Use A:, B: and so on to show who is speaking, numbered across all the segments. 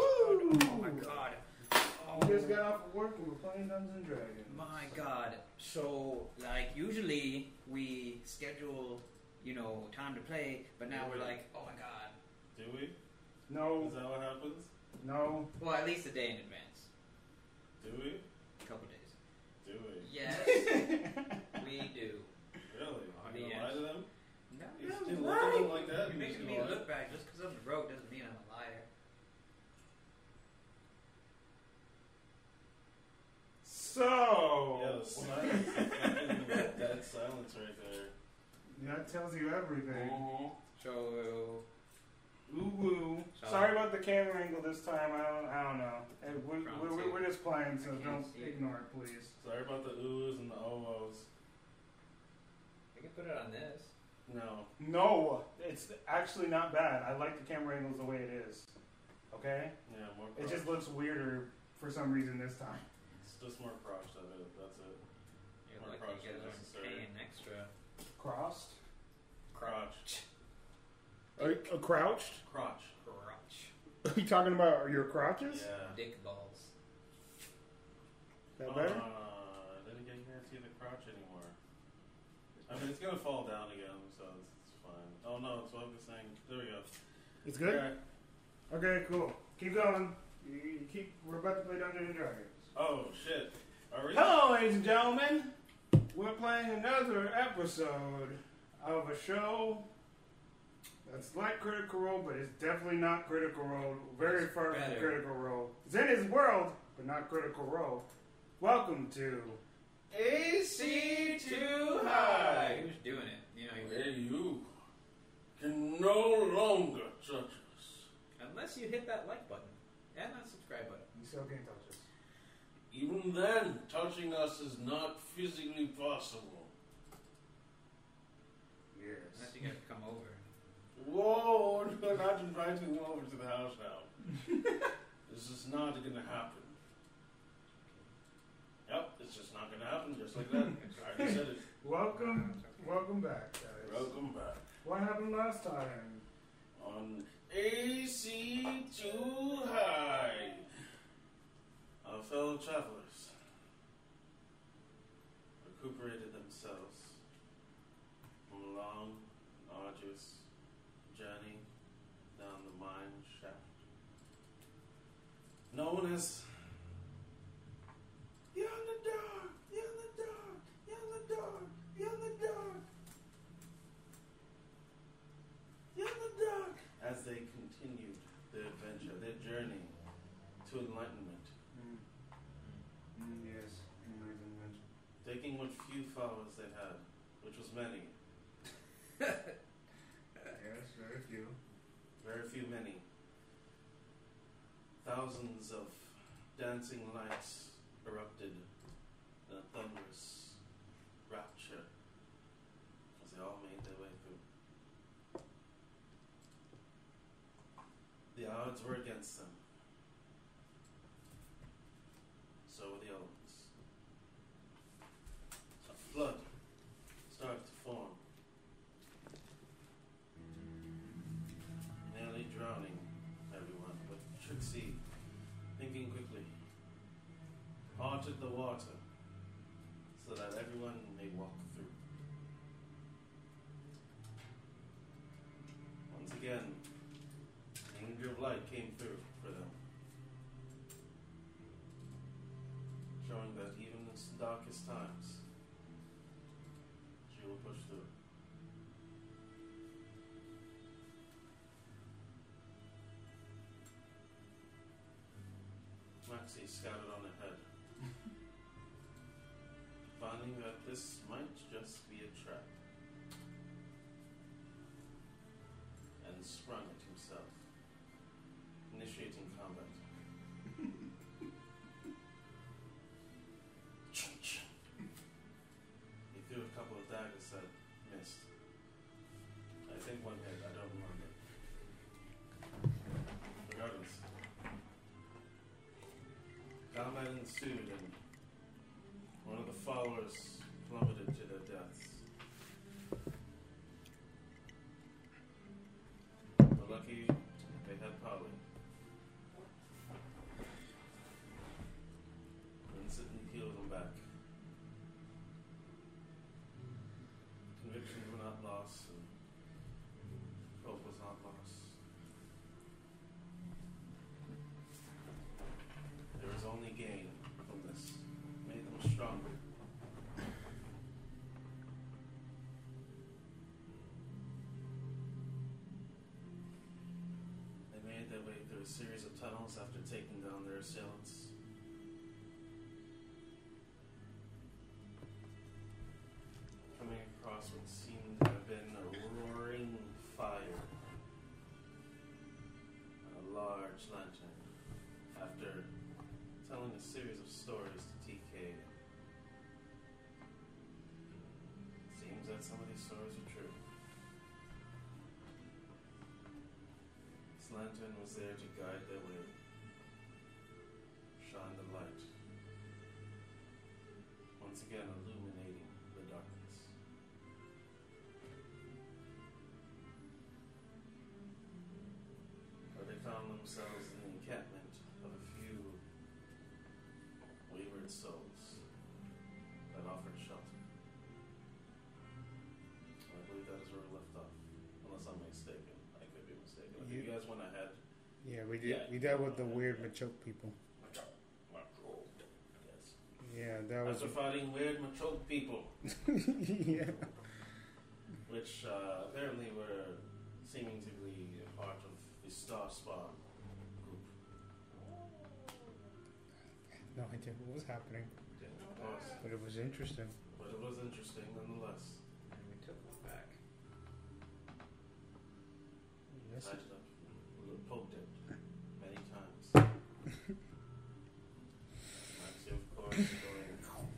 A: Oh my god. Oh
B: We just got off of work and we're playing Dungeons and Dragons.
A: my god. So like usually we schedule, you know, time to play, but now we're like, oh my god.
C: Do we?
B: No,
C: Is that what happens?
B: no.
A: Well, at least a day in advance,
C: Do we?
A: a couple days.
C: Do we?
A: Yes, we do.
C: Really? I'm gonna
A: Yes.
C: lie to them?
A: No,
C: You
A: no,
C: still
A: you're
C: look at them
A: right.
C: like that?
A: You're
C: You
A: making
C: still
A: me
C: lie?
A: look bad just because I'm broke doesn't mean I'm a liar.
B: So
C: Yeah, the silence. Dead silence right there.
B: that tells you everything.
A: Mm-hmm. So
B: Ooh woo.
A: So-
B: Sorry about the camera angle this time. I don't. I don't know. Hey, we're,
A: Front
B: we're- we're,
A: too.
B: we're just playing, so
A: I can't
B: don't
A: see it.
B: ignore it, please.
C: Sorry about the oohs and the ohs.
A: we can put it on this.
C: No.
B: No, it's actually not bad. I like the camera angles the way it is. Okay,
C: Yeah, more
B: it
C: crotch.
B: just looks weirder for some reason this time.
C: It's just more crotch of it. That's it.
A: You're
C: More
A: lucky
C: crotch
A: you guys
C: than
A: aren't
C: necessary.
A: paying extra.
B: Crossed.
C: Crotch.
D: Are you, uh, crouched?
C: Crotch.
A: Crotch.
D: Are you talking about your crotches?
C: Yeah.
A: Dick balls.
D: Is that
C: Uh,
B: Uh-huh.
D: better?
C: then again, you can't see the crotch anymore. I mean, it's gonna fall down again, so it's, it's fine. Oh no, it's what I'm saying. There we go.
D: It's good?
C: Alright.
B: Okay, cool. Keep going. You, you keep. We're about to play Dungeons and Dragons.
C: Oh shit. Are we?
B: Hello, ladies and gentlemen. We're playing another episode of a show that's like Critical Role, but it's definitely not Critical Role. Very
A: It's
B: far
A: better.
B: from Critical Role. It's in his world, but not Critical Role. Welcome to.
C: AC
A: Who's doing it? You know, you-
C: Hey, you can no longer touch us.
A: unless you hit that like button and that subscribe button.
B: You still can't touch us.
C: Even then, touching us is not physically possible.
B: Yes.
A: Unless you guys come over.
C: Whoa, we're not inviting them over to the house now. this is not gonna happen. Yep, it's just not gonna happen, just like that. I already said it.
B: Welcome, welcome back, guys.
C: Welcome back.
B: What happened last time?
C: on AC2 High. Our fellow travelers recuperated themselves from a long and arduous journey down the mine shaft. Known as You're the Dark, You're the Dark, You're the Dark, You're the Dark. You're the dark. As they continued their adventure, their journey to enlightenment,
B: Mm.
A: Mm-hmm.
B: Mm, yes. Enlightenment.
C: taking what few followers they had, which was many,
B: Yes, very few.
C: very few, many, thousands of dancing lights erupted in a thunderous rapture as they all made their way through. The odds were against them. So were the elements. A flood started to form, nearly drowning everyone, but Trixie, thinking quickly, parted the water so that everyone may walk through. Once again, the angel of light came through for them, showing that even in the darkest times, she will push through. Maxie scouted on ahead, finding that this might just be a trap, and sprung it himself, initiating combat. he threw a couple of daggers that missed. I think one hit, I don't remember. Regardless. Combat ensued, and one of the followers plummeted to their deaths. But lucky they had Polly, a series of tunnels after taking down their assailants. Coming across what seemed to have been a roaring fire. A large lantern. After telling a series of stories to TK, seems that some of these stories are true. This lantern was there to guide their way, shine the light, once again illuminating the darkness. But they found themselves in the encampment of a few wayward souls that offered shelter. I believe that is where we left off, unless I'm mistaken. I could be mistaken. I think
B: You-
C: you guys went ahead.
B: Yeah, we did.
C: Yeah.
B: We dealt with the weird Machoke people.
C: Yes.
B: Yeah, that was.
C: After fighting weird Machoke people,
B: yeah.
C: which uh, apparently were seemingly a part of the Star Spawn group.
B: No idea what was happening,
C: Yeah, of course.
B: but it was interesting.
C: But it was interesting nonetheless.
E: And we took one back.
B: Yes.
C: I ended up uh, poked it many times. Maxie, of course, going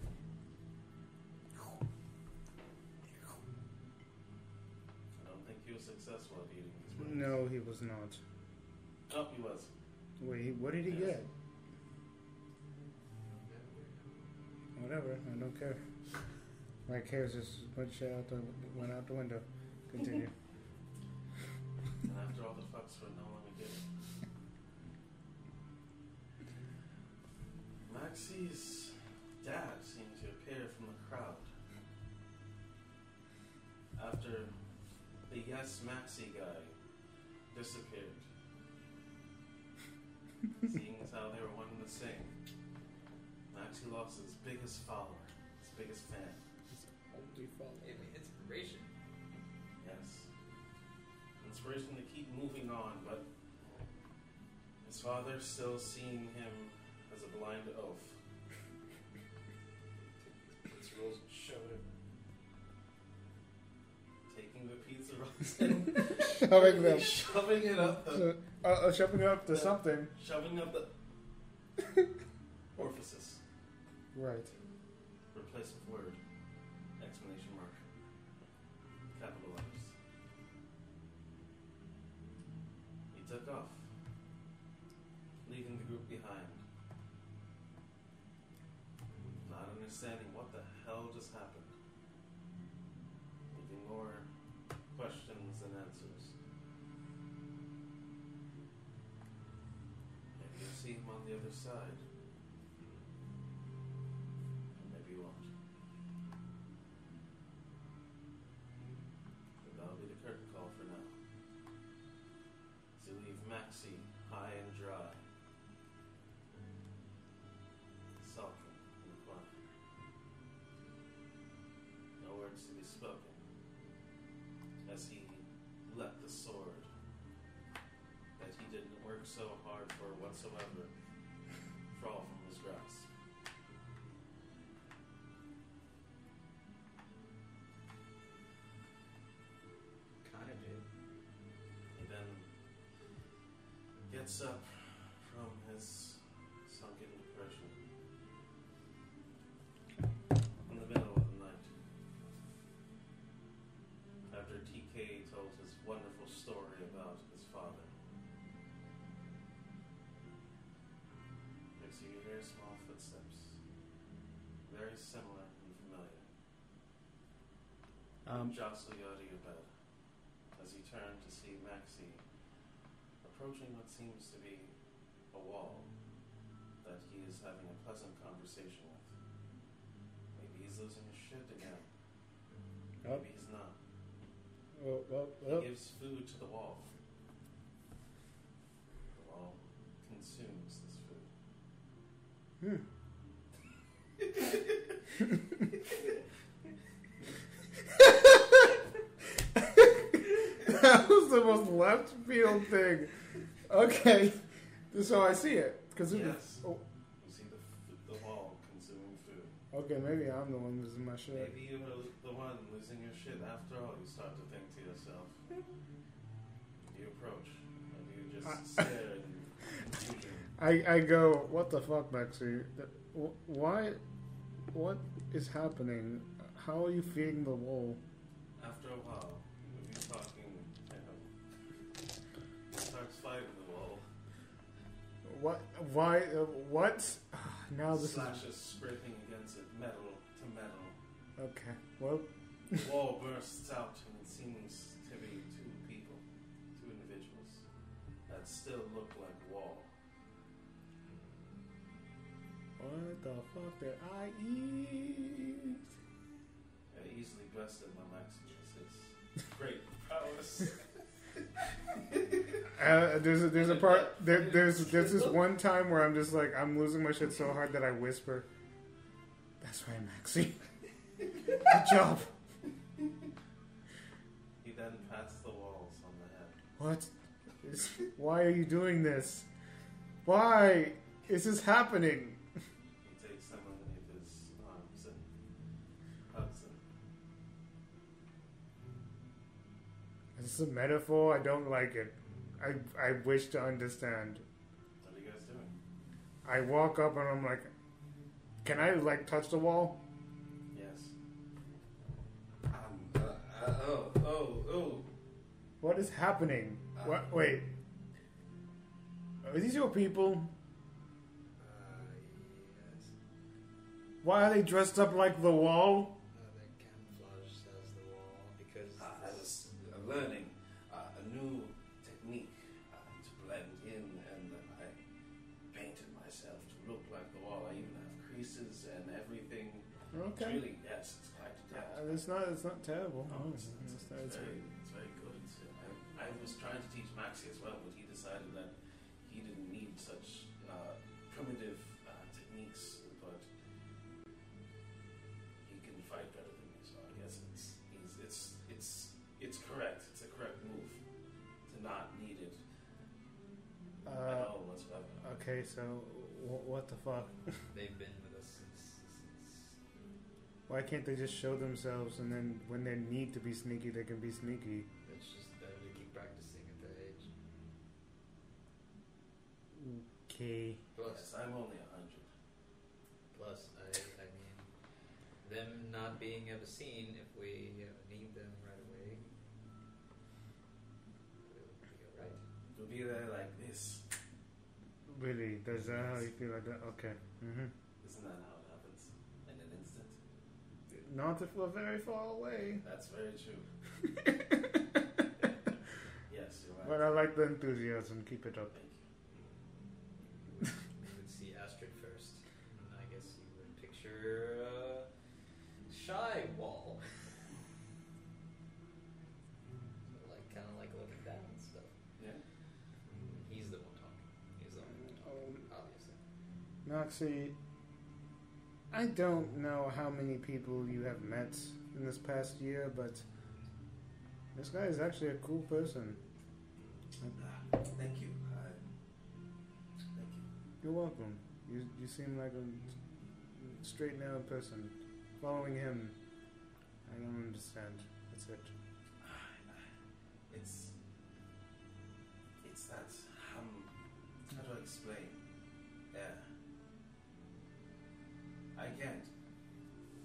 C: I don't think he was successful at eating these worms.
B: No, he was not.
C: Oh, he was.
B: Wait, what did he
C: Yes.
B: get? Whatever, I don't care. My cares just went shit out the went out the window. Continue.
C: And after all the fucks were no longer given. Maxie's dad seemed to appear from the crowd. After the yes Maxie guy disappeared. Seeing as how they were one and the same, Maxie lost his biggest follower, his biggest fan.
B: Holy fuck.
E: inspiration.
C: Yes. Inspiration to keep moving on, but his father still seeing him as a blind oaf.
A: It's rolls and shove it.
C: Taking the pizza rolls and
B: Shoving them.
C: shoving it up the
B: So, uh, uh, shoving up to
C: Yeah.
B: something.
C: shoving up the orifices.
B: Right.
C: Replace with word. Exclamation mark. Capital letters. He took off, leaving the group behind. Not understanding what the hell just happened. Leaving more questions than answers. Maybe you'll see him on the other side. Maybe you won't. But that'll be the curtain call for now. To leave Maxie high and dry. Sulking in the corner. No words to be spoken. As he let the sword that he didn't work so hard for whatsoever fall from his grasp.
E: Kind of did.
C: He then gets up from his sunken depression in the middle of the night. After TK told his wonderful story about his father. Makes you hear small footsteps. Very similar and familiar.
B: Um,
C: Jostle the audio bed as he turned to see Maxie approaching what seems to be a wall that he is having a pleasant conversation with. Maybe he's losing his shit again.
B: up,
C: Maybe he's not.
B: up, up,
C: He
B: up.
C: gives food to the wall. The wall consumes this food.
B: that was the most left field thing. Okay. This is how I see it. Cause it
C: Yes.
B: oh,
C: You see the, f- the wall consuming food.
B: okay, maybe I'm the one losing my shit.
C: Maybe you're the one losing your shit. After all, you start to think to yourself. Do you approach? Or do you just
B: I-
C: stare in confusion?
B: I, I go, what the fuck, Maxie? Wh- Why? What is happening? How are you feeding the wall?
C: After a while, of you talking, kind of, he starts fighting the wall.
B: What? Why? Uh, what? Now this is
C: Slashes scraping against it, metal to metal.
B: okay. Well,
C: The wall bursts out and it seems to be two people, two individuals, that still look like a wall.
B: what the fuck did I eat?
C: I easily bested my Maximus's great prowess.
B: Uh, there's a, there's a part there, there's there's this one time where I'm just like I'm losing my shit so hard that I whisper. That's right, Maxie. Good job.
C: He then pats the walls on the head.
B: What? Is, why are you doing this? Why is this happening?
C: He takes them underneath his arms and hugs them.
B: Is this a metaphor? I don't like it. I I wish to understand.
C: What are you guys doing?
B: I walk up and I'm like, can I like touch the wall?
C: Yes.
A: Um, uh, uh, oh, oh, oh.
B: What is happening? What? Wait. Are these your people?
A: Uh, yes.
B: Why are they dressed up like the wall?
A: Uh, that camouflage says the wall because
C: Uh, I was uh, learning uh, a new technique uh, to blend in, and then I painted myself to look like the wall. I even have creases and everything. It's
B: Okay.
C: really, yes, it's quite a
B: Uh,
C: task.
B: it's not. It's not terrible.
C: No,
B: Oh,
C: it's, it's, it's,
B: it's- it's-
C: very, it's very good. It's, uh, I, I was trying to teach Maxi as well, but he decided that he didn't need such uh, primitive uh, techniques, but he can fight better than me, so I guess it's, it's, it's, it's, it's correct. It's a correct move to not need it at
B: uh,
C: all whatsoever.
B: okay. So, wh- what the fuck?
A: they've been with us since. since
B: Why can't they just show themselves and then when they need to be sneaky, they can be sneaky?
A: it's just better to keep practicing at that age.
B: Okay.
A: Plus,
C: Yes, I'm only a hundred.
A: plus, I, I mean, them not being ever seen if we uh, need them right away. It would be
C: To be
A: alright.
C: there like this,
B: Really? Does that how you feel like that? Okay. Mm-hmm.
C: isn't that how it happens? In an instant.
B: Not if we're very far away.
C: That's very true. yes, you're right.
B: But uh, I like the enthusiasm. Keep it up.
C: Thank you.
A: You would see Astrid first, and I guess you would picture uh, shy wall. So, like kind of like looking down and stuff.
C: Yeah.
A: He's the one talking. He's the only one
B: Um,
A: talking,
B: Noxie,
A: obviously.
B: I don't know how many people you have met in this past year, but this guy is actually a cool person.
C: Ah, thank you. I, thank you.
B: You're welcome. You, you seem like a straight and narrow person. Following him, I don't understand. That's it.
C: It's it's that um how do I explain? Yeah. I can't.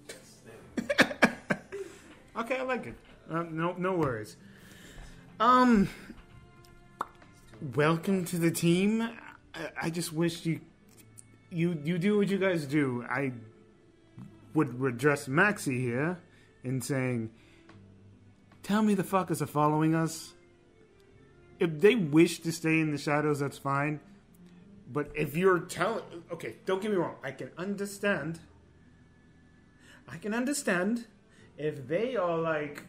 C: Yes, there we go.
B: Okay, I like it. Um, no, no worries. Um, welcome to the team. I, I just wish you, you, you do what you guys do. I would redress Maxie here in saying, "Tell me the fuckers are following us." If they wish to stay in the shadows, that's fine. But if you're telling, okay, don't get me wrong. I can understand. I can understand if they are like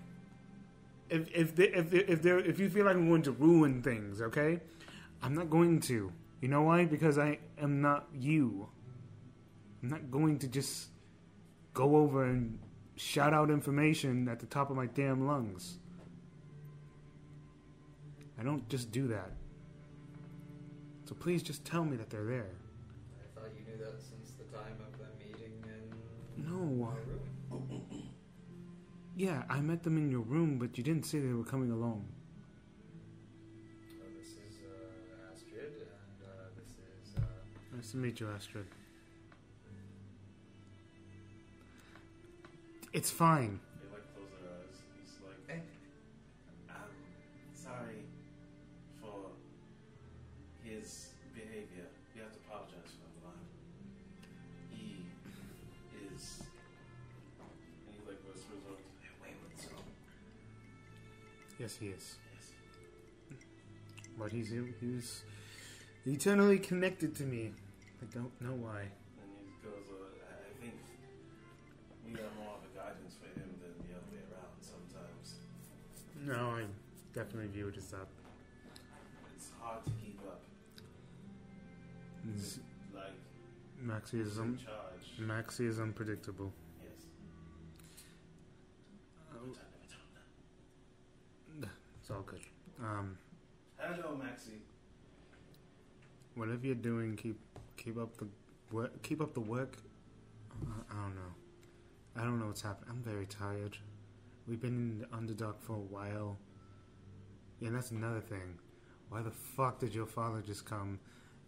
B: if if they, if they, if they if you feel like I'm going to ruin things, okay? I'm not going to. You know why? Because I am not you. I'm not going to just go over and shout out information at the top of my damn lungs. I don't just do that. So please just tell me that they're there.
A: I thought you knew that since the time of the meeting in
B: No.
A: our room.
B: Yeah, I met them in your room, but you didn't say they were coming alone.
A: Uh, this is uh, Astrid, and uh, this is. Uh,
B: Nice to meet you, Astrid. It's fine.
C: They like close their eyes. It's like, Eh, um, sorry for his behavior. We have to apologize for the line. He is. And he like whispers, "Oh, "Wait, what's wrong?"
B: Yes, he is.
C: Yes.
B: But he's he's eternally connected to me. I don't know why.
C: And he goes, uh, I I think we are more of a guidance for him than the other way around sometimes.
B: No, I definitely view it as that.
C: It's hard to keep up. Mm.
B: It's-
C: Like,
B: Maxie is
C: in
B: un-
C: charge.
B: Maxie is unpredictable.
C: Yes. Never done, never done that.
B: It's all good. Um,
C: Hello, Maxie.
B: whatever you're doing, keep keep up the work. Keep up the work. Uh, I don't know. I don't know what's happening. I'm very tired. We've been in the underdog for a while. Yeah, and that's another thing. Why the fuck did your father just come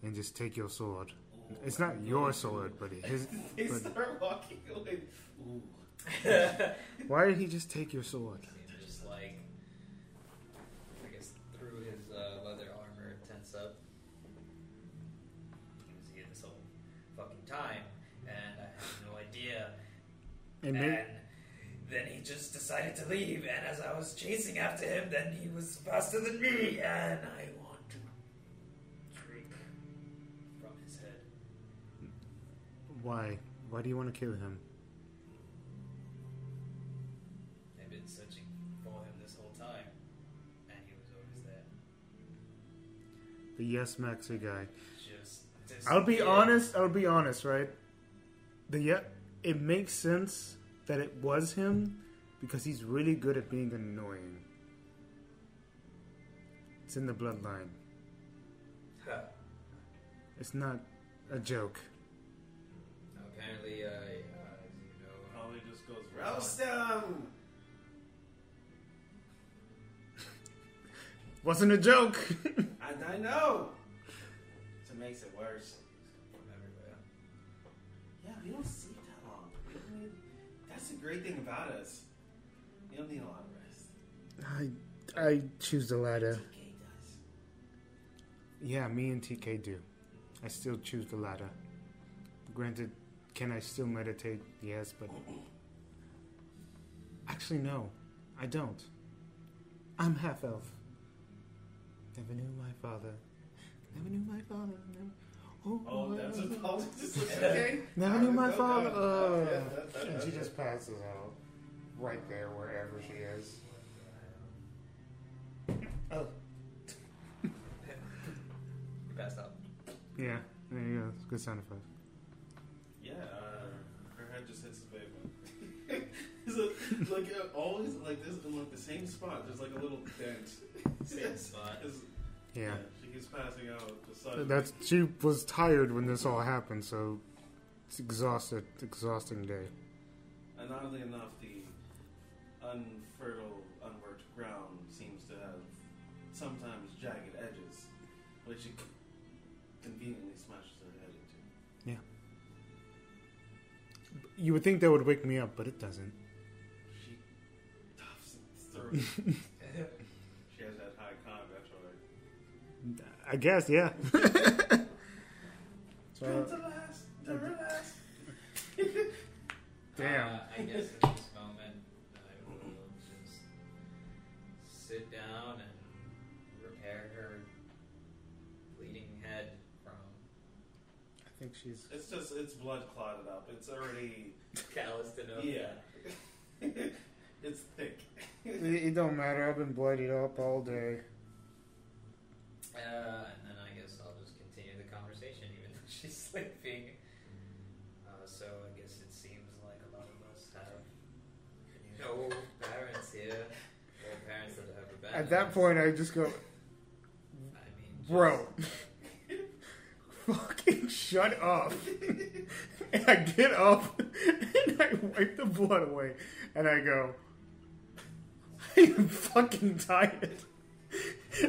B: and just take your sword? It's not your sword, but his.
C: They
B: but-
C: start walking away. Ooh.
B: Why did he just take your sword?
A: seemed just like, I guess, through his uh, leather armor, tense up. He was here this whole fucking time, and I had no idea.
B: And
A: and
B: then,
A: then he just decided to leave, and as I was chasing after him, then he was faster than me, and I want to drink from his head.
B: why? Why do you want to kill him?
A: I've been searching for him this whole time, and he was always there.
B: The yes Maxi guy.
A: Just
B: I'll be
A: disappeared.
B: honest. I'll be honest, right? The yeah, it makes sense that it was him because he's really good at being annoying. It's in the bloodline.
A: Huh.
B: It's not a joke.
A: Apparently, I, uh, as you know,
C: Holly just goes, roast them!
B: Wasn't a joke.
C: And I know! So it makes it worse.
A: from everywhere.
C: Yeah, we don't sleep that long. We don't need- That's the great thing about us. We don't need a lot of rest.
B: I I choose the latter.
C: TK does.
B: Yeah, me and TK do. I still choose the latter. Granted, can I still meditate? Yes, but. Actually, no, I don't. I'm half elf. Never knew my father. Never knew my father. Never, oh,
C: Oh,
B: my-
C: that's a politics. okay.
B: never knew my
C: No, no,
B: father.
C: no.
B: Oh. And she just passes out right there, wherever she is. Oh.
A: You passed out.
B: Yeah, there you go. Good sound effect.
C: Yeah, uh, her head just hits the pavement. so, like uh, always, like this in like the same spot. There's like a little dent.
A: Same spot.
C: 'Cause,
B: Yeah.
C: she keeps passing out. Just suddenly.
B: That's she was tired when this all happened, so it's exhausted, exhausting day.
C: And oddly enough, the unfertile, unworked ground seems to have sometimes jagged edges, which it conveniently smashes her head into.
B: You would think that would wake me up, but it doesn't.
C: She toughs it through. she has that high combat right?
B: I guess, yeah.
C: Built
B: so,
C: to last, never last.
B: Damn.
A: Uh, I guess at this moment, I will just sit down and repair her bleeding head from
B: I think she's.
C: It's just it's blood clotted up. It's already
A: calloused enough.
C: yeah. it's thick.
B: It, it don't matter. I've been bloodied up all day.
A: Uh, and then I guess I'll just continue the conversation even though she's sleeping. Uh, so I guess it seems like a lot of us have no parents here, or parents that have abandoned
B: At that
A: us.
B: point, I just go,
A: I mean, just-
B: bro. shut up. and I get up and I wipe the blood away and I go, I am fucking tired.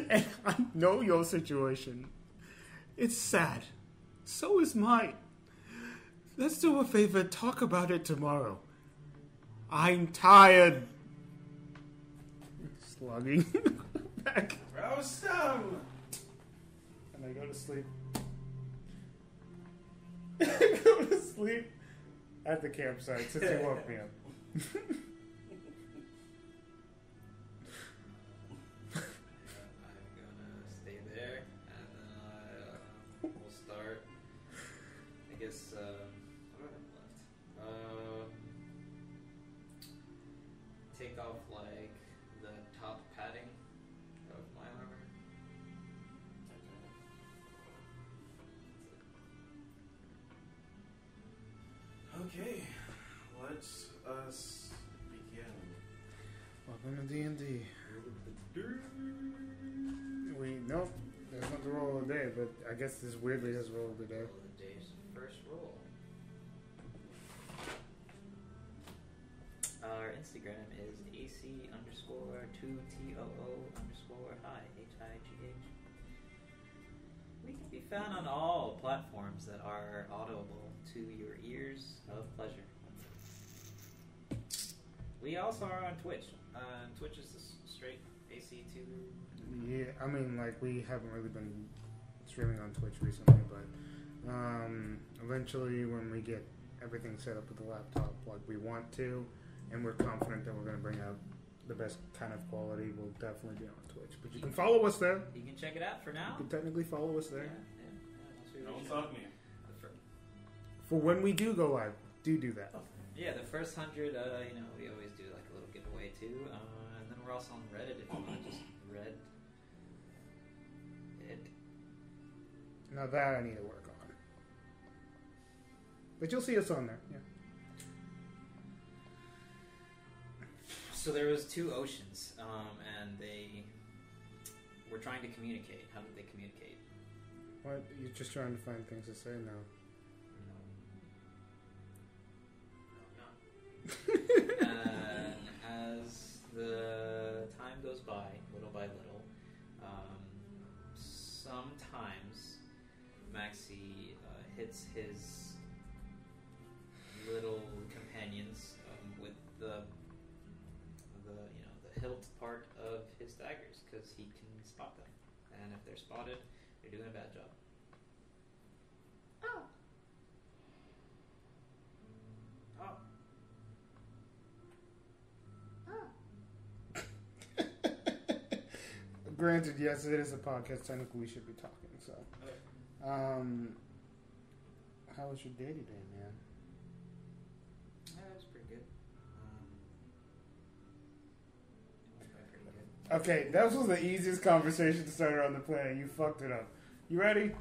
B: And I know your situation. It's sad. So is mine. Let's do a favor, talk about it tomorrow. I'm tired. Slugging back.
C: Roast them!
B: And I go to sleep. I go to sleep at the campsite since you woke me up.
F: I'm gonna stay there, and then I, uh, we'll start. I guess um, what do I have left? Um, take off like the top padding of my armor.
C: Okay, let us begin.
B: Welcome to D and D. We nope. There's not the roll of the day, but I guess this weirdly is roll of the day.
F: Roll the day's first roll.
A: Our Instagram is AC underscore 2TOO underscore hi, H-I-G-H. We can be found on all platforms that are audible to your ears of pleasure. We also are on Twitch. Uh, Twitch is the s- straight AC2.
B: Yeah, I mean, like we haven't really been streaming on Twitch recently, but um, eventually, when we get everything set up with the laptop like we want to, and we're confident that we're going to bring out the best kind of quality, we'll definitely be on Twitch. But you can follow us there.
A: You can check it out for now.
B: You can technically follow us
A: Yeah,
B: there
A: yeah, yeah.
C: Don't
A: Once we reach
C: thug me.
A: the fir-
B: for when we do go live. Do do that.
A: Yeah, the first hundred, uh, you know, we always do like a little giveaway too, uh, and then we're also on Reddit if you want to just read it.
B: Now that I need to work on. But you'll see us on there. Yeah.
A: So there was two oceans, um, and they were trying to communicate. How did they communicate?
B: What? You're just trying to find things to say now.
A: No, not. uh, as the time goes by, little by little, um, sometimes Maxi uh, hits his little companions um, with the the you know the hilt part of his daggers because he can spot them, and if they're spotted, they're doing a bad job. Oh.
B: Granted, yes, it is a podcast. Technically, we should be talking. So, um, how was your day today, man?
A: Yeah, that was pretty good. Um, it went by pretty good.
B: Okay, that was the easiest conversation to start on the planet. You fucked it up. You ready?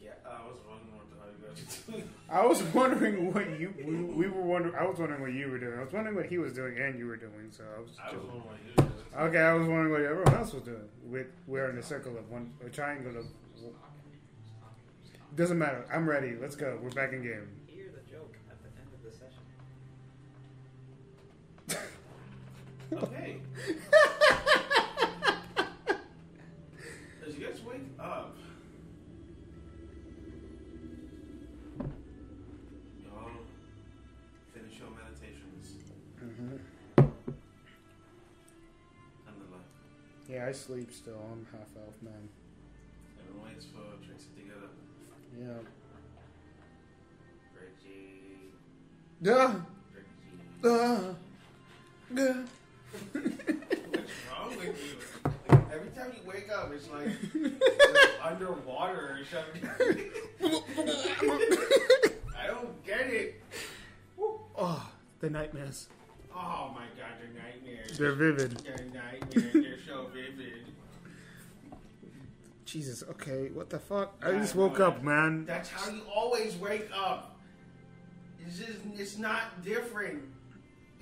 C: Yeah, I was wondering what the hell you guys were doing.
B: I was wondering what you we, we were wondering. I was wondering what you were doing. I was wondering what he was doing and you were doing. So I was.
C: I was
B: joking.
C: wondering what you were doing.
B: Okay, I was wondering what everyone else was doing. With we're in a circle of one, a triangle of.
F: Just knock it. Just knock it. Just knock it.
B: Doesn't matter. I'm ready. Let's go. We're back in game.
A: Hear the joke at the end of the session.
C: Okay. As you guys wake up, you all finish your meditations
B: Mm-hmm.
C: and the like.
B: Yeah, I sleep still. I'm half elf, man.
C: Everyone waits for Trixie to get up.
B: Yeah.
C: Trixie,
B: Duh.
C: Trixie.
B: Duh. Duh.
C: What's wrong with you? Like, every time you wake up, it's like you're underwater or something. I don't get it.
B: Oh, the nightmares.
C: Oh my god, they're nightmares.
B: They're vivid.
C: They're nightmares. They're so vivid.
B: Jesus. Okay. What the fuck? I
C: Yeah,
B: just
C: I
B: woke
C: know.
B: up, man.
C: That's how you always wake up. It's just, it's not different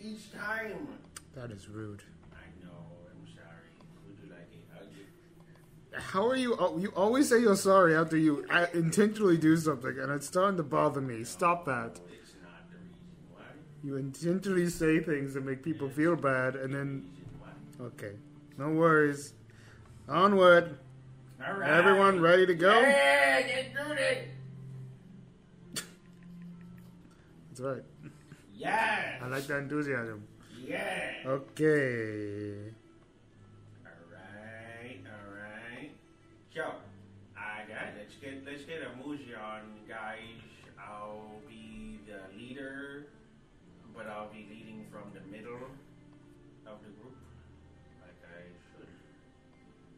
C: each time.
B: That is rude.
C: I know. I'm sorry. Would you like a hug?
B: how are you? Oh, you always say you're sorry after you uh, intentionally do something, and it's starting to bother me. Stop that.
C: No, it's not the reason why.
B: You intentionally say things that make people feel bad, and
C: Reason
B: then
C: why.
B: okay, no worries. Onward,
G: All right.
B: everyone, ready to go?
C: Yeah, get good it.
B: That's right.
C: Yeah.
B: I like that Oh. enthusiasm.
C: Yeah.
B: Okay.
C: Alright, alright. So, I got let's get let's get a movie on, guys. I'll be the leader, but I'll be leading from the middle of the group, like I should.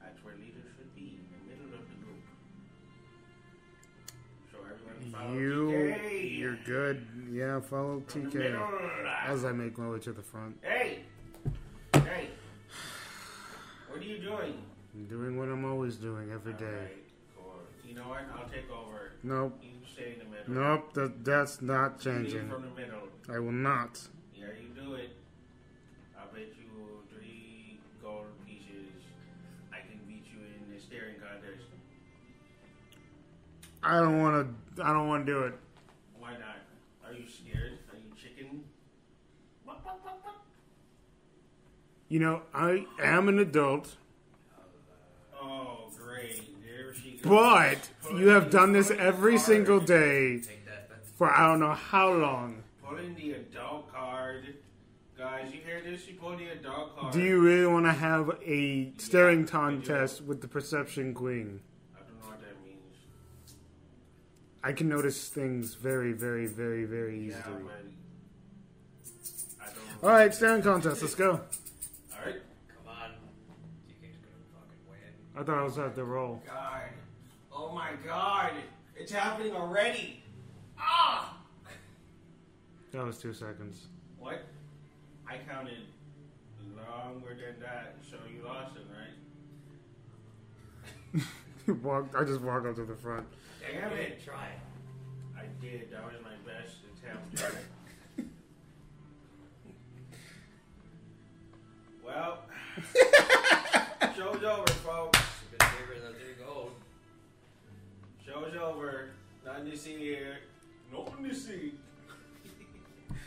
C: That's where leaders should be, in the middle of the group. So everyone follow
B: You,
C: TK.
B: you're good. Yeah, follow
C: From the middle.
B: TK as I make my way to the front.
C: Hey, hey, what are you doing?
B: I'm doing what I'm always doing every day.
C: Alright, cool. You know what? I'll take over.
B: Nope,
C: You stay in the middle.
B: nope, that, that's not
C: You lead
B: changing.
C: from the middle.
B: I will not.
C: Yeah, you do it. I bet you three gold pieces. I can beat you in the staring contest.
B: I don't want to. I don't want to do it.
C: Why not? Are you scared? Are you chicken? Wop, wop, wop, wop.
B: You know, I am an adult,
C: Oh, great. There she goes.
B: but
C: Pulling
B: you have
C: the-
B: done this
C: pulling
B: every
C: the card.
B: single day
A: Take that. That's
B: for I don't know how long.
C: Pulling the adult card. Guys, you hear this? She pulled the adult card.
B: Do you really want to have a staring
C: Yeah, I
B: contest with the Perception Queen?
C: I don't know what that means.
B: I can notice things very, very, very, very
C: Yeah,
B: easily.
C: but I don't.
B: All right, staring contest. Let's go.
C: All right.
A: come on. You can just gonna fucking win.
B: I thought I was at the roll.
C: God. Oh my God. It's happening already. Ah.
B: That was two seconds.
C: What? I counted longer than that, so you lost it, right?
B: Walked. I just walked up to the front.
C: Damn it.
A: Try it.
C: I did. That was my best attempt. well, show's over, folks.
A: It's been favored than three gold.
C: Show's over. Nothing to see here. Nothing to see.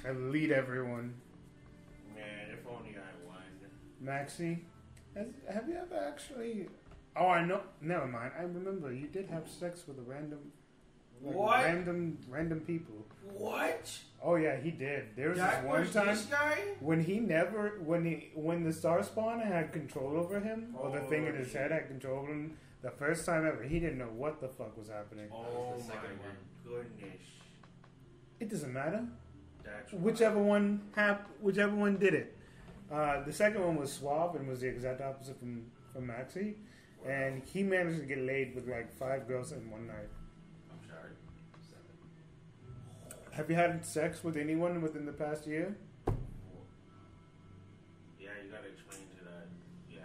B: I lead everyone.
C: Man, if only I won.
B: Maxie, has, have you ever actually? Oh, I know. Never mind. I remember you did have sex with a random, like,
C: What?
B: random, random people.
C: What?
B: Oh yeah, he did. There was
C: That
B: this one
C: was
B: time
C: this guy?
B: when he never, when he, when the star spawner had control over him, or the
C: Oh,
B: thing in his head had control over him. The first time ever, he didn't know what the fuck was happening.
C: Oh
A: was the
C: my
A: second one.
C: goodness.
B: It doesn't matter.
C: That's
B: Whichever one hap- whichever one did it. Uh, the second one was Swab and was the exact opposite from from Maxie, and he managed to get laid with like five girls in one night.
C: I'm sorry.
A: Seven.
B: Have you had sex with anyone within the past year?
C: Yeah, you gotta explain to that. Yeah.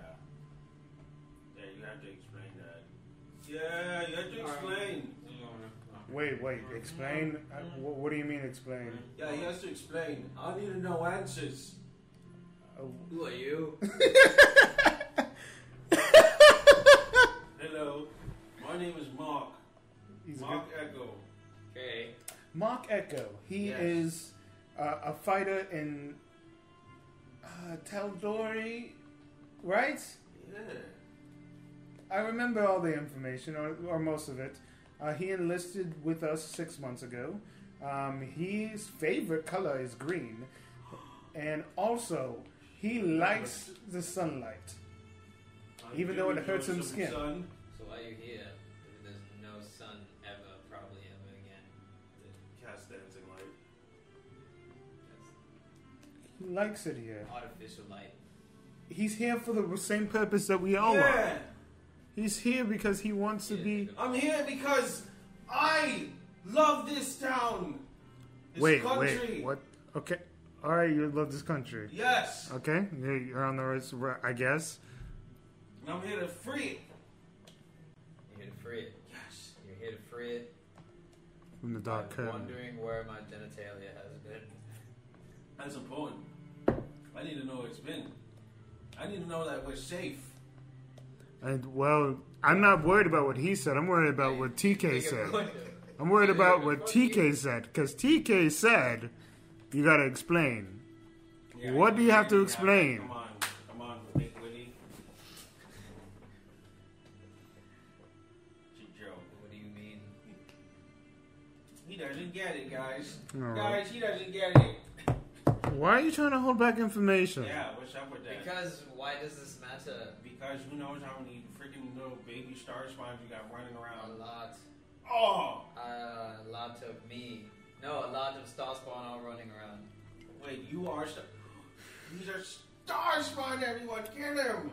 C: Yeah, you have to explain that. Yeah, you have to explain.
B: Wait, wait. Explain. Uh, wh- what do you mean explain?
C: Yeah, he has to explain. I need to know answers.
B: Oh,
A: Who are you?
C: Hello, my name is Mark.
B: he's a
C: Mark
B: good-
C: Echo.
A: Okay.
B: Mark Echo. He
C: Yes.
B: is uh, a fighter in uh, Tal'Dorei, right?
C: Yeah.
B: I remember all the information, or, or most of it. Uh, he enlisted with us six months ago. Um, his favorite color is green, and also he likes the sunlight.
C: I'm
B: Even though it
C: giving
B: hurts
C: you
B: him
C: some
B: skin.
C: sun.
A: So why are you here? There's no sun ever, probably ever again.
C: Cast dancing light.
A: That's
B: He likes it here.
A: artificial light.
B: He's here for the same purpose that we all are.
C: yeah,
B: He's here because he wants to be.
C: I'm here because I love this town. This
B: Wait,
C: country.
B: wait, what? Okay, all right. You love this country.
C: Yes.
B: Okay, you're you're on the right. I guess.
C: And I'm here to free it.
A: You're here to free it.
C: Yes.
A: You're here to free it.
B: From the dark
A: I'm
B: curtain.
A: wondering where my genitalia has been.
C: That's important. I need to know where it's been. I need to know that we're safe.
B: And well, I'm not worried about what he said. I'm worried about what TK said. I'm worried about what TK said because TK said, "You gotta explain." What do you have to explain?
C: Come on, come on, Wit- Witty. It's a joke.
A: What do you mean?
C: He doesn't get it, guys.
B: All right.
C: Guys, he doesn't get it.
B: Why are you trying to hold back information?
C: Yeah, what's up with that?
A: Because why does this matter?
C: Because who knows how many freaking little baby star spines you got running
A: A
C: around.
A: lot, uh,
C: Oh!
A: a lot of me. No, a lot of star spawn all running around.
C: Wait, you are star. These are star spawn, everyone! Get him!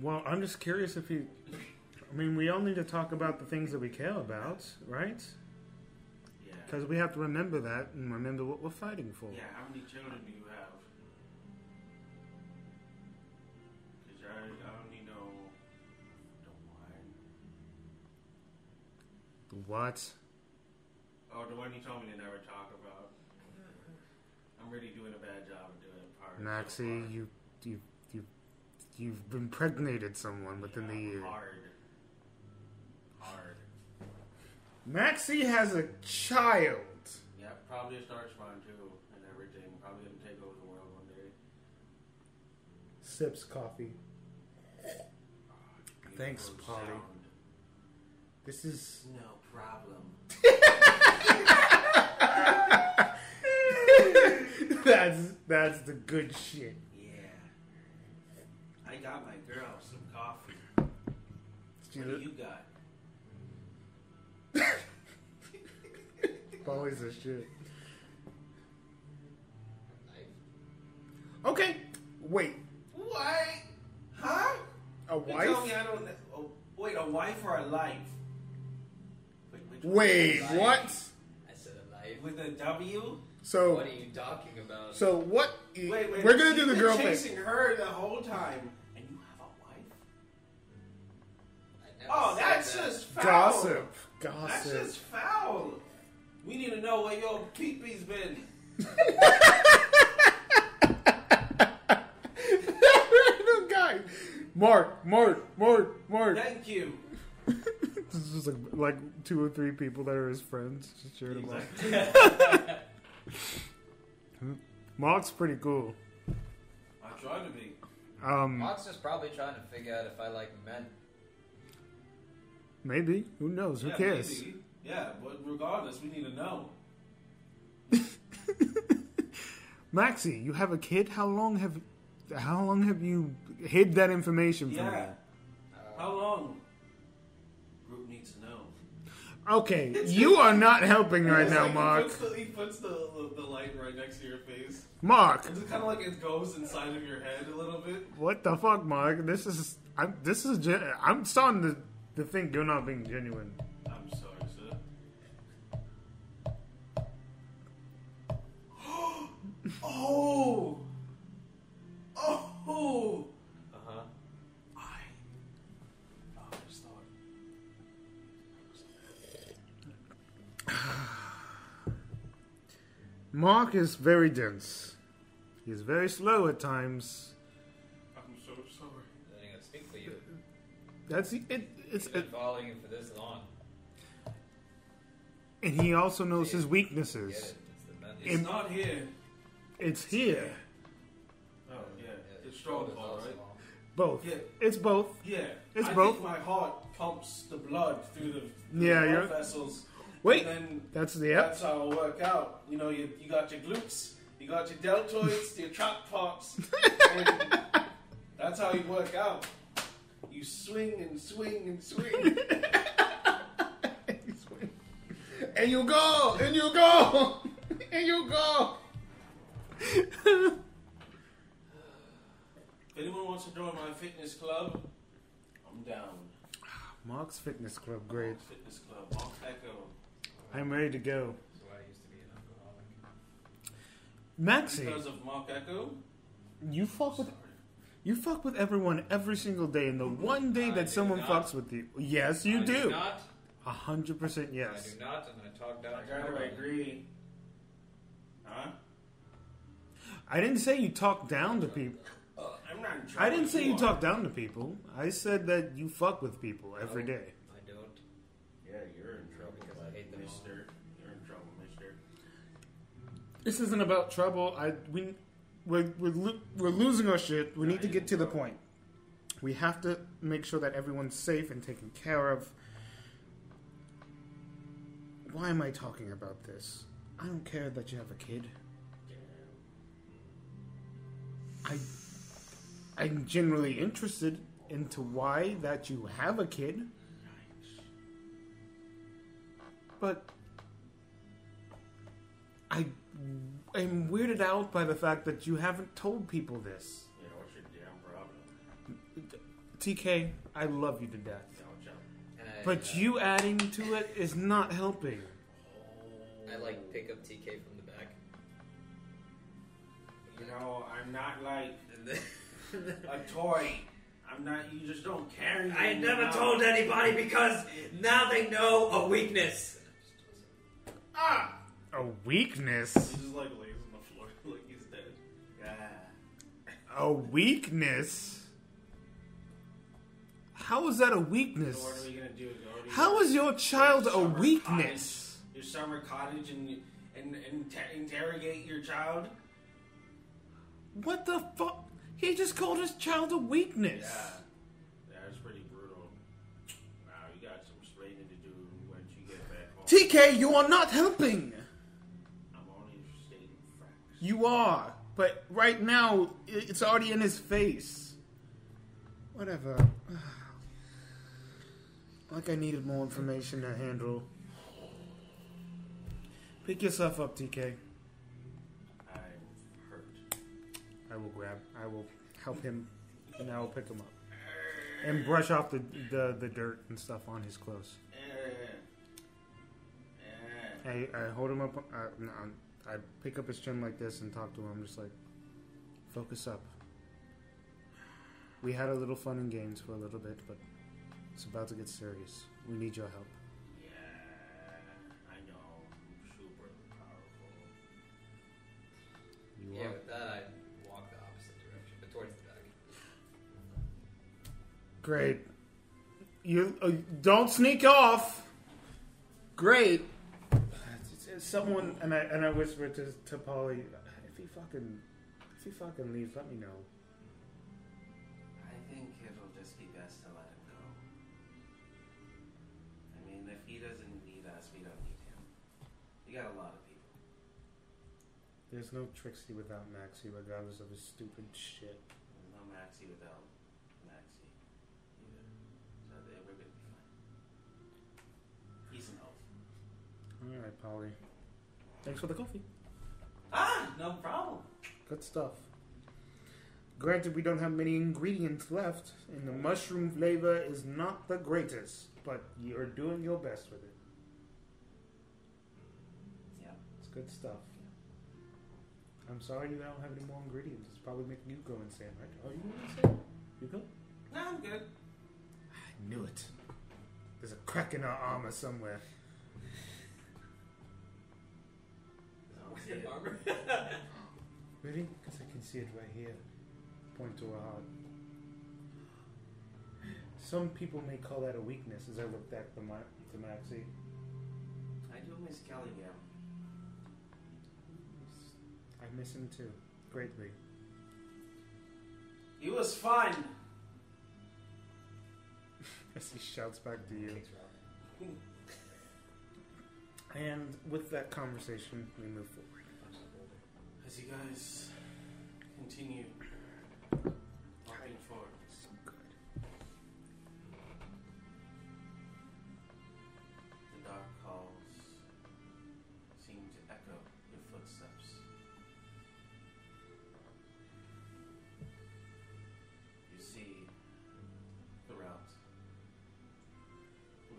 B: Well, I'm just curious if you. I mean, we all need to talk about the things that we care about, right?
C: Yeah.
B: Because we have to remember that and remember what we're fighting for.
C: Yeah, how many children do you have? Because I, I don't need no. The wine.
B: What?
C: Oh, the one you told me to never talk about. I'm really doing a bad job of doing part. so
B: Maxie,
C: far.
B: you, you, you, you've impregnated someone within the
C: Yeah,
B: year.
C: Hard. Hard.
B: Maxie has a child.
C: Yeah, probably a star spawn too, and everything. Probably gonna take over the world one day.
B: Sips coffee.
C: Beautiful
B: Thanks, Polly.
C: sound.
B: This is.
C: No problem.
B: that's that's the good shit.
C: Yeah. I got my girl some coffee.
B: She
C: What do you got?
B: always a shit.
A: Like,
B: Okay, wait,
C: What? Huh?
B: a
C: You
B: wife?
C: Tell me I don't. Oh, wait, a wife or a life? Wait, which one?
B: Wait,
A: Life.
B: what?
A: I said alive.
C: With a W?
B: So,
A: What are you talking about?
B: Oh. so what?
C: Wait, wait.
B: we're gonna do
C: you've
B: the
C: been
B: girl thing.
C: chasing her the whole time, and you have a wife?
A: I never
C: Oh,
A: said
C: that's
A: that.
C: just foul.
B: Gossip,
C: That's
B: gossip.
C: just foul. We need to know where your peepee's been.
B: Random guy. Mark, Mark, Mark, Mark.
C: Thank you.
B: This is just like, like two or three people that are his friends. Just cheering him on. Mark's pretty cool.
C: I'm trying to be.
B: Um,
A: Mox is probably trying to figure out if I like men.
B: maybe. Who knows? Who
C: yeah,
B: cares?
C: maybe. Yeah, but regardless, we need to know.
B: Maxie, you have a kid. How long have, how long have you hid that information from
C: Yeah.
A: Uh,
C: How long? Group needs to know.
B: me? Okay, you are not helping right
C: It's
B: now,
C: like
B: Mark.
C: He puts, the, he puts the, the, the light right next to your face.
B: Mark,
C: It's kind of like it goes inside of your head a little bit.
B: what the fuck, Mark? This is, I'm, this is, gen- I'm starting to, to think you're not being genuine.
C: I'm sorry, sir. oh! Oh! Uh huh. I. always thought.
B: Mark is very dense. He's very slow at times.
C: I'm so sorry.
A: I didn't speak for you.
B: That's it. It's
A: I've been
B: it,
A: following you for this long.
B: and he also knows his
A: Get it?
B: weaknesses.
A: It's the men.
C: It's not here.
B: It's here,
C: Oh, yeah.
A: Yeah,
C: It's
A: shoulders
C: Stronghold,
A: also
C: right?
A: long.
B: both.
C: Yeah.
B: It's both.
C: Yeah.
B: It's
C: I
B: both.
C: Think my heart pumps the blood through the, through
B: Yeah,
C: the blood
B: you're-
C: vessels.
B: Wait,
C: And then
B: that's the yep.
C: That's how it'll work out. You know, you, you got your glutes, you got your deltoids, your trap parts. and that's how you work out. You swing and swing and swing.
B: And you go, and you go, and you go.
C: if anyone wants to join my fitness club, I'm down.
B: Mark's fitness club, great.
C: Fitness club, Mark Echo.
B: I'm ready to go.
A: That's why I used to be an alcoholic.
B: Maxie,
C: Because of Mark Echo?
B: you fuck with you fuck with everyone every single day, and the one day
A: I
B: that
A: do
B: someone
A: not.
B: fucks with you, yes, you
A: I do
B: do.
A: not.
B: A hundred percent yes.
A: I do not, and I talk down.
C: I
A: to
C: gotta
A: everyone.
C: agree. Huh?
B: I didn't say you talk down to people.
C: I'm not not in trouble.
B: I didn't say you
C: are.
B: talk down to people. I said that you fuck with people every
A: Oh.
B: day.
A: I don't.
C: Yeah, you're in trouble,
A: Because I
C: bud,
A: hate them all.
C: Mister. You're in trouble, Mister.
B: This isn't about trouble. I we we're we're, lo- we're losing our shit. We need to get to the point. We have to make sure that everyone's safe and taken care of. Why am I talking about this? I don't care that you have a kid. I I'm generally interested into why that you have a kid. But I am weirded out by the fact that you haven't told people this.
C: You know what's your damn problem?
B: TK, I love you to death.
C: Don't jump.
A: I,
B: But
A: uh,
B: you adding to it is not helping.
A: I like pick up TK from the back.
C: You know, I'm not like
A: And then
C: a toy. I'm not. You just don't care.
A: I
C: anything
A: never
C: about-
A: told anybody because now they know a weakness.
C: Ah!
B: A weakness?
C: He's just like lays on the floor like he's dead. Yeah.
B: A weakness? How is that a
C: So what are
B: weakness?
C: we gonna do? Go to
B: How
C: your,
B: is your child a
C: Summer
B: weakness?
C: cottage- your summer cottage and and, and te- interrogate your child?
B: What the fuck? He just called his child a
C: Yeah.
B: weakness.
C: That was pretty brutal. Wow, you got some explaining to do once you get back home.
B: TK, you are not helping.
C: I'm only stating facts.
B: You are, but right now i- it's already in his face. Whatever. Like I needed more information to handle. Pick yourself up, TK.
C: I'm hurt.
B: I will grab. I will help him, and I will pick him up and brush off the the, the dirt and stuff on his clothes.
C: Eh.
B: I, I hold him up. I, no, I pick up his chin like this and talk to him. I'm just like, focus up. We had a little fun and games for a little bit, but it's about to get serious. We need your help.
C: Yeah, I know. I'm super powerful.
B: You
A: Yeah,
B: are.
A: with that I walk the opposite direction, but towards the back.
B: Great. You uh, don't sneak off. Great. Someone and I and I whisper to to Polly, if he fucking if he fucking leaves, let me know.
C: I think it'll just be best to let him go. I mean, if he doesn't need us, we don't need him. We got a lot of people.
B: There's no Trixie without Maxie, regardless of his stupid shit.
C: There's no Maxie without Maxie either. So they, we're gonna be fine. He's an elf.
B: All right, Polly. Thanks for the coffee.
C: Ah, no problem.
B: Good stuff. Granted, we don't have many ingredients left, and the mushroom flavor is not the greatest, but you're doing your best with it.
C: Yeah.
B: It's good stuff. I'm sorry you don't have any more ingredients. It's probably making you go insane, right? Are Oh, you insane? You go?
C: No, I'm good.
B: I knew it. There's a crack in our armor somewhere.
C: Sounds
A: Your
C: good.
A: armor.
B: Really? Because I can see it right here. Point to her heart. Some people may call that a weakness as I looked at the, Ma- the Maxi.
C: I do miss Kelly Gam.
B: I miss him too, greatly.
C: He was fun.
B: As he shouts back to you.
A: Kicks Robin.
B: And with that conversation, we move forward.
A: Punches the boulder.
C: As you guys continue walking forward.
B: So good.
C: The dark halls seem to echo your footsteps. You see the route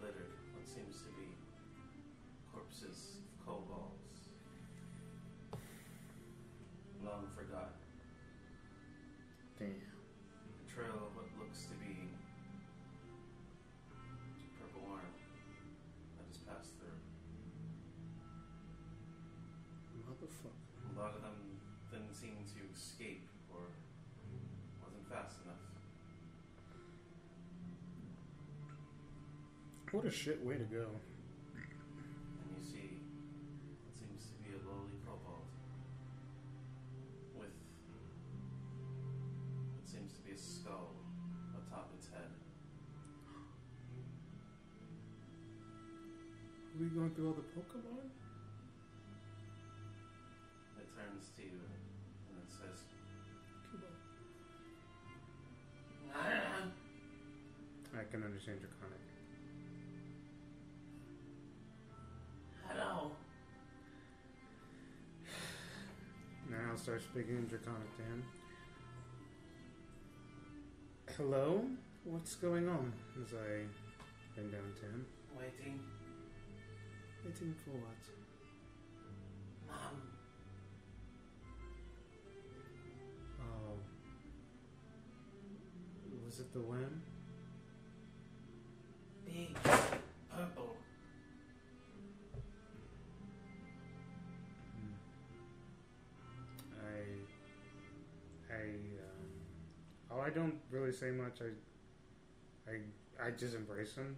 C: littered what seems to be corpses of kobolds, long forgotten.
B: Damn.
C: a trail of what looks to be purple arm that has passed through.
B: Motherfucker.
C: A lot of them didn't seem to escape or wasn't fast enough.
B: What a shit way to go.
C: and you see what seems to be a lowly kobold with what seems to be a skull atop its head.
B: Are we going through all the Pokemon?
C: It turns to you and it says,
B: I can understand Draconic.
C: Hello.
B: Now I'll start speaking in Draconic to him. Hello? What's going on? As I bend down to him.
C: Waiting.
B: Waiting for what?
C: Mom.
B: Oh. Was it the worm?
C: Big. Purple.
B: I. Mm. I. Um, oh, I don't really say much. I. I. I just embrace him.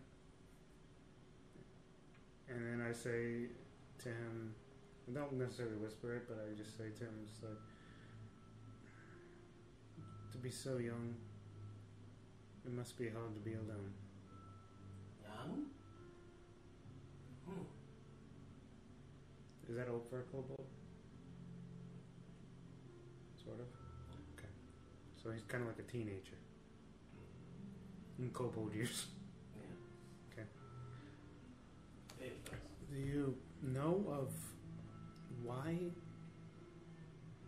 B: And then I say to him, I don't necessarily whisper it, but I just say to him, just like, to be so young, it must be hard to be alone.
C: Young? Hmm.
B: Is that old for a kobold? Sort of. Okay. So he's kind of like a teenager. In kobold years.
C: Yeah.
B: Okay.
C: It does.
B: Do you know of why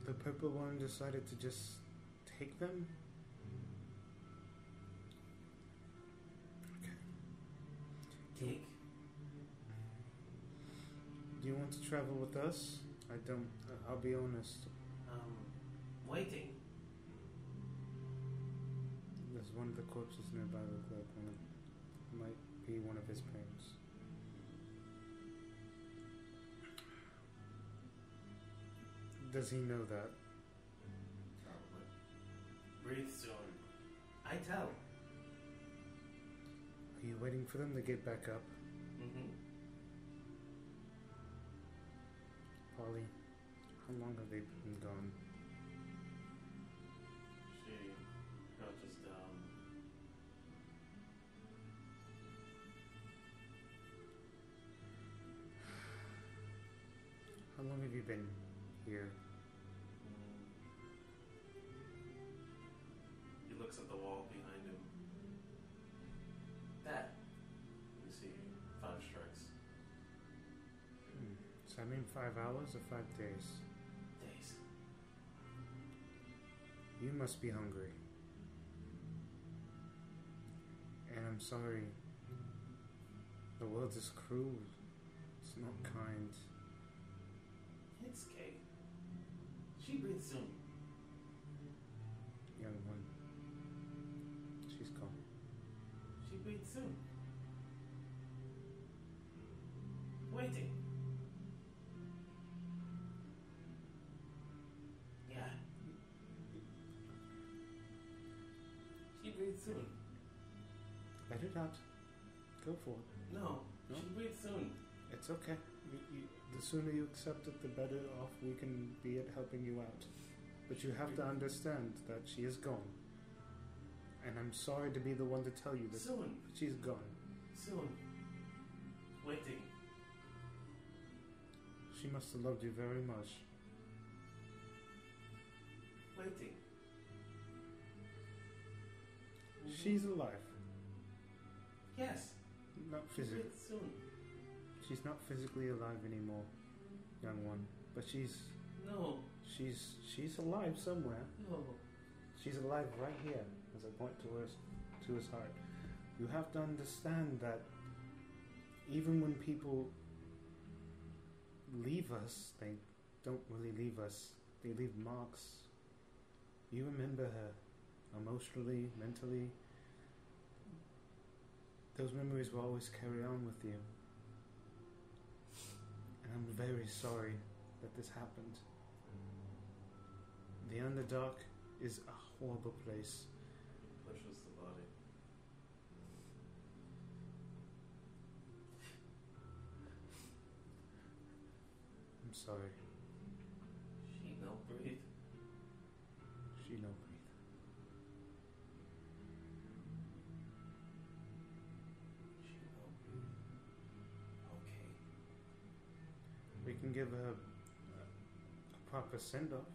B: the purple one decided to just take them?
C: Cake.
B: Do you want to travel with us? I don't. I'll be honest.
C: Um, waiting.
B: There's one of the corpses nearby. Look like one of- might be one of his parents. Does he know that?
C: Probably. Breathe soon. I tell.
B: Are you waiting for them to get back up,
C: Mm-hmm.
B: Polly? How long have they been gone?
C: She um, crouches down.
B: How long have you been here?
C: He looks at the wall behind him. That. You see five strikes.
B: Hmm. So I mean five hours or five days?
C: Days.
B: You must be hungry. And I'm sorry. The world is cruel. It's not kind.
C: It's Kate. She breathes soon.
B: Young one. She's gone.
C: She breathes soon. Waiting. Yeah. She breathes soon.
B: Let it out. Go for it.
C: No,
B: No?
C: she breathes soon.
B: It's okay. You, you, the sooner you accept it, the better off we can be at helping you out. But you have to understand that she is gone. And I'm sorry to be the one to tell you this,
C: Soon,
B: but she's gone.
C: soon. Waiting.
B: She must have loved you very much.
C: Waiting.
B: She's alive.
C: Yes,
B: Not
C: she
B: physically.
C: breathes soon.
B: She's not physically alive anymore, young one. But she's
C: No,
B: she's she's alive somewhere.
C: no.
B: She's alive right here, as I point to his to his heart. You have to understand that even when people leave us, they don't really leave us. They leave marks. You remember her emotionally, mentally. Those memories will always carry on with you. And I'm very sorry that this happened. The Underdark is a horrible place.
C: pushes the body.
B: I'm sorry.
C: She don't breathe.
B: She don't breathe.
C: She don't breathe. Okay.
B: We can give her a, a proper send off.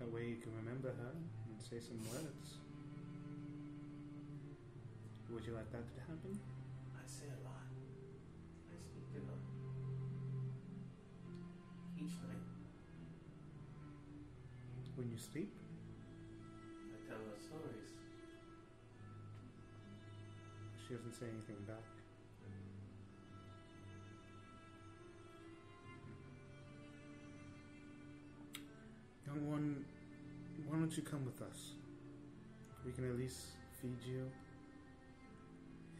B: That way you can remember her and say some words. Would you like that to happen?
C: I say a lot. I speak it up. Each night,
B: When you sleep?
C: I tell her stories.
B: She doesn't say anything back. Young one, why don't you come with us? We can at least feed you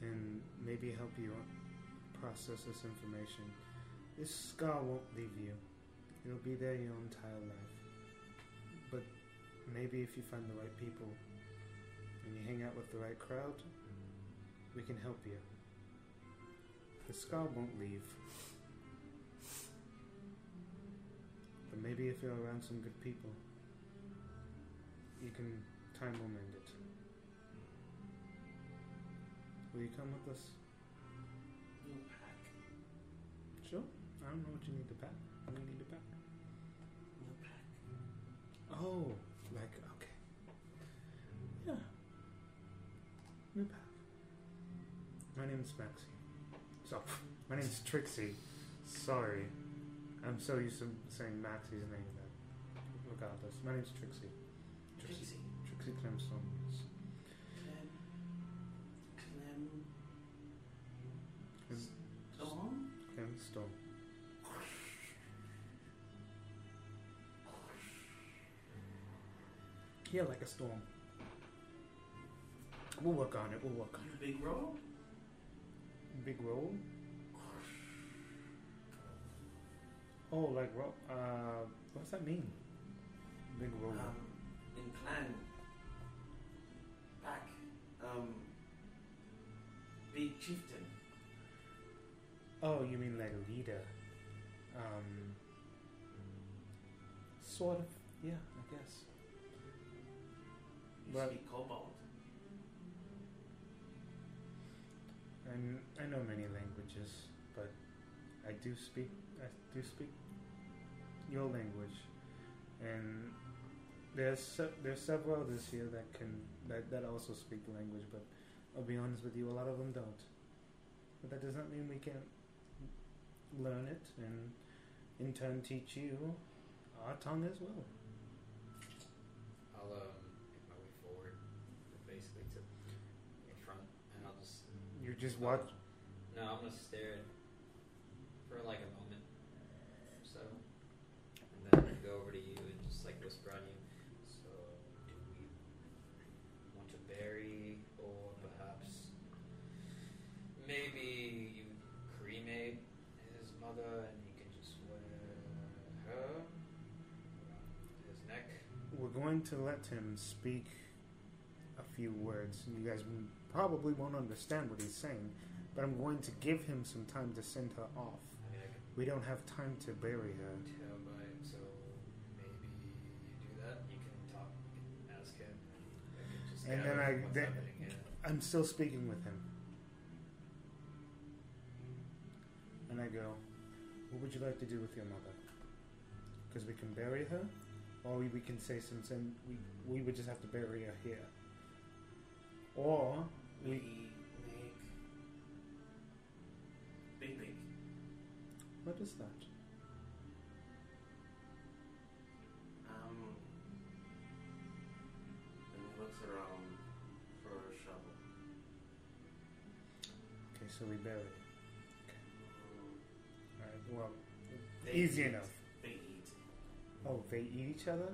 B: and maybe help you process this information. This scar won't leave you, it'll be there your entire life. But maybe if you find the right people and you hang out with the right crowd, we can help you. The scar won't leave. But maybe if you're around some good people, you can time will mend it. Will you come with us?
C: You pack.
B: Sure. I don't know what you need to pack. What do you need to pack?
C: You pack.
B: Oh, like okay. Yeah. New pack. My name's Maxie. So my name's Trixie. Sorry. I'm so used to saying Maxie's name that regardless. My name's Trixie. Trixie
C: Trixie.
B: Trixie Clemson.
C: Clem. Clem.
B: Clem,
C: Storm?
B: Clemstone. Yeah, like a storm. We'll work on it, we'll work on it.
C: You big roll?
B: Big roll. Oh, like roll. Uh, what's that mean? Big roll.
C: Um, in clan. Pack. Um, big chieftain.
B: oh, you mean like a leader? Um, sort of. Yeah, I guess.
C: You
B: Right.
C: speak kobold.
B: And I know many languages, but I do speak. I do speak your language, and there's se- there's several others here that can that, that also speak the language. But I'll be honest with you, a lot of them don't. But that does not mean we can't learn it and in turn teach you our tongue as well.
A: I'll um, make my way forward, basically to in front, and I'll just
B: You just watch.
A: No, I'm gonna stare at for like a moment, or so, and then I'm gonna go over to you and just like whisper on you. So, do we want to bury, or perhaps maybe you cremate his mother, and he can just wear her around his neck?
B: We're going to let him speak a few words. You guys m- probably won't understand what he's saying, but I'm going to give him some time to send her off.
A: I mean, I can
B: We don't have time to bury her.
A: tell by so maybe you do that. You can talk, you can ask him. I can just
B: And
A: gather
B: then I-
A: what's
B: then-
A: happening here.
B: I'm still speaking with him. And I go, What would you like to do with your mother? Because we can bury her, or we we can say some. some we, we would just have to bury her here. Or
C: We
B: we.
C: make big big.
B: What is that?
C: Um, and he looks around for a shovel.
B: Okay, so we bury her.
C: Um,
B: Alright, well,
C: they
B: easy
C: eat.
B: enough.
C: They eat.
B: Oh, they eat each other?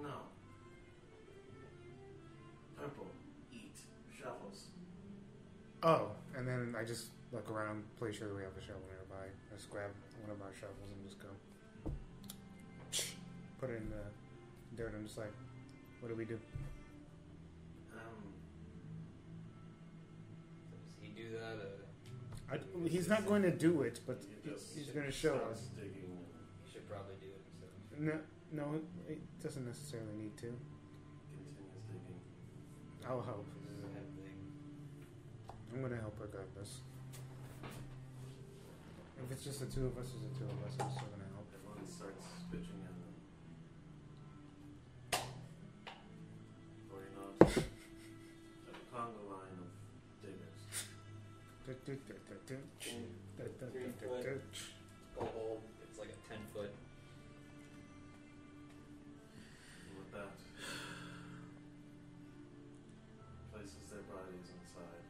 C: No. Purple eat shovels.
B: Oh, and then I just look around, pretty sure we have a shovel nearby. I just grab one of our shovels and just go. Put it in the dirt. I'm just like, what do we do?
C: Um,
A: do that? Uh,
B: I, he's not going to do it, but
C: You
B: he-
C: just-
B: he's
C: it
B: going to show
C: starts
B: us.
C: Digging and
A: you should probably do it. So.
B: No, no, it doesn't necessarily need to.
C: continues digging.
B: I'll help.
A: This is a head thing.
B: I'm going to help regardless. If it's just the two of us, it's the two of us. I'm still going to help.
C: Everyone starts bitching at them. Or you know, at the conga line of diggers.
A: Go hole. It's like a ten foot.
C: And with that, places their bodies inside.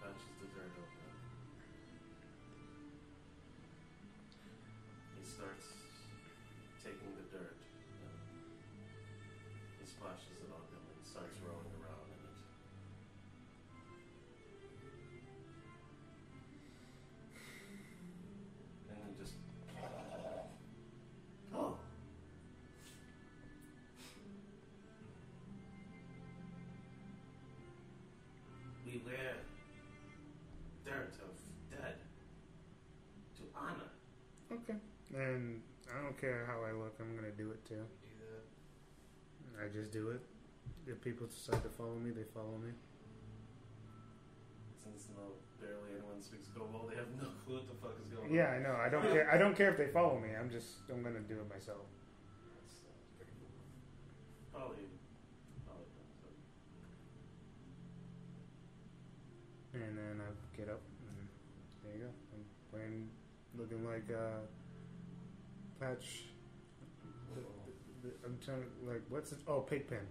C: Patches the dirt over. them. He starts taking the dirt and he splashes it on them and starts rolling around in it. And he just Oh. Beware dirt of dead to honor.
B: Okay. And I don't care how I look, I'm going to do it too.
A: Do that.
B: I just do it. If people decide to follow me, they follow me.
C: Since no barely anyone speaks Gobol, they have no clue what the fuck is going
B: Yeah,
C: on.
B: I know. I don't care. I don't care if they follow me. I'm just. I'm gonna do it myself.
A: That's, uh, that's pretty cool.
C: Probably probably not, but
B: And then I get up. And there you go. I'm playing, looking like uh, Patch. the- the- the- I'm trying to like what's it? Oh, Pigpen.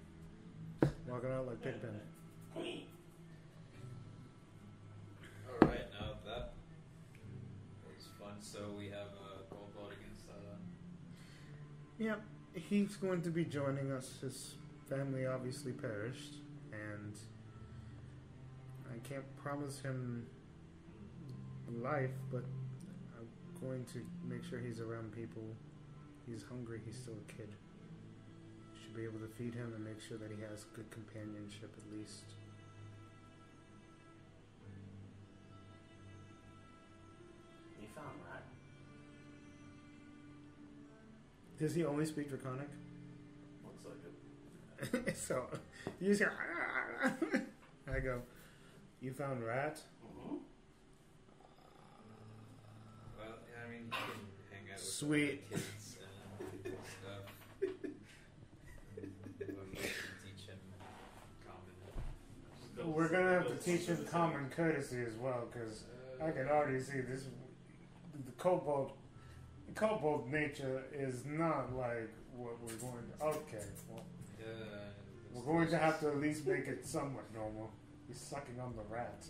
B: Walking out like Pigpen.
C: Queen.
A: All right, now that was fun. So we have a gold vote against uh,
B: Yep. He's going to be joining us. His family obviously perished, and I can't promise him life, but I'm going to make sure he's around people. He's hungry. He's still a kid. Should be able to feed him and make sure that he has good companionship at least.
C: You found that.
B: Does he only speak Draconic?
C: Looks like it.
B: so you just hear. I go. You found rat.
C: Mm-hmm.
A: Well, I mean, you can hang out with
B: Sweet.
A: the kids and stuff. Or you can teach him common.
B: We're gonna have to teach him common courtesy as well, because I can already see this. The cobalt, the cobalt nature is not like what we're going to. Okay, well,
A: Uh,
B: we're going to have to at least make it somewhat normal. He's sucking on the rat.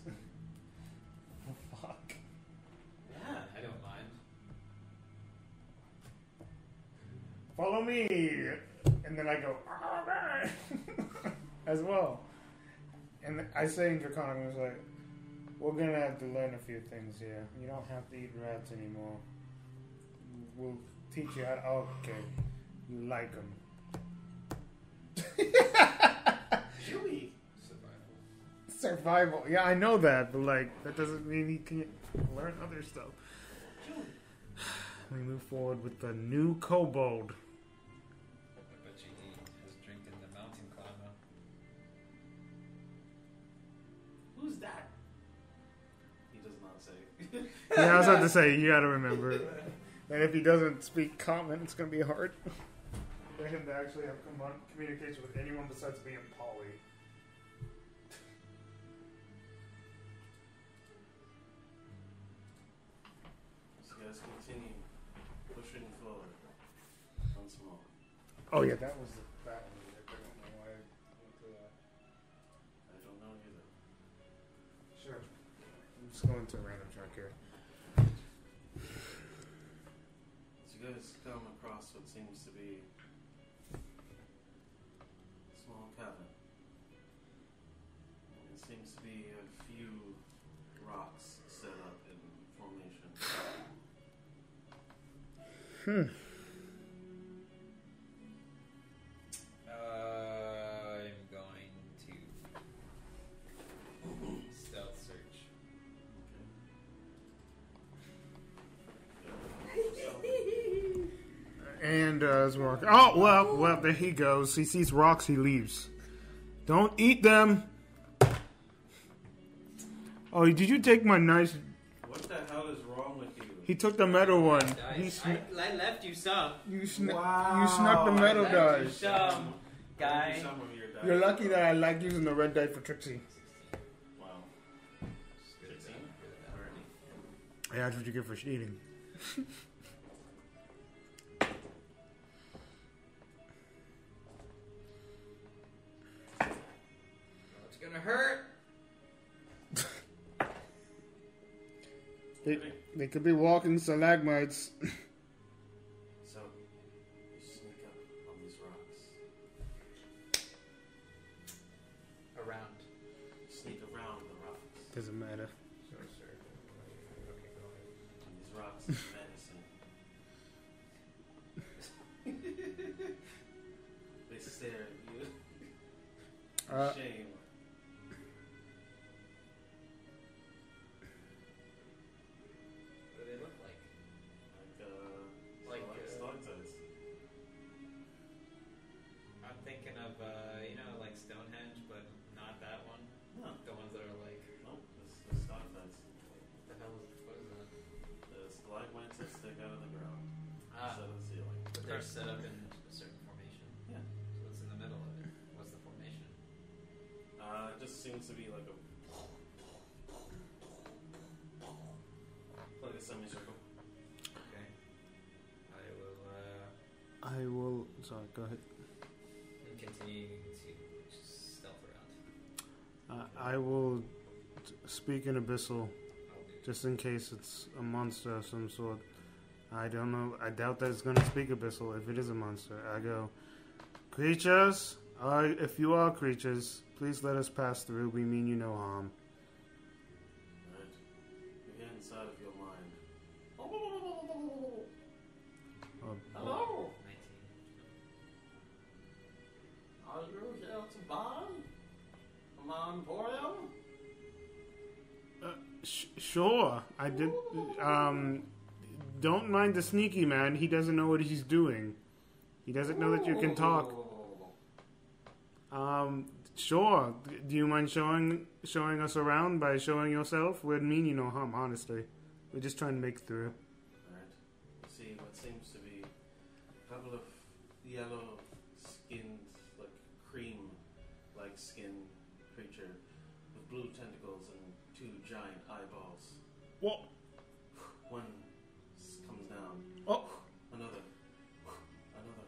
B: Fuck.
C: Yeah.
A: I don't mind.
B: Follow me, and then I go "All right," as well. And I say in Draconic, I was like, "We're gonna have to learn a few things here. You don't have to eat rats anymore. We'll teach you how. To, okay, you like them."
C: Chewy.
A: Survival.
B: Survival. Yeah, I know that, but like that doesn't mean he can't learn other stuff. We move forward with the new kobold.
A: I bet you he has drinking the mountain climber.
C: Who's that? He does not say.
B: Yeah, I was about to say you got to remember. And if he doesn't speak common, it's gonna be hard. For him to actually have com- communication with anyone besides me and Polly.
C: So you guys continue pushing forward once more.
B: Oh yeah, that was the that one. I don't know why. I went to that.
C: I don't know either.
B: Sure. I'm just going to a random chunk here.
C: As you guys come across what seems to be a small cavern, and it seems to be a few rocks set up in formation.
A: Uh, I'm going to
B: does walk. Oh well, well there he goes. He sees rocks, he leaves. Don't eat them. Oh, did you take my knife?
C: What the hell is wrong with you?
B: He took the metal one. He
E: Dice.
B: sn-
E: I, I left you some.
B: you, sn-
G: Wow.
B: you snuck the metal
E: I left you
B: dice.
E: some,
C: Give me
E: guy.
C: Some of your dice.
B: You're lucky that I like using the red die for Trixie.
C: Wow. Sixteen? Already.
B: Yeah, that's what you get for eating.
A: Well, it's gonna hurt.
B: They, they could be walking stalagmites.
C: So, you sneak up on these rocks.
A: Around.
C: Sneak around the rocks.
B: Doesn't matter.
A: Sorcerer. Okay, go ahead.
C: And these rocks are menacing. they stare at you.
B: Uh,
C: Shame.
A: What do they look like?
C: Like, uh,
A: Like,
C: like
A: uh,
C: stalactites.
A: I'm thinking of uh, you know like Stonehenge, but not that one.
C: No,
A: The ones that are like
C: no, it's, it's stalactites.
A: what the hell is what is that?
C: The stalagmites that stick out of the ground,
A: Ah,
C: set on the ceiling.
A: but they're set up in a certain formation.
C: Yeah.
A: So what's in the middle of it? What's the formation?
C: Uh, it just seems to be like a. Like a semicircle.
A: Okay. I will uh,
B: I will. Sorry, go ahead.
A: continue to stealth around.
B: Uh, I will t- speak in abyssal.
A: I'll do.
B: just in case it's a monster of some sort. I don't know. I doubt that it's going to speak abyssal if it is a monster. I go, creatures, uh, if you are creatures, please let us pass through. We mean you no harm.
C: Right. You get inside of your mind.
A: Hello. Nineteen.
C: Are you here to buy? From Emporium?
B: Sh- sure, I did. Um, don't mind the sneaky man. He doesn't know what he's doing. He doesn't know that you can talk. Um, sure. Do you mind showing showing us around by showing yourself? We'd mean you no harm, honestly. We're just trying to make through.
C: Alright. See what seems to be a couple of yellow skinned, like cream like skin creature with blue tentacles and two giant eyeballs.
B: What?
C: One s- comes down,
B: Oh,
C: another, another,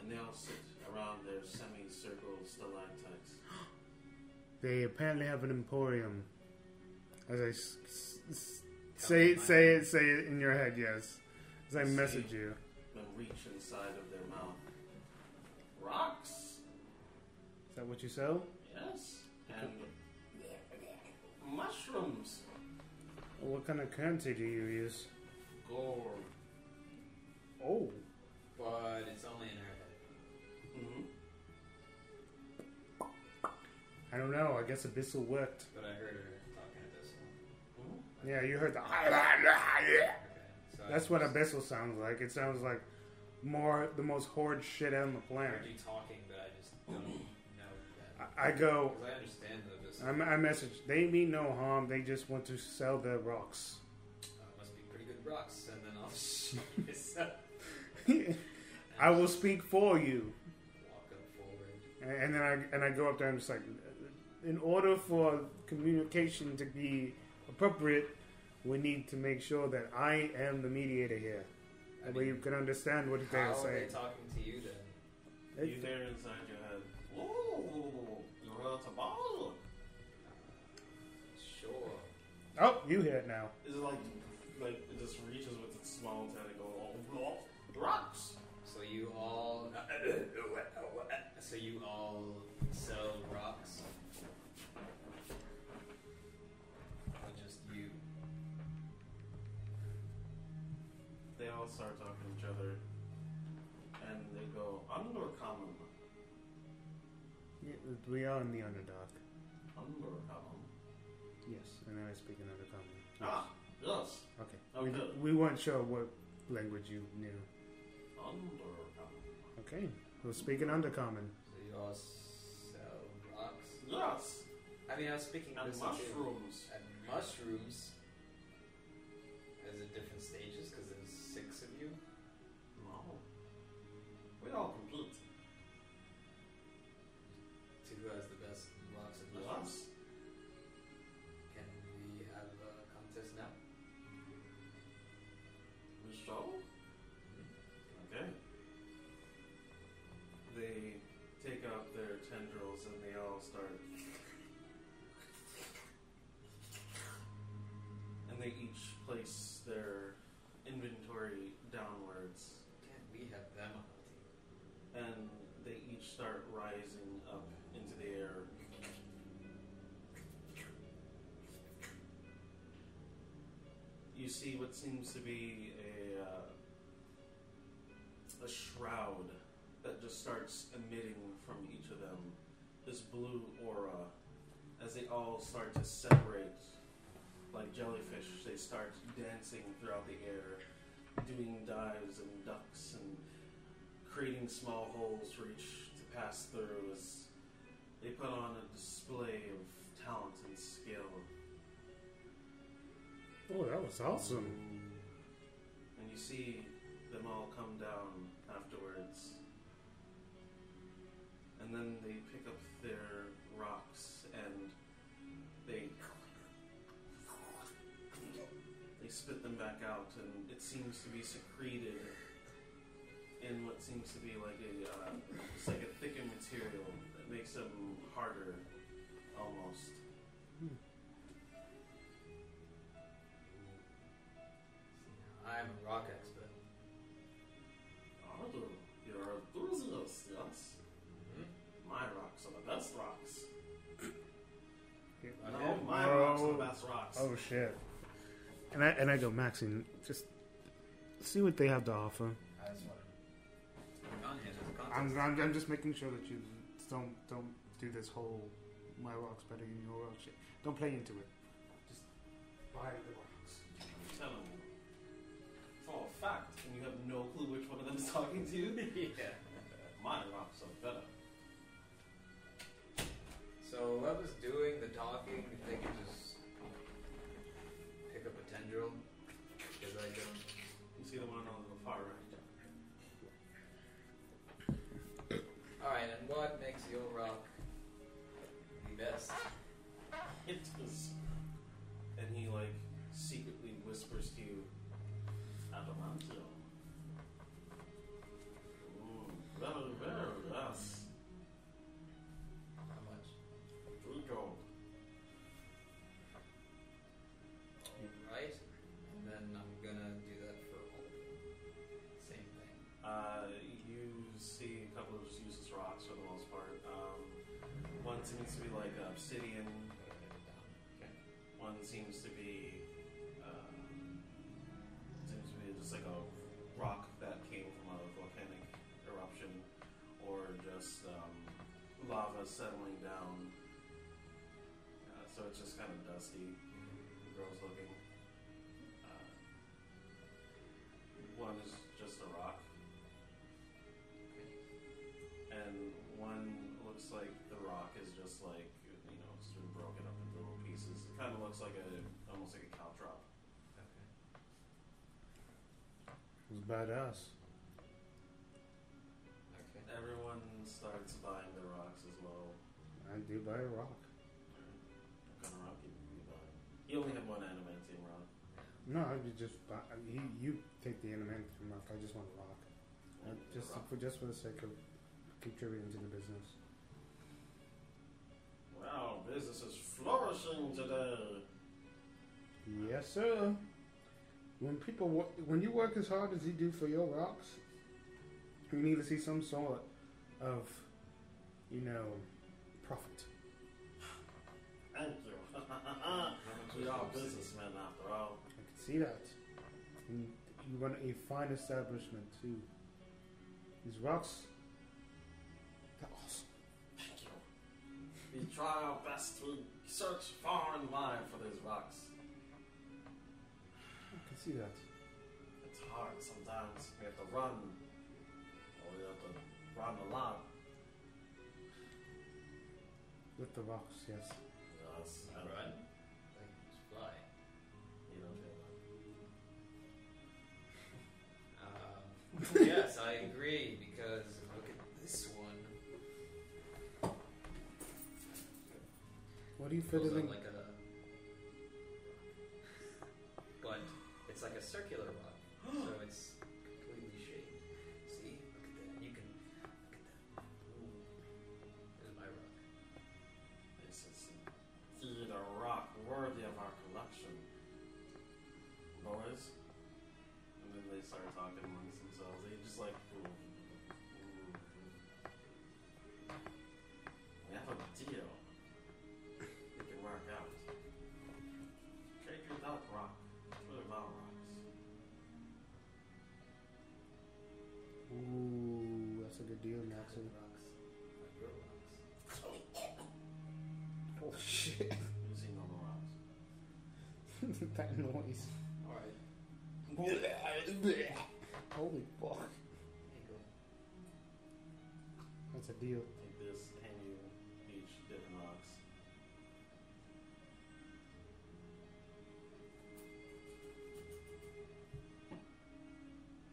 C: and they all sit around their semicircle stalactites.
B: they apparently have an emporium. As I s- s- s- say it, say it, say it in your head. Yes, as I message you.
C: and reach inside of their mouth. Rocks?
B: Is that what you sell?
C: Yes. And mushrooms.
B: What kind of currency do you use?
C: Gold.
B: Oh,
A: But it's only in her head.
C: Mm-hmm.
B: I don't know. I guess abyssal worked.
A: But I heard her talking to this one.
C: Hmm?
B: Yeah, you heard the.
A: Okay. So
B: That's
A: I
B: what
A: just
B: abyssal sounds like. It sounds like more the most horrid shit on the planet.
A: heard you talking, but I just don't know that.
B: I- I go.
A: Because I understand the this
B: I, I message. They mean no harm. They just want to sell their rocks.
A: uh, must be pretty good rocks, and then I'll show myself.
B: I will speak for you.
A: Walk up forward.
B: And, and then I and I go up there. and just like, in order for communication to be appropriate, we need to make sure that I am the mediator here.
A: I
B: That way you
A: mean,
B: can understand what they
A: How
B: are
A: are they
B: saying.
A: talking to you then?
B: It-
C: You there inside your head. Whoa! You're out of ball.
A: Sure.
B: oh, you hear it now.
C: Is it like, like it just reaches with its small tentacle? Oh, Rocks.
A: So you all. So you all sell rocks? Or just you?
C: They all start talking to each other, and they go undercommon,
B: Yeah, We are in the underdark.
C: undercommon.
B: Yes, and then I speak another common.
C: Ah, yes.
B: Okay.
C: Okay.
B: We, we weren't sure what language you knew.
C: Undercommon.
B: Okay, we'll speak in undercommon.
A: So you all sell rocks?
C: Yes,
A: I mean, I was speaking
C: and
A: this too.
C: mushrooms.
A: And mushrooms. Is it different stages? Because there's six of you.
C: No. We all compete.
A: To who has the best rocks and mushrooms?
C: Yes.
A: Can we have a contest now?
C: The show? Okay. They take out their tendrils and they all start. And they each place their inventory downwards
A: Can we have them on our team?
C: and they each start rising up into the air. You see what seems to be a uh, a shroud that just starts emitting from each of them this blue aura as they all start to separate like jellyfish. They start dancing throughout the air, doing dives and ducks and creating small holes for each to pass through as they put on a display of talent and skill.
B: Oh, that was awesome.
C: And you see them all come down afterwards. And then they pick up their rocks and they they spit them back out and it seems to be secreted in what seems to be like a uh, it's like a thickened material that makes them harder almost.
A: I am a rock expert.
C: Ardo, you're a enthusiast, yes. My rocks are the best rocks. No, my rocks are the best rocks.
B: Oh shit. And I and I go, Maxine, just see what they have to offer.
A: I just want to run here to the contest.
B: I'm, I'm, I'm just making sure that you don't don't do this whole my rock's better than your rock shit. Don't play into it. Just buy the rocks.
C: I'm telling you. It's all a fact, and you have no clue which one of them is talking to you.
A: yeah.
C: My rocks are better.
A: So whoever's doing the talking, if they could just pick up a tendril, because I don't.
C: You see the one on the far right?
A: All right, and what makes your rock the best?
C: It is. And he, like, secretly whispers to you, Adamantio. Ooh, very, very, yes.
A: How much?
C: Three gold.
A: All right, and then I'm gonna do that for all of them. Same thing.
C: Uh, you see a couple of just useless rocks for the most part. Um, one seems to be like obsidian. One seems to be uh, seems to be just like a rock that came from a volcanic eruption, or just um, lava settling down. Uh, so it's just kind of dusty, gross looking. Uh, one is just a rock and one looks like the rock is just like you know it's been broken up into little pieces. It kind of looks like a almost like a caltrop.
A: Okay.
B: It was badass.
A: Okay.
C: Everyone starts buying the rocks as well.
B: I do buy a rock.
C: What kind of rock you, you buy? You only have one adamantium rock.
B: No, I would just buy. I mean, he, you take the animant from rock. I just want a rock. Uh,
C: Only
B: just
C: the rock.
B: for just for the sake of contributing to the business.
C: Wow, business is flourishing today.
B: Yes, sir. When people wo- when you work as hard as you do for your rocks, you need to see some sort of, you know, profit.
C: Thank you. we are businessmen after all.
B: I can see that. And you run a fine establishment too. These rocks, they're awesome.
C: Thank you. We try our best to search far and wide for these rocks.
B: I can see that.
C: It's hard sometimes. We have to run we have to rob a lot.
B: With the rocks, yes.
C: You know, that's, I don't-
A: Run? Like, just fly.
C: You don't feel that.
A: Um, yes, I agree, because look at this one.
B: What are you
A: Goes
B: fiddling?
A: up like a. But it's like a circular rock, so it's completely shaped. See, look at that. You can. Look at that. Ooh. There's my rock.
C: This is indeed a rock worthy of our collection. Boys? And then they start talking amongst themselves. They just like. "Ooh, ooh, ooh." We have a deal. We can work out. Trade your that rock. Trade your that rocks.
B: Ooh, that's a good deal, Maxie.
A: Rocks. Like your rocks.
B: Oh shit!
C: Who's eating all the rocks?
B: that noise.
A: Alright.
B: Holy fuck!
A: There you go.
B: That's a deal.
C: Take this and you each different rocks. And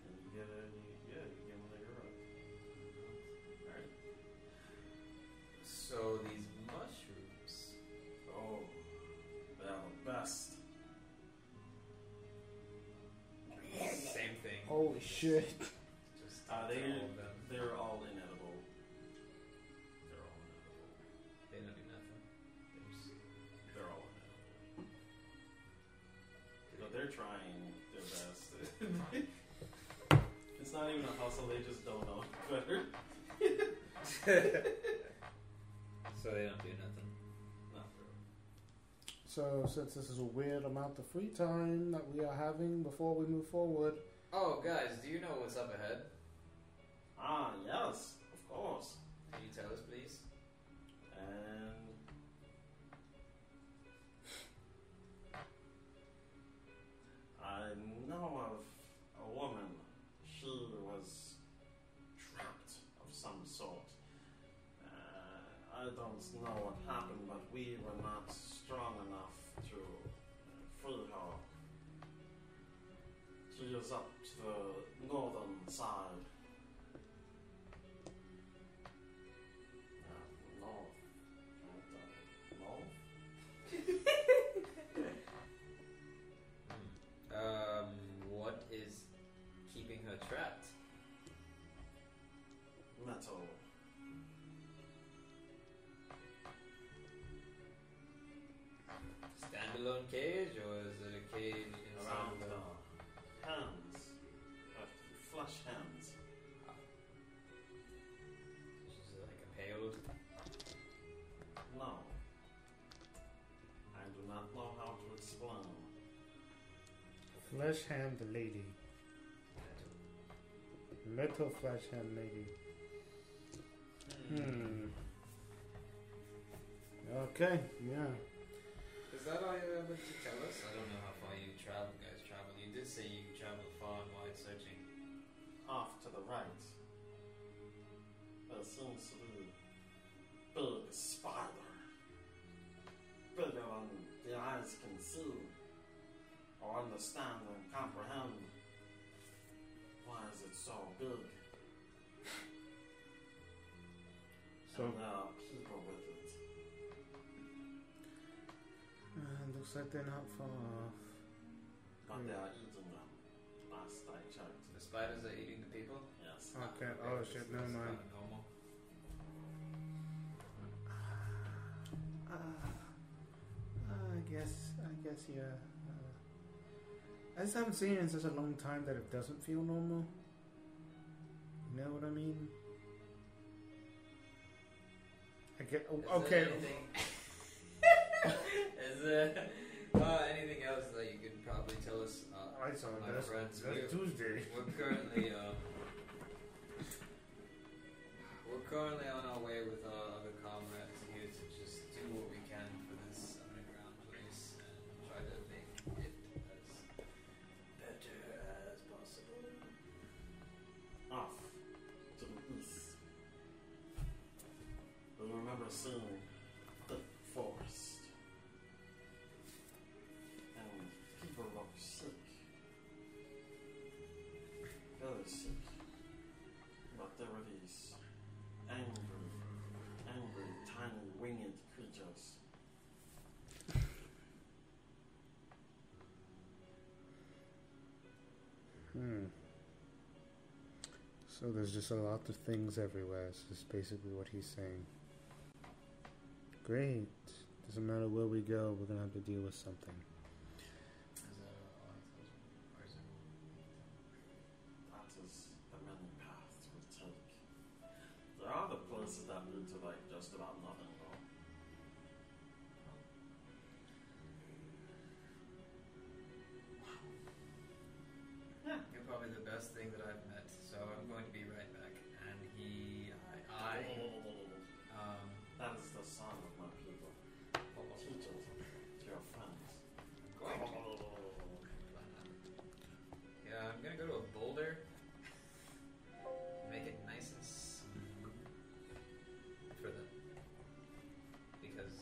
C: you get it, and you, yeah, you get another rock. Alright.
A: So these mushrooms.
C: Oh, they are the best.
A: Same thing.
B: Holy shit!
A: Just
C: Uh, they,
A: take all of them.
C: they're all inedible. They're all inedible.
A: They don't do nothing. They're just
C: They're all inedible. But they're trying their best. it's not even a hustle, they just don't know better.
A: So they don't do nothing.
C: Not really.
B: So, since this is a weird amount of free time that we are having before we move forward,
A: Oh, guys, do you know what's up ahead?
C: Ah, yes, of course.
A: Can you tell us, please?
C: And. I know of a woman. She was trapped of some sort. Uh, I don't know what happened, but we were not strong enough to uh, free her. She is up to the northern side. Uh, north. Uh, north?
A: Um, what is keeping her trapped?
C: metal.
A: Standalone cage, or is it a cage inside
C: around
A: of
C: the
A: her?
C: hands, uh, flesh hands.
A: She's like impaled.
C: No, I do not know how to explain.
B: flesh hand lady, metal flesh hand lady. Hmm. Okay. Yeah.
A: Is that all you're able to tell us? I don't know how far you travel, guys. Travel. You did say you traveled far and wide searching.
C: Off to the right, there seems to be big spider, bigger than the eyes can see or understand and comprehend. Why is it so big?
B: So
C: and there are people with it.
B: uh, looks like they're not far off.
C: But they are eating them. Last I checked.
A: The spiders are eating the people.
C: Yes.
B: Okay. Oh shit! Never mind.
A: Normal.
B: Uh, I guess, I guess, yeah. Uh, I just haven't seen it in such a long time that it doesn't feel normal. You know what I mean? I get.
A: Is
B: Oh,
A: there
B: okay.
A: anything- Is there uh, anything else that you could probably tell us? Uh,
B: I saw
A: my
B: that's,
A: friends,
B: that's
A: we're,
B: Tuesday.
A: we're currently um, we're currently on our way with our other comrades here to just do what we can for this underground place and try to make it as better as possible.
C: Ah, Off to the sick. But there were these angry, angry, tiny winged creatures.
B: Hmm. So there's just a lot of things everywhere. Is just basically what he's saying. Great. Doesn't matter where we go, we're gonna have to deal with something.
A: Is that all I told you? Or is it?
C: That is the many paths we take. There are the places that lead to like just about nothing though.
A: You're probably the best thing that I've met, so I'm going to be right back. And he, I, I um,
C: That is the sound of my people. Teachers, your friends.
A: going to. Yeah, I'm gonna go to a boulder. Make it nice and smooth for them. Because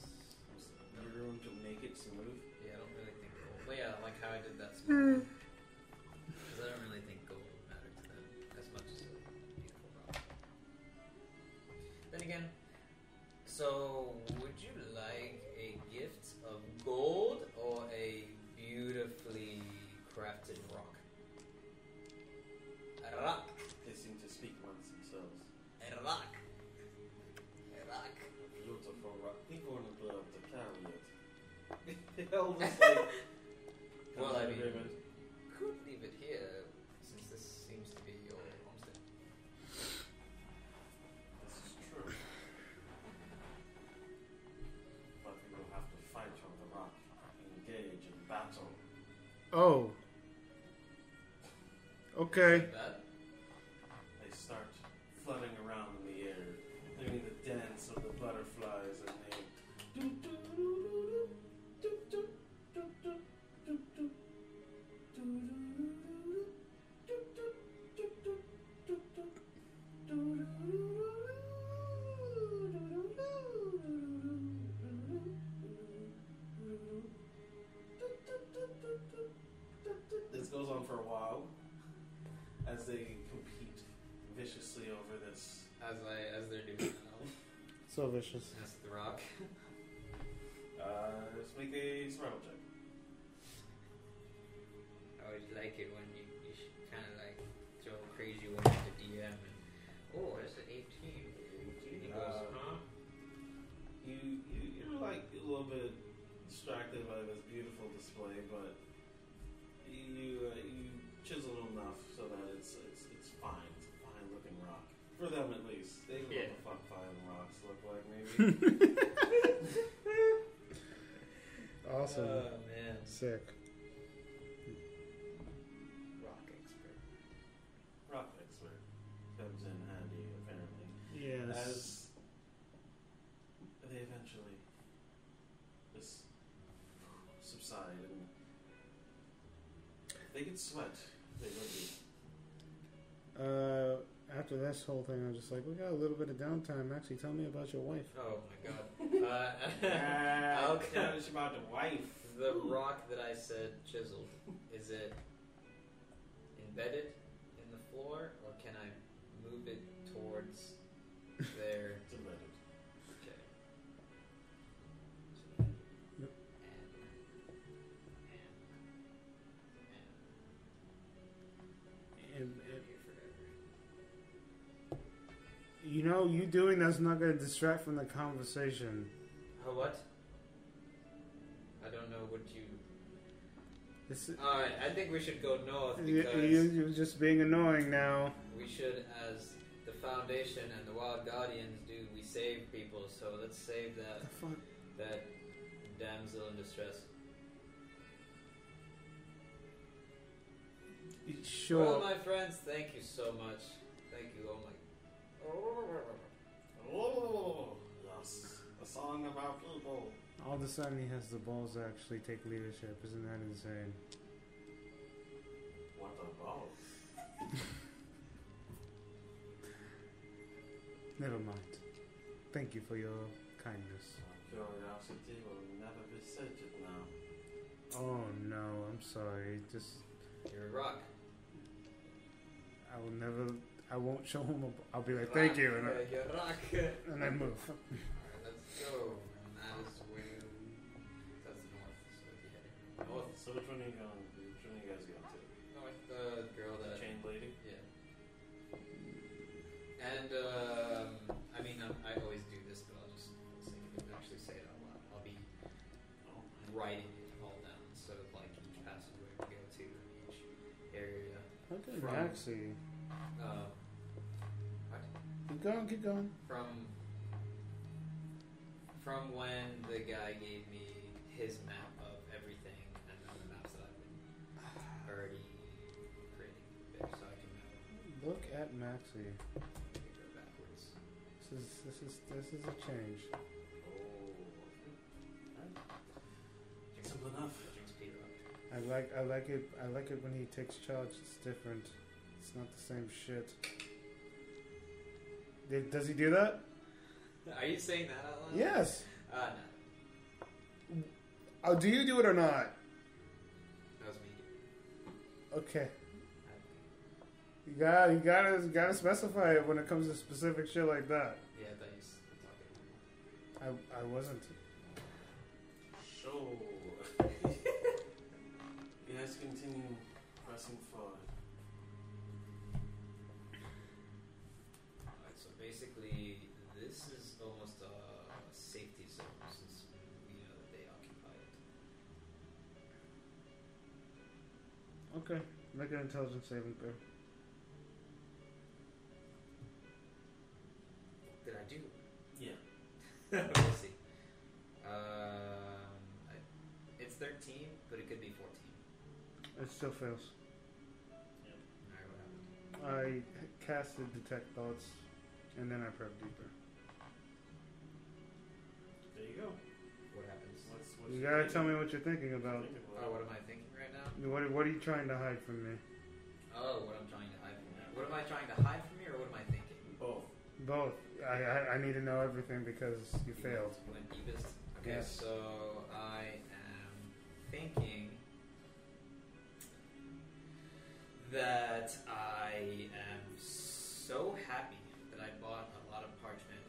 C: You're going to make it smooth?
A: yeah, I don't really think gold. But yeah, like how I did that small. Because I don't really think gold would matter to them as much as a beautiful rock. Then again, so would you like a gift of gold or a beautifully crafted rock? A rock.
C: They seem to speak amongst themselves.
A: A rock. A rock.
C: A beautiful rock. People wouldn't be able to carry it. Hell, just like.
A: Well, I mean-
C: agreement.
A: Could leave it here since this seems to be your homestead.
C: This is true. But we will have to fight on the rock, engage in battle.
B: Oh. Okay.
A: That?
C: They start fluttering around in the air, doing the dance of the butterflies, and they. This goes on for a while as they compete viciously over this.
A: As I as they're doing now.
B: So vicious.
A: That's the rock.
C: Uh, let's make a survival check.
A: I always like it when you, you kind of like throw a crazy one at the DM and oh, that's an 18. And he goes,
C: Uh,
A: huh?
C: You, you you're like a little bit distracted by this beautiful display, but you uh, you chisel enough so that it's it's it's fine. It's a fine looking rock for them at least. They know
A: Yeah.
C: what the fuck fine rocks look like, maybe.
B: Awesome.
A: Oh man,
B: Sick.
A: rock expert.
C: rock expert comes in handy apparently.
B: Yes.
C: As they eventually just subside and they could sweat. They would be.
B: Uh, after this whole thing, I'm just like, we got a little bit of downtime. Maxie, tell me about your wife.
A: Oh my god. Uh, Okay.
C: Tell us Ah, about the wife.
A: the rock that I said chiseled, is it embedded in the floor or can I move it towards there?
C: It's embedded.
A: Okay.
B: Yep. And, and- you know, you doing that's not going to distract from the conversation.
A: A what? I don't know what you.
B: This,
A: Alright, I think we should go north
B: you,
A: because
B: you, you're just being annoying now.
A: we should, as the Foundation and the Wild Guardians do, we save people. So let's save that
B: The fuck?
A: that damsel in distress.
B: Sure.
A: Well, my friends, thank you so much. Thank you. Oh my.
C: Oh, yes. A song about people.
B: All of a sudden, he has the balls to actually take leadership. Isn't that insane?
C: What about?
B: Never mind. Thank you for your kindness.
C: Curiosity will never be sated now.
B: Oh no, I'm sorry. Just
A: You're a rock.
B: I will never. I won't show him. A, I'll be like, thank you, and, I,
A: you rock. Alright,
B: and I move.
A: let's go. And that is when. That's the north. So if you head north.
C: Oh, So which one are you going? Which one are you guys going to?
A: North, the girl
C: The
A: that.
C: chain lady.
A: Yeah. And, um, I mean, I'm, I always do this, but I'll just I'll say, it, actually say it out loud. I'll be
C: Oh,
A: writing it all down. So, like, each passageway we go to in each area.
B: Look at
A: Right.
B: Maxie.
A: Um, what?
B: Keep going. Keep going.
A: from from when the guy gave me his map of everything and then the maps that I've been already creating there, so I can know
B: Look at Maxie.
A: we can go backwards.
B: This is this is this is a change.
C: oh, okay. Simple enough.
A: Jinx Peter up.
B: I like I like it. I like it when he takes charge. It's different. It's not the same shit. Did, does he do that?
A: Are you saying that out loud?
B: Yes.
A: Uh, no,
B: Oh, do you do it or not?
A: that was me.
B: Okay. You got you gotta you gotta specify it when it comes to specific shit like that.
A: Yeah, I thought you were talking.
B: I I wasn't.
C: Sure. you guys continue pressing forward.
A: Alright, so basically, this is almost a safety zone since we know that they occupy it.
B: Okay. Make an intelligence saving throw.
A: Did I do
C: Yeah.
A: we'll see. Um, I, it's 13, but it could be 14.
B: It still fails.
A: Alright, what happened?
B: I casted detect thoughts, and then I probed deeper.
C: There you go.
A: What happens?
C: What's, what's
B: You
C: your
B: gotta
C: thing?
B: tell me what you're thinking about.
C: Think of
A: Oh, what am I thinking right now?
B: What what are you trying to hide from me?
A: Oh, what I'm trying to hide from you. What am I trying to hide from you, or what am I thinking?
C: Both.
B: Both. I I, I need to know everything because you failed.
A: You went deepest. Okay,
B: Yes.
A: so I am thinking that I am so happy that I bought a lot of parchment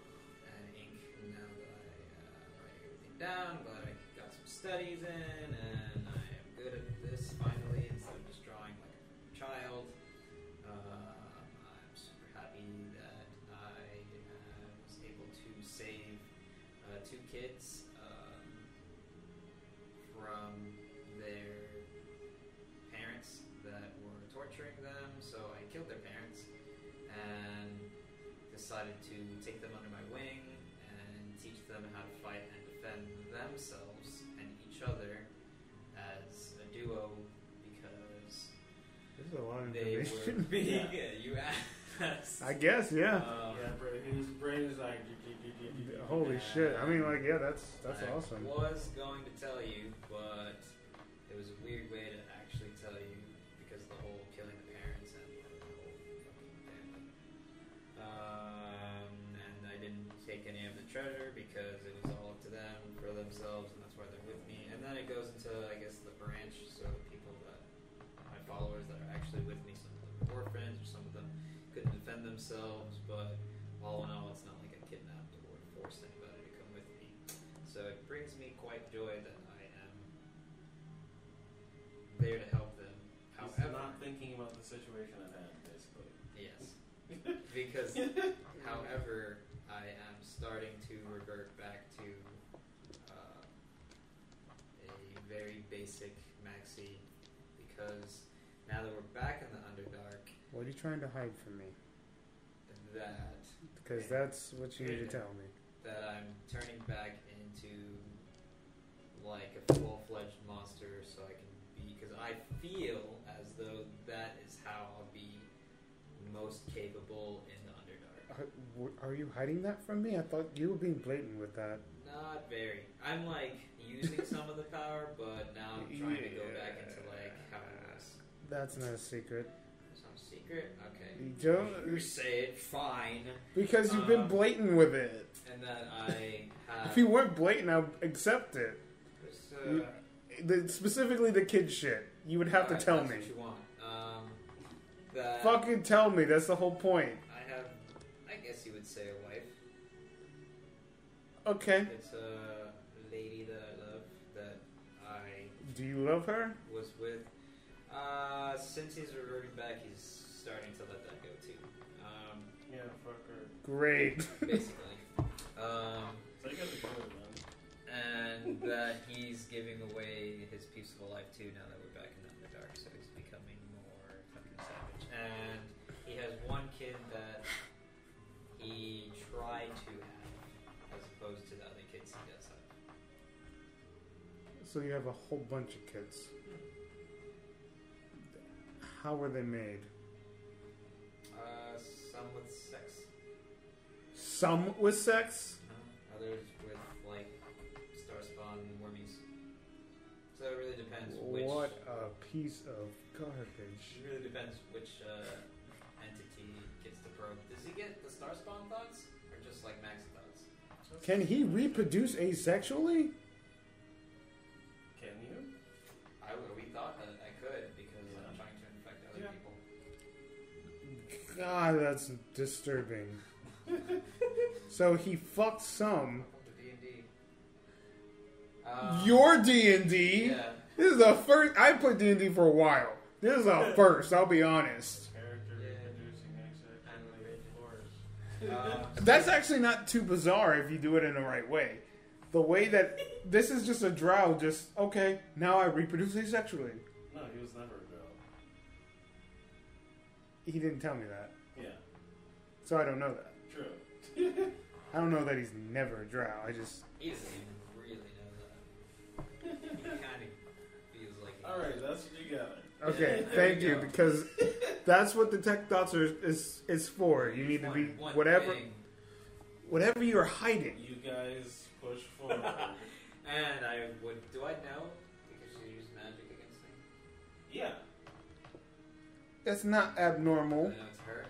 A: and ink and now that I uh, write everything down. Glad I got some studies in and I am good at this finally instead of just drawing like a child. Um, I'm super happy that I uh, was able to save uh, two kids um, from their parents that were torturing them. So I killed their parents and decided to take them under my wing and teach them how to fight and defend themselves and each other as a duo because
B: This is a lot of
A: they were
B: information.
A: being you asked.
B: I guess, yeah.
C: Oh,
A: Um,
C: yeah, brain, his brain is like.
B: Holy shit! I mean, like, yeah, that's that's
A: I
B: awesome.
A: was going to tell you, but it was a weird way to actually tell you because of the whole killing the parents and the whole fucking family. Um, and I didn't take any of the treasure because it was all up to them for themselves, and that's why they're with me. And then it goes into, I guess, the branch, so the people that my followers that are actually with me, some of them were orphans, or some of them couldn't defend themselves, but all in all, it's not like I kidnapped or forced anybody to come with me. So it brings me quite joy that I am there to help them.
C: He's
A: However,
C: not thinking about the situation at hand, basically.
A: Yes. because, however, I am starting to revert back to uh, a very basic maxi because now that we're back in the Underdark,
B: What are you trying to hide from me?
A: that
B: Because that's what you need to tell me.
A: that I'm turning back into like a full-fledged monster, so I can be because I feel as though that is how I'll be most capable in the Underdark.
B: Are, w- are you hiding that from me? I thought you were being blatant with that.
A: Not very. I'm like using some of the power, but now I'm trying to go back into like how it was.
B: That's not a secret.
A: It's not a secret. Okay.
B: You don't,
A: You say it fine,
B: because you've been
A: Um, uh,
B: blatant with it.
A: and then I have. uh,
B: If you weren't blatant, I'd accept it.
A: It's,
B: you- The, specifically the kid shit. You would have to
A: alright,
B: tell
A: that's
B: me.
A: what you want. Um, that
B: Fucking tell me. That's the whole point.
A: I have, I guess you would say a wife.
B: Okay.
A: It's a lady that I love that I
B: Do you love her?
A: was with. Uh, since he's reverted back, he's starting to let that go too. Um,
C: Yeah, fucker.
B: Great.
A: basically. um,
C: So you guys are good, man.
A: and that he's giving away his peaceful life too now that we're back in the dark, so he's becoming more fucking savage. And he has one kid that he tried to have, as opposed to the other kids he does have.
B: So you have a whole bunch of kids. How were they made?
A: Uh, some with sex,
B: Some with sex?
A: others with like star spawn wormies. So it really depends which.
B: What a piece of garbage.
A: It really depends which uh, entity gets the probe. Does he get the star spawn thoughts or just like max thoughts?
B: Can he reproduce asexually?
C: Can you?
A: I would- we thought that I could because I'm
C: Yeah.
A: trying to infect other
C: Yeah.
A: people.
B: God, that's disturbing. so he fucked some.
A: Welcome to D and D.
B: Your D and D.
A: Uh, yeah.
B: This is the first I put D and D for a while. This is a first. I'll be honest.
C: Character
A: Yeah.
C: reproducing
A: I'm a
C: actually
A: bit
C: force.
A: Uh,
B: That's actually not too bizarre if you do it in the right way. The way that this is just a drow. Just okay. Now I reproduce asexually.
C: No, he was never a girl.
B: He didn't tell me that,
C: Yeah,
B: so I don't know that.
C: true.
B: I don't know that he's never a drow. I just
A: he doesn't even really know that. He kind of feels like. he
C: All right, that's what you got.
B: Okay,
A: There
B: thank
A: we
B: you
A: go.
B: because that's what the tech thoughts are is is for. You need to be
A: One- one
B: whatever
A: thing.
B: whatever you're hiding.
C: You guys push forward.
A: And I would. Do I know? Because she used magic against me.
C: yeah.
B: That's not
A: Do I
B: abnormal.
A: know it's her.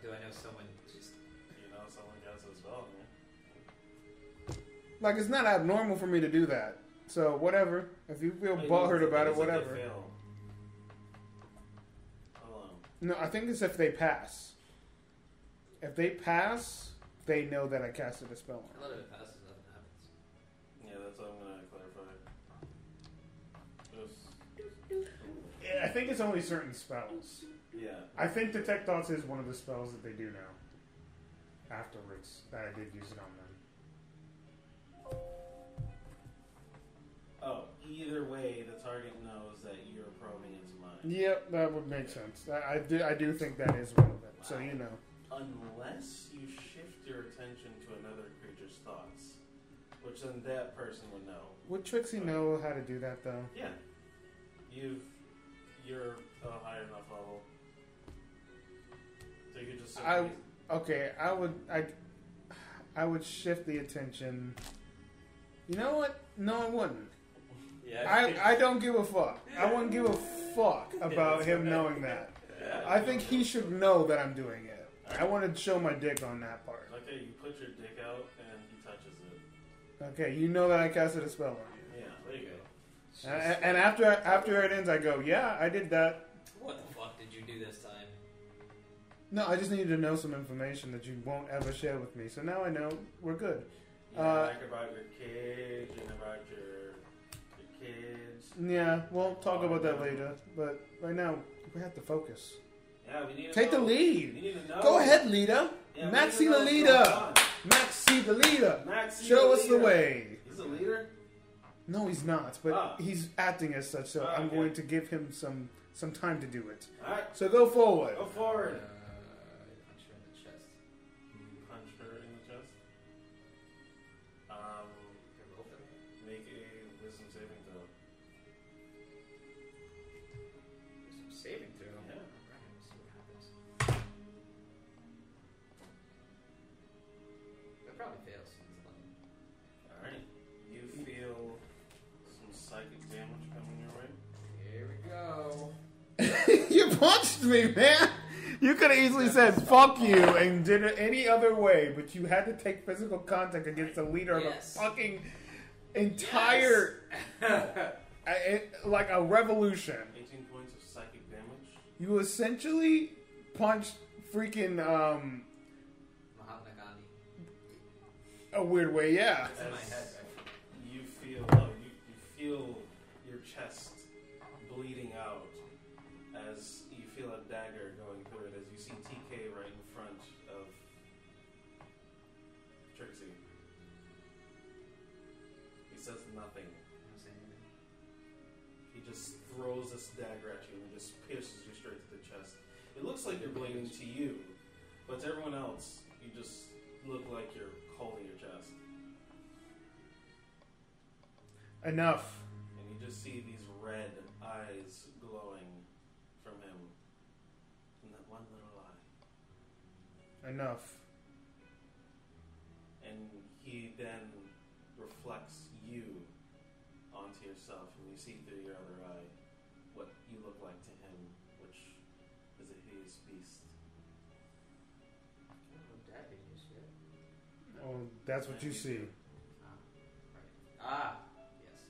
A: Do I know someone just
C: You know someone does as well, man.
B: Like it's not abnormal for me to do that. So whatever. If you feel
C: Wait,
B: butthurt
C: no,
B: about it,
C: it's like they
B: whatever.
C: fail. Hold on.
B: No, I think it's if they pass. If they pass, they know that I casted a spell.
A: A lot of it passes, nothing happens.
C: Yeah, that's what I'm gonna clarify. Just,
B: I think it's only certain spells.
C: yeah.
B: I think detect thoughts is one of the spells that they do now. Afterwards, that I did use it on them.
C: Oh, either way, the target knows that you're probing into mine.
B: Yep, that would make sense. I, I do. I do think that is relevant. So you know,
C: Unless you shift your attention to another creature's thoughts, which then that person would know.
B: would Trixie know how to do that though?
C: Yeah. You've you're a high enough level. So you could just
B: I-
C: simply-
B: Okay, I would. I, I would shift the attention. You know what? No, I wouldn't.
E: Yeah.
B: I, I don't give a fuck. I wouldn't give a fuck about him knowing that. I think he should know that I'm doing it. I want to show my dick on that part.
C: Okay, you put your dick out and he touches it.
B: Okay, you know that I casted a spell on you.
C: Yeah, there you go.
A: It's
B: And,
A: just-
B: and after after it ends, I go, yeah, I did that.
A: what the fuck did you do this time?
B: No, I just need to know some information that you won't ever share with me. So now I know we're good.
C: You know,
B: Uh,
C: like about your kids and about your your kids.
B: Yeah, we'll talk about that later. But right now, we have to focus.
C: Yeah, we need to
B: Take the
C: know. We
B: lead.
C: need to know.
B: Go ahead, leader.
C: Yeah, we need
B: Maxi
C: to know
B: the
C: what's
B: leader.
C: going
B: Maxi the leader.
C: on. Maxi
B: Show
C: the
B: us the
C: leader.
B: way.
C: He's a leader.
B: No, he's not, but
C: Ah.
B: he's acting as such. So
C: Ah,
B: I'm
C: okay.
B: going to give him some some time to do it.
C: All right,
B: So go forward.
C: go
A: Uh,
C: forward.
A: punch her in the chest.
C: You Punch her in the chest. Um.
A: They're both in there.
C: Make a wisdom saving throw.
A: There's some saving throw.
C: Yeah.
A: Alright, let's see what happens. That probably fails. It's eleven.
C: Alright. You feel some psychic damage coming your way.
A: Here we go.
B: you punched me, man. You could have easily said "fuck you" and did it any other way, but you had to take physical contact against the leader
A: Yes.
B: of a fucking entire
A: Yes.
B: I- it- like a revolution.
C: 18 points of psychic damage.
B: You essentially punched freaking um
A: Mahatma Gandhi.
B: a weird way, yeah.
A: That's in my head, right?
C: You feel no, you, you feel your chest bleeding out as you feel a dagger going through it as you see TK right in front of Trixie. He says nothing.
A: I'm saying that.
C: He just throws this dagger at you and just pierces you straight to the chest. It looks like you're bleeding to you, but to everyone else, you just look like you're holding your chest.
B: Enough.
C: and you just see these red eyes glowing from him in that one little eye.
B: Enough.
C: And he then reflects you onto yourself, and you see through your other eye what you look like to him, which is a hideous beast.
A: I don't know that video shit.
B: Well, Oh, that's what you see.
A: Ah, right. Ah, yes.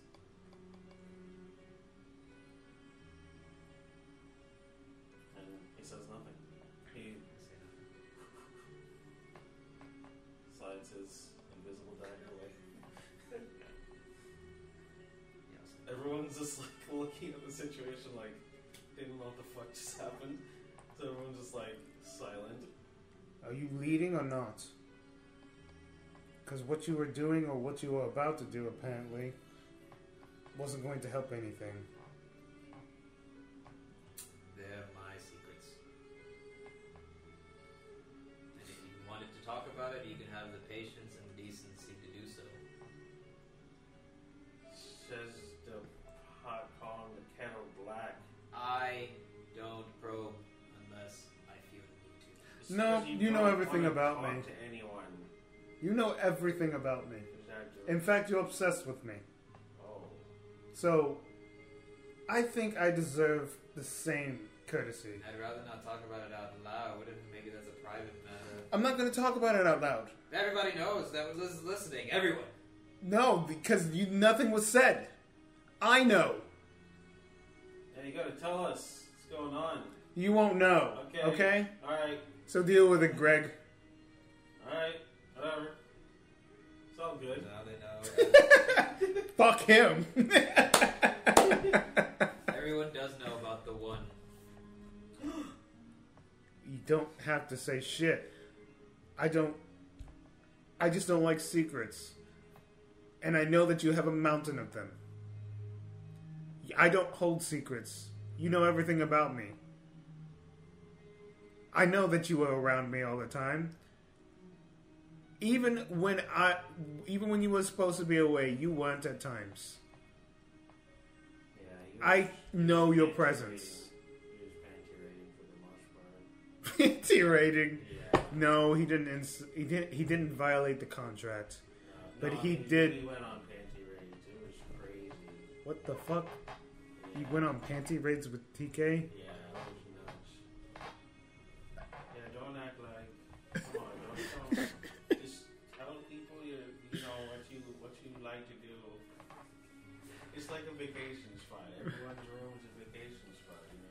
C: And he says nothing. He
A: I say that.
C: slides his invisible dagger away.
A: Yes.
C: Everyone's just like looking at the situation, like, didn't know what the fuck just happened. So everyone's just like silent.
B: Are you leading or not? Because what you were doing or what you were about to do, apparently, wasn't going to help anything.
A: They're my secrets. And if you wanted to talk about it, you can have the patience and decency to do so.
C: Says the pot calling the kettle black.
A: I don't probe unless I feel the need to.
C: It's
B: No,
C: because
B: you know
C: don't
B: everything
C: wanna
B: about
C: talk
B: me.
C: To anyone.
B: You know everything about me.
C: Exactly.
B: In fact, you're obsessed with me.
C: oh,
B: So, I think I deserve the same courtesy.
A: I'd rather not talk about it out loud. What if maybe that's a private matter?
B: I'm not going to talk about it out loud.
A: Everybody knows that was listening. Everyone.
B: No, because you, nothing was said. I know.
C: yeah, you gotta tell us what's going on.
B: You won't know.
C: Okay.
B: Okay?
C: All right.
B: So deal with it, Greg.
C: All right. Whatever. It's all good.
A: Now they know.
B: Fuck him.
A: Everyone does know about the one.
B: you don't have to say shit. I don't. I just don't like secrets. And I know that you have a mountain of them. I don't hold secrets. You know everything about me. I know that you were around me all the time. Even when I even when you were supposed to be away, you weren't at times.
C: Yeah. You
B: I know your
C: You're
B: presence.
C: raiding- you're panty-raiding for the marsh
B: Tirating.
C: bar. Yeah.
B: No, he didn't ins- he didn't he didn't violate the contract.
C: No,
B: But
C: no,
B: he did-
C: He went on panty raid. It was crazy.
B: What the fuck?
C: Yeah.
B: You went on panty raids with TK?
C: Yeah, that was nuts. Yeah, don't act like. Come on, don't, don't just tell people you you know what you what you like to do. It's like a vacation spot. Everyone's room is a vacation spot, you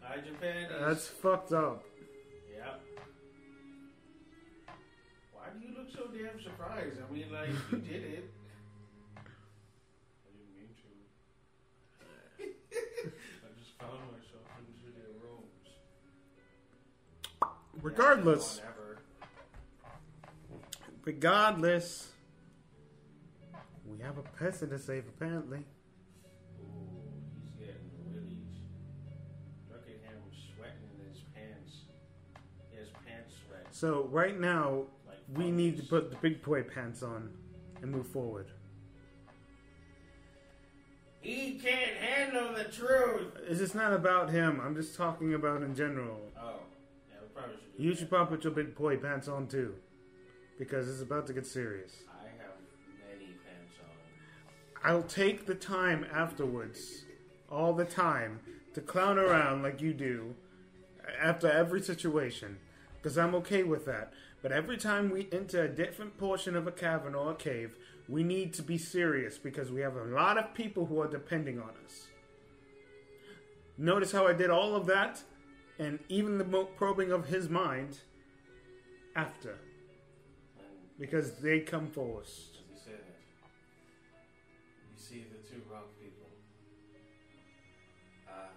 C: know. Hi, Japan.
B: That's fucked up.
C: Yep. Why do you look so damn surprised? I mean, like you did it. I didn't mean to. I just found myself into their rooms.
B: Regardless,
C: Yeah, whatever.
B: regardless, we have a person to save apparently.
C: Ooh, he's getting the willies. Look at him sweating in his pants. His pants sweat.
B: So right now,
C: Like
B: we need to
C: fungus.
B: put the big boy pants on and move forward.
C: He can't handle the truth.
B: Is this not about him? I'm just talking about in general.
C: Oh, yeah, we probably should. Do
B: You
C: that.
B: should probably put your big boy pants on too, because it's about to get serious.
C: I have many pants on.
B: I'll take the time afterwards, all the time, to clown around like you do after every situation, because I'm okay with that. But every time we enter a different portion of a cavern or a cave, we need to be serious because we have a lot of people who are depending on us. Notice how I did all of that and even the mo- probing of his mind after,
C: And
B: because they come first.
C: As you say that, you see the two rock people. Uh,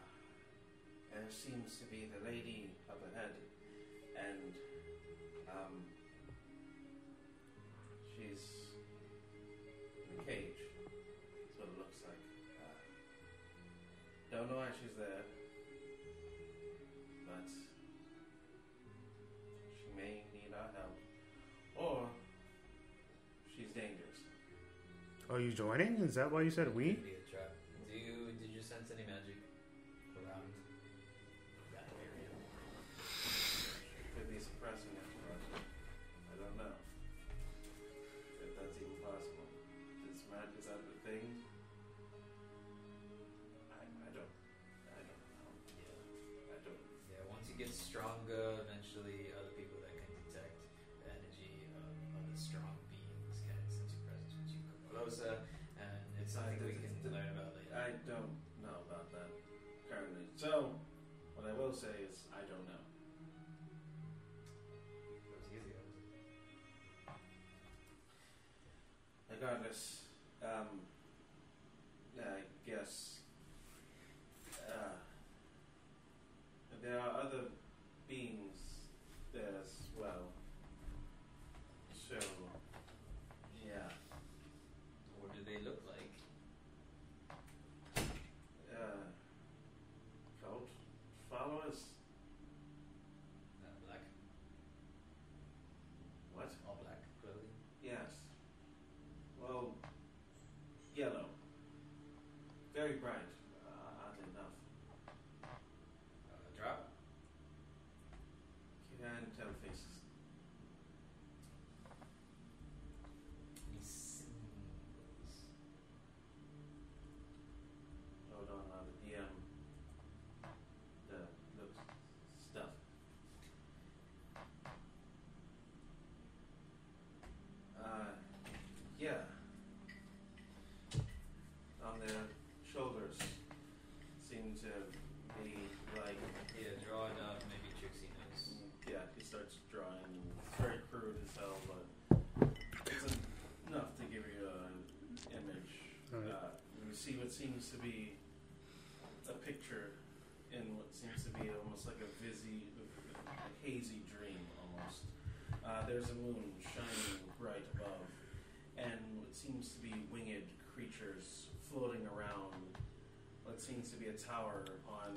C: there seems to be the lady up ahead, and um, she's in a cage. That's what it looks like. Uh, don't know why she's there, but she may need our help, or she's dangerous.
B: Are you joining? Is that why you said we?
A: Could be a trap. Do you, did you sense any magic around that area?
C: Could be suppressing it for us. I don't know. If that's even possible. Is mad is that the thing? I, I don't I don't know. I don't
A: Yeah, once you get stronger, eventually other people that can detect the energy of other strong beings can sense your presence once you come closer, and it's something we can learn about later.
C: I don't know about that currently. So what I will say is I don't know.
A: That was easy. that was-
C: Regardless, um, I guess uh, there are other beings there as well. So, yeah,
A: What do they look like?
C: uh, cult followers.
A: Uh, black,
C: What?
A: all black clothing.
C: Yes. Well, yellow. Very bright, uh, oddly enough.
A: Uh, drop.
C: Can tell faces.
A: Any symbols?
C: Hold on, uh, the DM. The, the stuff. Uh, yeah. On their shoulders seem to be like,
A: Yeah, draw it out. Maybe Trixie knows.
C: yeah, he starts drawing. It's very crude as hell, but it's enough to give you an image.
B: Alright.
C: Uh, you see what seems to be a picture in what seems to be almost like a busy, a hazy dream almost. Uh, there's a moon shining bright above, and what seems to be winged creatures floating around what seems to be a tower on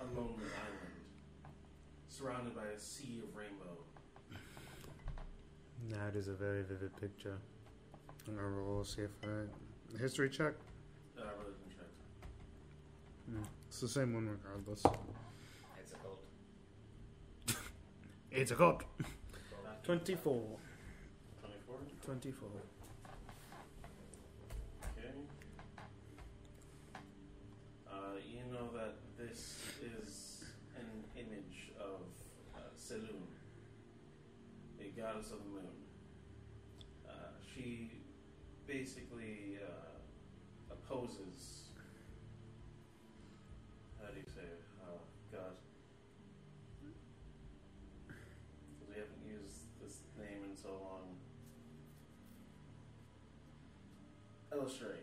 C: a lonely island, surrounded by a sea of rainbow.
B: That is a very vivid picture. I'm gonna roll, see if I. History check?
C: Uh, religion check.
B: It's the same one regardless.
A: It's a cult.
B: It's a cult.
A: Cult.
B: 24.
C: 24?
B: 24.
C: Okay. Uh, you know that this is an image of uh, Selun, the goddess of the moon. Uh, she basically uh, opposes. How do you say it? Oh, God. 'Cause we haven't used this name in so long. Illustrate.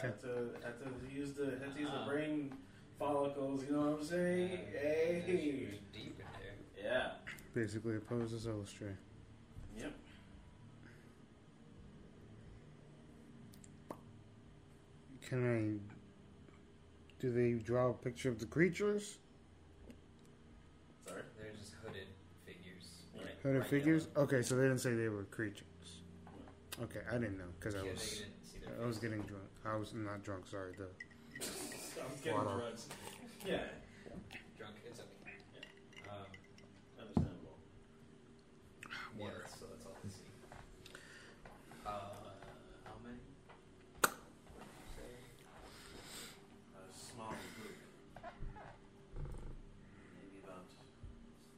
C: Had to, had to use the had to use the
A: Ah.
C: brain follicles. You know what I'm saying?
A: Uh,
C: Hey.
A: it's Deep in there.
C: Yeah.
B: Basically opposes illustrate.
C: Yep.
B: Can I. Do they draw a picture of the creatures?
C: Sorry.
A: They're just hooded figures.
C: Yeah.
B: Hooded
A: Right
B: figures? Oh,
A: now.
B: Okay, so they didn't say they were creatures. Okay, I didn't know because I
A: Yeah,
B: was.
A: they didn't see their
B: I was
A: face.
B: getting drunk. I was not drunk, sorry. The
C: I'm getting
B: Water.
C: drugs. Yeah.
A: drunk. It's okay. Um,
C: Understandable.
A: yeah, that's, so that's all I see. Uh, how many? Say?
C: A small group. Maybe about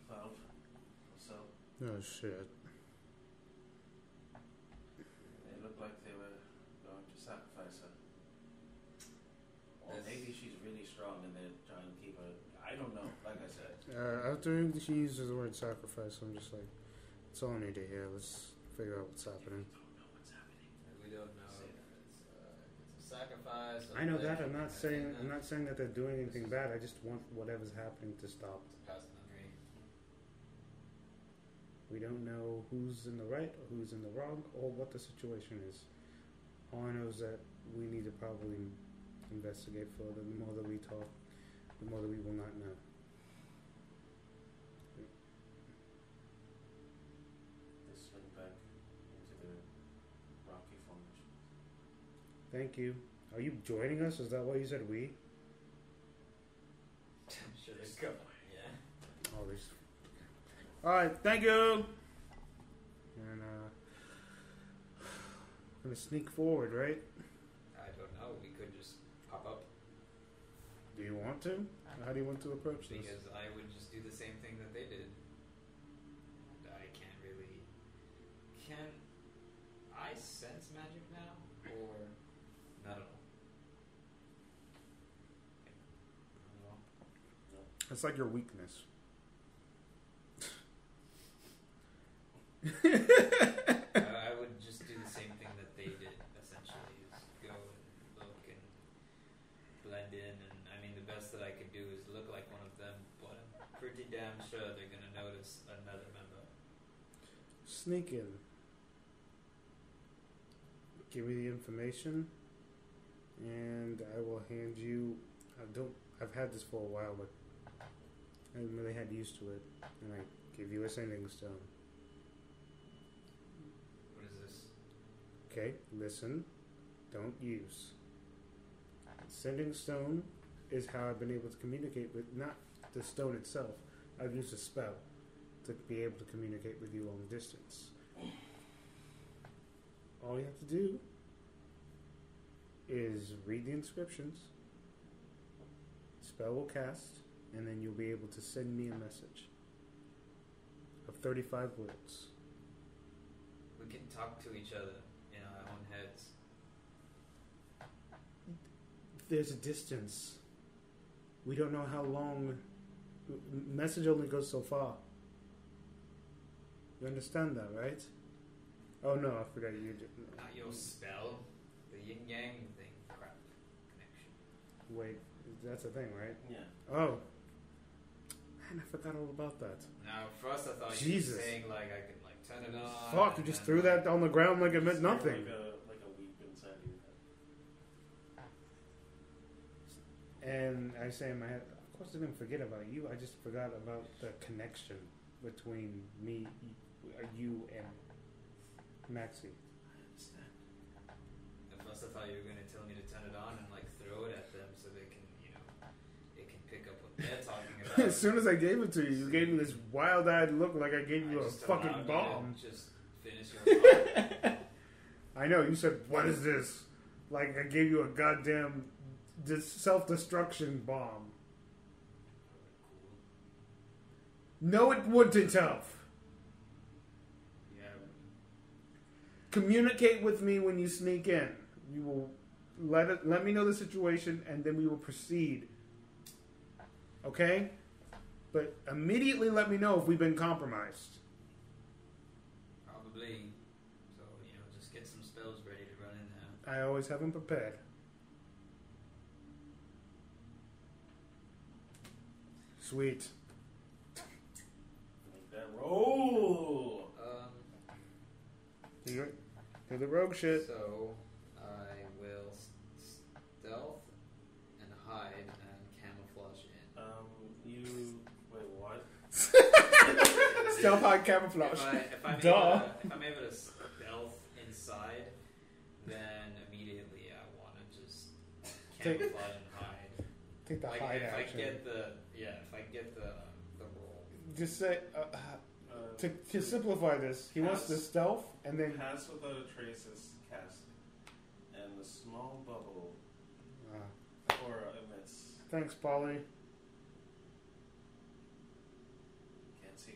C: twelve or so.
B: Oh shit.
C: They looked like they were going to sacrifice her. Or
A: That's-
C: maybe she's really strong and they're trying to keep her. I don't know. Like I said,
B: Uh, after she uses the word sacrifice, I'm just like, it's all I need to hear. Let's figure out what's happening.
A: We don't know if it's, uh, if it's a sacrifice. or
B: I know
A: if
B: that.
A: they-
B: I'm not saying I'm not saying that they're doing anything
A: anything
B: bad. I just want whatever's happening to stop.
A: It's a passing memory.
B: We don't know who's in the right or who's in the wrong or what the situation is. All I know is that we need to probably investigate further. The more that we talk, the more that we will not know.
C: they swing back into their rocky formation.
B: Thank you. Are you joining us? Is that why you said we?
A: Should have come. Yeah.
B: Always. All right. Thank you. And uh, gonna sneak forward, right?
A: I don't know. We could just pop up
B: Do you want to? How do you want to approach this?
A: because I would just do the same thing that they did. And I can't really. Can I sense magic now, or not at all? Okay. Not at all.
B: It's like your weakness.
A: I I would just do the same thing that they did, essentially, is go and look and blend in. And I mean, the best that I could do is look like one of them, but I'm pretty damn sure they're going to notice another member.
B: Sneak in. Give me the information, and I will hand you. I don't. I've had this for a while, but I haven't really had used to it. And I give you a sending stone.
A: What is this?
B: Okay, listen. Don't use. Sending stone is how I've been able to communicate with not the stone itself. I've used a spell to be able to communicate with you long distance. All you have to do is read the inscriptions. Spell will cast, and then you'll be able to send me a message of 35 words.
A: We can talk to each other in our own heads.
B: there's a distance. We don't know how long. m- Message only goes so far. You understand that, right? Oh no, I forgot you. Did.
A: Not
B: Mm.
A: your spell, the yin yang thing. Crap. Connection.
B: Wait, that's a thing, right?
C: Yeah.
B: Oh, man, I forgot all about that.
A: Now, at first I thought you
B: Jesus.
A: were saying, like, I can, like, turn it on.
B: Fuck! You
A: and
B: just
A: then,
B: threw
A: like,
B: that on the ground like it meant
C: Just like-
B: nothing.
C: Like a, like a weep inside your head.
B: And I say in my head, of course I didn't forget about you. I just forgot about the connection between me, you, and Maxie.
C: I understand.
A: At first, I thought you were going to tell me to turn it on and like throw it at them so they can, you know, they can pick up what they're talking about.
B: as soon as I gave it to you, you gave me this wild-eyed look like I gave you
A: I
B: a
A: just allowed
B: fucking
A: you to
B: bomb.
A: Just finish your thought.
B: I know. You said, "What is this?" Like I gave you a goddamn dis- self-destruction bomb.
A: cool.
B: No, it wouldn't have.
A: Yeah, we-
B: Communicate with me when you sneak in. You will let it, let me know the situation, and then we will proceed. Okay, but immediately let me know if we've been compromised.
A: probably. So you know, just get some spells ready to run in there.
B: I always have them prepared. Sweet.
C: Make that Oh! roll.
A: Um,
B: Do it. Do the rogue shit.
A: so I will s- stealth and hide and camouflage in.
C: Um, you wait. What?
B: Stealth high camouflage.
A: If, I, if, I'm
B: Duh.
A: Able to, if I'm able to stealth inside, then immediately I want to just
B: Take-
A: camouflage and hide.
B: Take the
A: like,
B: hide
A: if
B: action.
A: I get the yeah, if I get the the roll,
B: Just say uh, uh,
C: Uh,
B: to, to simplify this. He wants the stealth, and then
C: Pass without a trace is cast, and the small bubble
B: uh,
C: aura emits.
B: thanks, Polly.
C: Can't see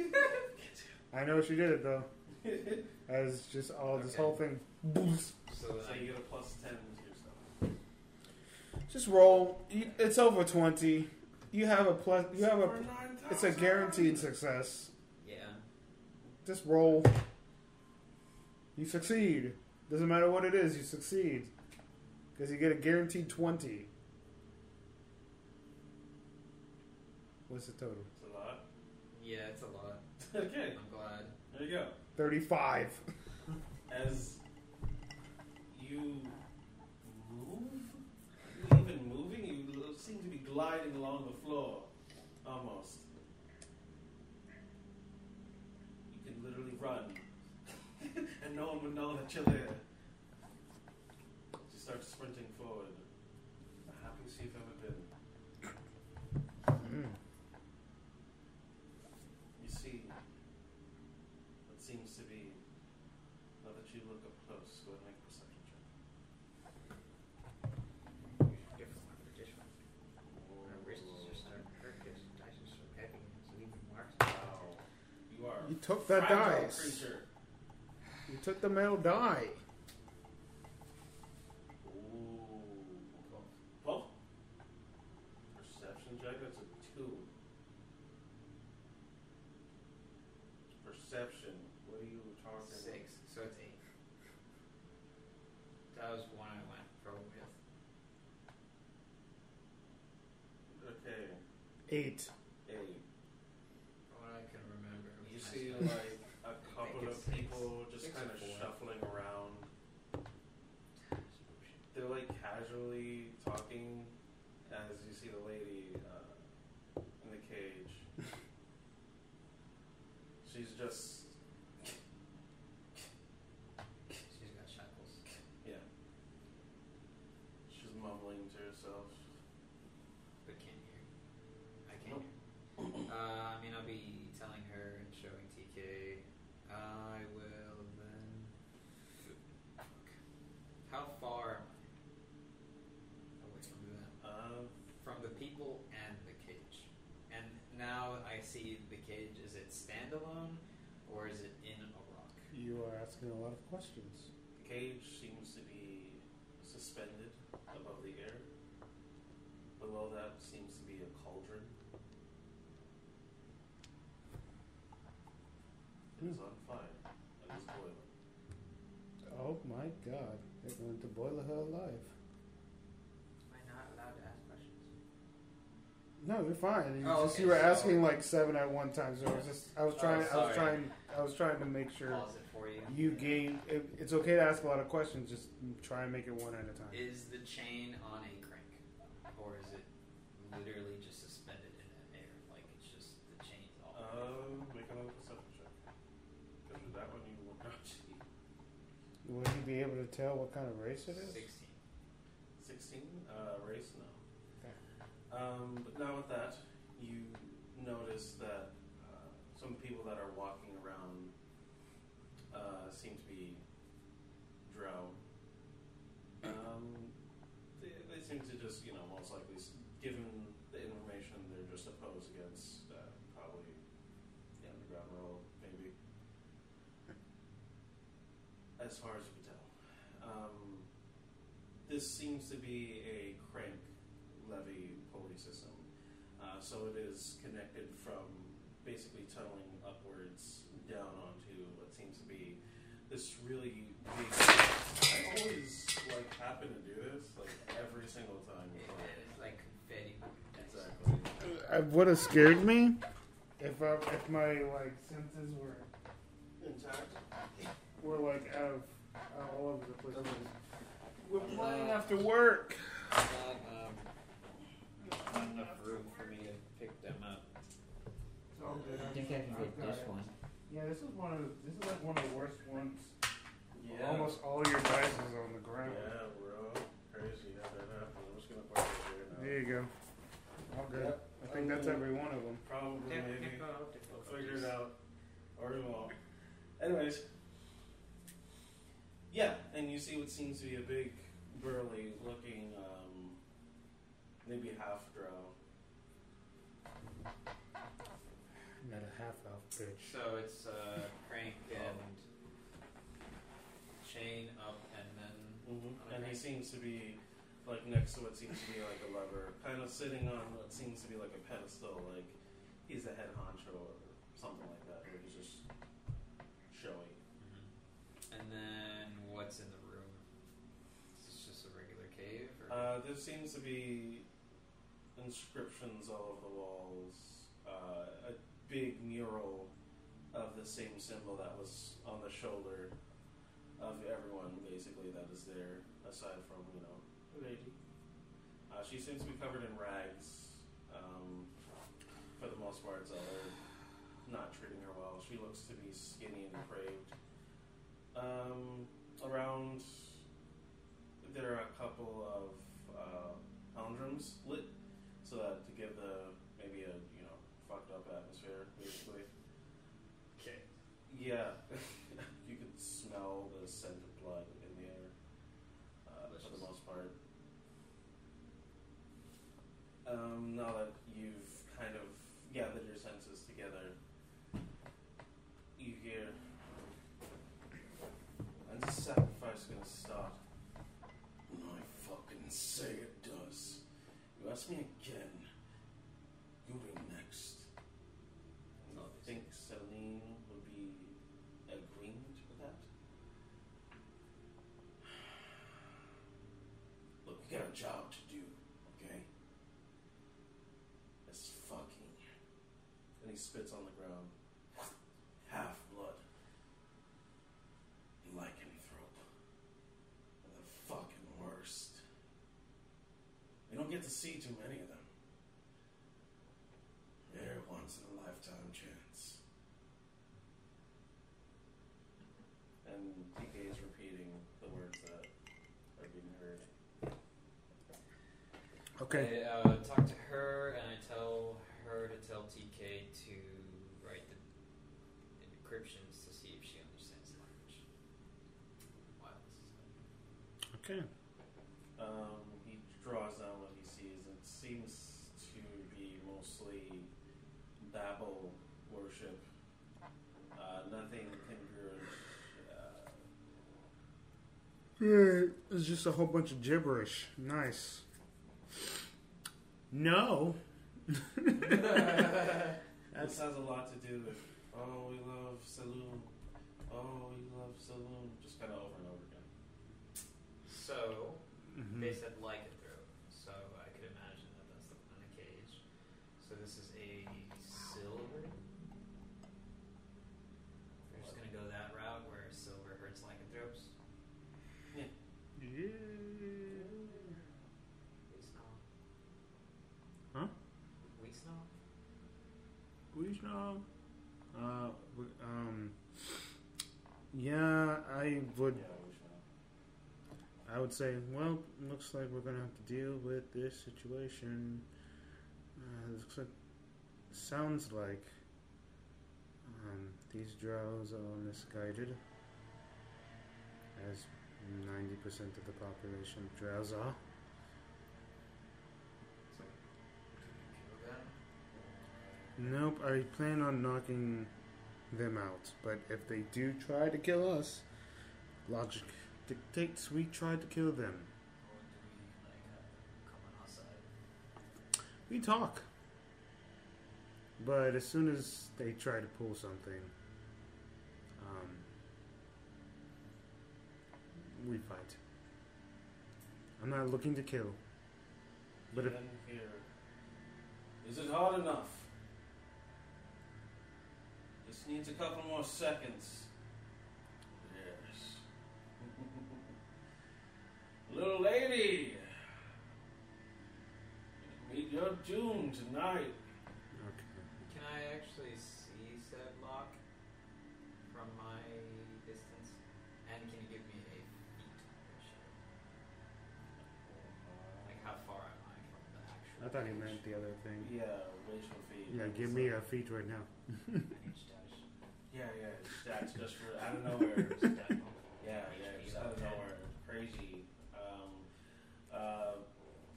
C: it.
B: I know she did it though. As just all this
A: Okay.
B: whole thing. Boost.
A: so
C: So
A: then
C: you get a plus ten to yourself.
B: So Just roll. You- It's over twenty. You have a plus. You have
C: For
B: a.
C: 9,000.
B: It's a guaranteed success.
A: Yeah.
B: Just roll. You succeed. Doesn't matter what it is. You succeed because you get a guaranteed twenty. What's the total?
C: It's a lot.
A: Yeah, it's a lot.
C: okay,
A: I'm glad.
C: there you go.
B: Thirty-five.
C: As you move, are you even moving, you l- seem to be gliding along the floor, almost. You can literally run, and no one would know that you're there. You start sprinting forward, the happiest you've ever been.
A: Mm.
C: You see what seems to be now that you look up close, go ahead and make a perception check.
A: Different one for this one. My wrists just uh,
C: Wow.
A: start hurting. 'cause Dice are so heavy. It's leaving marks.
C: You are
B: You took
C: a
B: that
C: fragile
B: dice.
C: creature.
B: You took the male die.
C: Ooh. Twelve? Perception check, that's a two. Perception. What are you talking
A: Six, so it's eight. That was one I went pro with.
C: Okay.
B: Eight.
C: Eight.
A: From what I can remember. it was
C: You
A: nice
C: see,
A: and-
C: like, a couple
A: it's
C: of
A: six.
C: people just
A: Six
C: kind
A: or
C: of
A: four.
C: shuffling around. They're, like, casually talking as you see the lady uh, in the cage. She's just,
A: She's got shackles.
C: yeah. She's mumbling to herself.
A: We can't hear. I
C: Oh.
A: can't hear. Uh, I mean, I'll be telling her and showing TK. I will then. Fuck. How far am Oh, I away from that?
C: Uh,
A: From the people and the cage. And now I see the cage. Is it standalone or is it in a rock?
B: You are asking a lot of questions.
C: the cage seems to be suspended above the air. Below that seems to be a cauldron. It is on fire. It is boiling.
B: Oh my god. They're going to boil her alive.
A: Am I not allowed to ask questions?
B: No, you're fine. You,
A: Oh,
B: just,
A: okay,
B: you were
A: so-
B: asking like seven at one time, so I was just I was
A: Oh,
B: trying I was
A: sorry.
B: trying I was trying to make sure
A: Pause it for you.
B: you gave. It, it's okay to ask a lot of questions. Just try and make it one at a time.
A: Is the chain on a crank, or is it literally just suspended in the air? Like it's just the chain's all.
B: Uh,
C: Um, make another perception check. Because with that one, you will not cheat.
B: Will you be able to tell what kind of race it is?
A: Sixteen.
C: 16, uh, race now.
B: Okay.
C: Um, but now with that, you notice that uh, some people that are walking around uh, seem to be drow. Um, they, they seem to just, you know, most likely, s- given the information, they're just opposed against uh, probably the underground role, maybe. As far as you can tell. Um, this seems to be a crank levee pulley system. Uh, so it is connected from basically tunneling upwards down onto what seems to be this really big. I always like happen to do this like every single time.
A: It- It's like confetti.
C: Exactly.
B: It would have Uh, scared me if I, if my like senses were
C: Intact.
B: were like out of out all over the place.
C: We're
A: playing
B: after work.
A: Not, um, not enough room for me to pick them up.
B: It's all good.
H: I think I can
B: I've
H: get
B: got
H: this
B: it.
H: one.
B: Yeah, this is one of the, this is like one of the worst ones.
C: Yeah.
B: Almost all your dice is on the
C: Yeah,
B: ground.
C: bro. Crazy how that happened. I'm just gonna park it here now.
B: There you go. All good.
C: Yep.
B: I think that's every one of them.
C: Probably maybe. We'll figure it
A: Figure
C: out. Or we won't. Anyways. Yeah, and you see what seems to be a big, burly looking, um, maybe half drow.
B: Not a half elf bitch.
A: So it's uh, crank and chain up, and then
C: Mm-hmm. And he seems to be like next to what seems to be like a lover, kind of sitting on what seems to be like a pedestal, like he's the head honcho or something like that, where he's just showy.
A: And then what's in the room? Is this just a regular cave? Or?
C: Uh, there seems to be inscriptions all over the walls, uh, a big mural of the same symbol that was on the shoulder of everyone, basically, that is there, aside from, you know, the lady. Uh, she seems to be covered in rags. Um, for the most part, so they're not treating her well. She looks to be skinny and depraved. Um, around there are a couple of uh, palindromes lit, so that to give the maybe a you know fucked up atmosphere, basically.
A: Okay.
C: Yeah, you can smell the scent of blood in the air uh, for the
A: Delicious.
C: most part. Um, now that you've kind of gathered your senses together, you hear, and the sacrifice is gonna start. I fucking say it does. You ask me again, you'll be next. And I think Celine would be agreement with that. Look, we got a job to do, okay? It's fucking. And he spits on the ground. Half blood. Lycanthrope. They're the fucking worst. You don't get to see too many of them. They're a once in a lifetime chance. And TK is repeating the words that are being heard.
B: Okay.
A: I uh, talk to her and I tell her to tell TK to write the encryptions to see if she understands the language. While this is happening.
B: Okay.
C: Um, he draws down what he sees. It seems to be mostly Babel worship. Uh, nothing congruent. Uh,
B: It's just a whole bunch of gibberish. Nice. No.
C: uh, this has a lot to do with oh we love saloon, oh we love saloon, just kind of over and over again.
A: So,
B: Mhm.
A: They said lycanthrope, so I could imagine that that's the one in a cage. So this is a silver. We're just gonna go that route where silver hurts lycanthropes. We snarl.
B: Huh?
A: We snarl.
B: We shall. Uh, w- um. Yeah, I would.
C: Yeah, we should.
B: I would say. Well, looks like we're gonna have to deal with this situation. Uh, looks like. Sounds like. Um, these drows are misguided. As ninety percent of the population of drows are.
A: So, can we kill them?
B: Nope, I plan on knocking them out. But if they do try to kill us, logic dictates we try to kill them.
A: Or do we, like, have them come on our side?
B: We talk. But as soon as they try to pull something, um, we fight. I'm not looking to kill. But
C: But
B: if-
C: then here, is it hard enough? This needs a couple more seconds. Yes. Little lady, meet your doom tonight.
B: Okay.
A: Can I actually see said lock from my distance? And can you give me a feet ratio? Like how far am I from the actual?
B: I thought he
A: edge?
B: meant the other thing.
C: Yeah, racial feed.
B: Yeah, give me a feat right now.
A: I need status.
C: Yeah, yeah, stats just for out of nowhere.
A: Stat level.
C: Yeah, yeah, just out of nowhere. Crazy. Um, uh,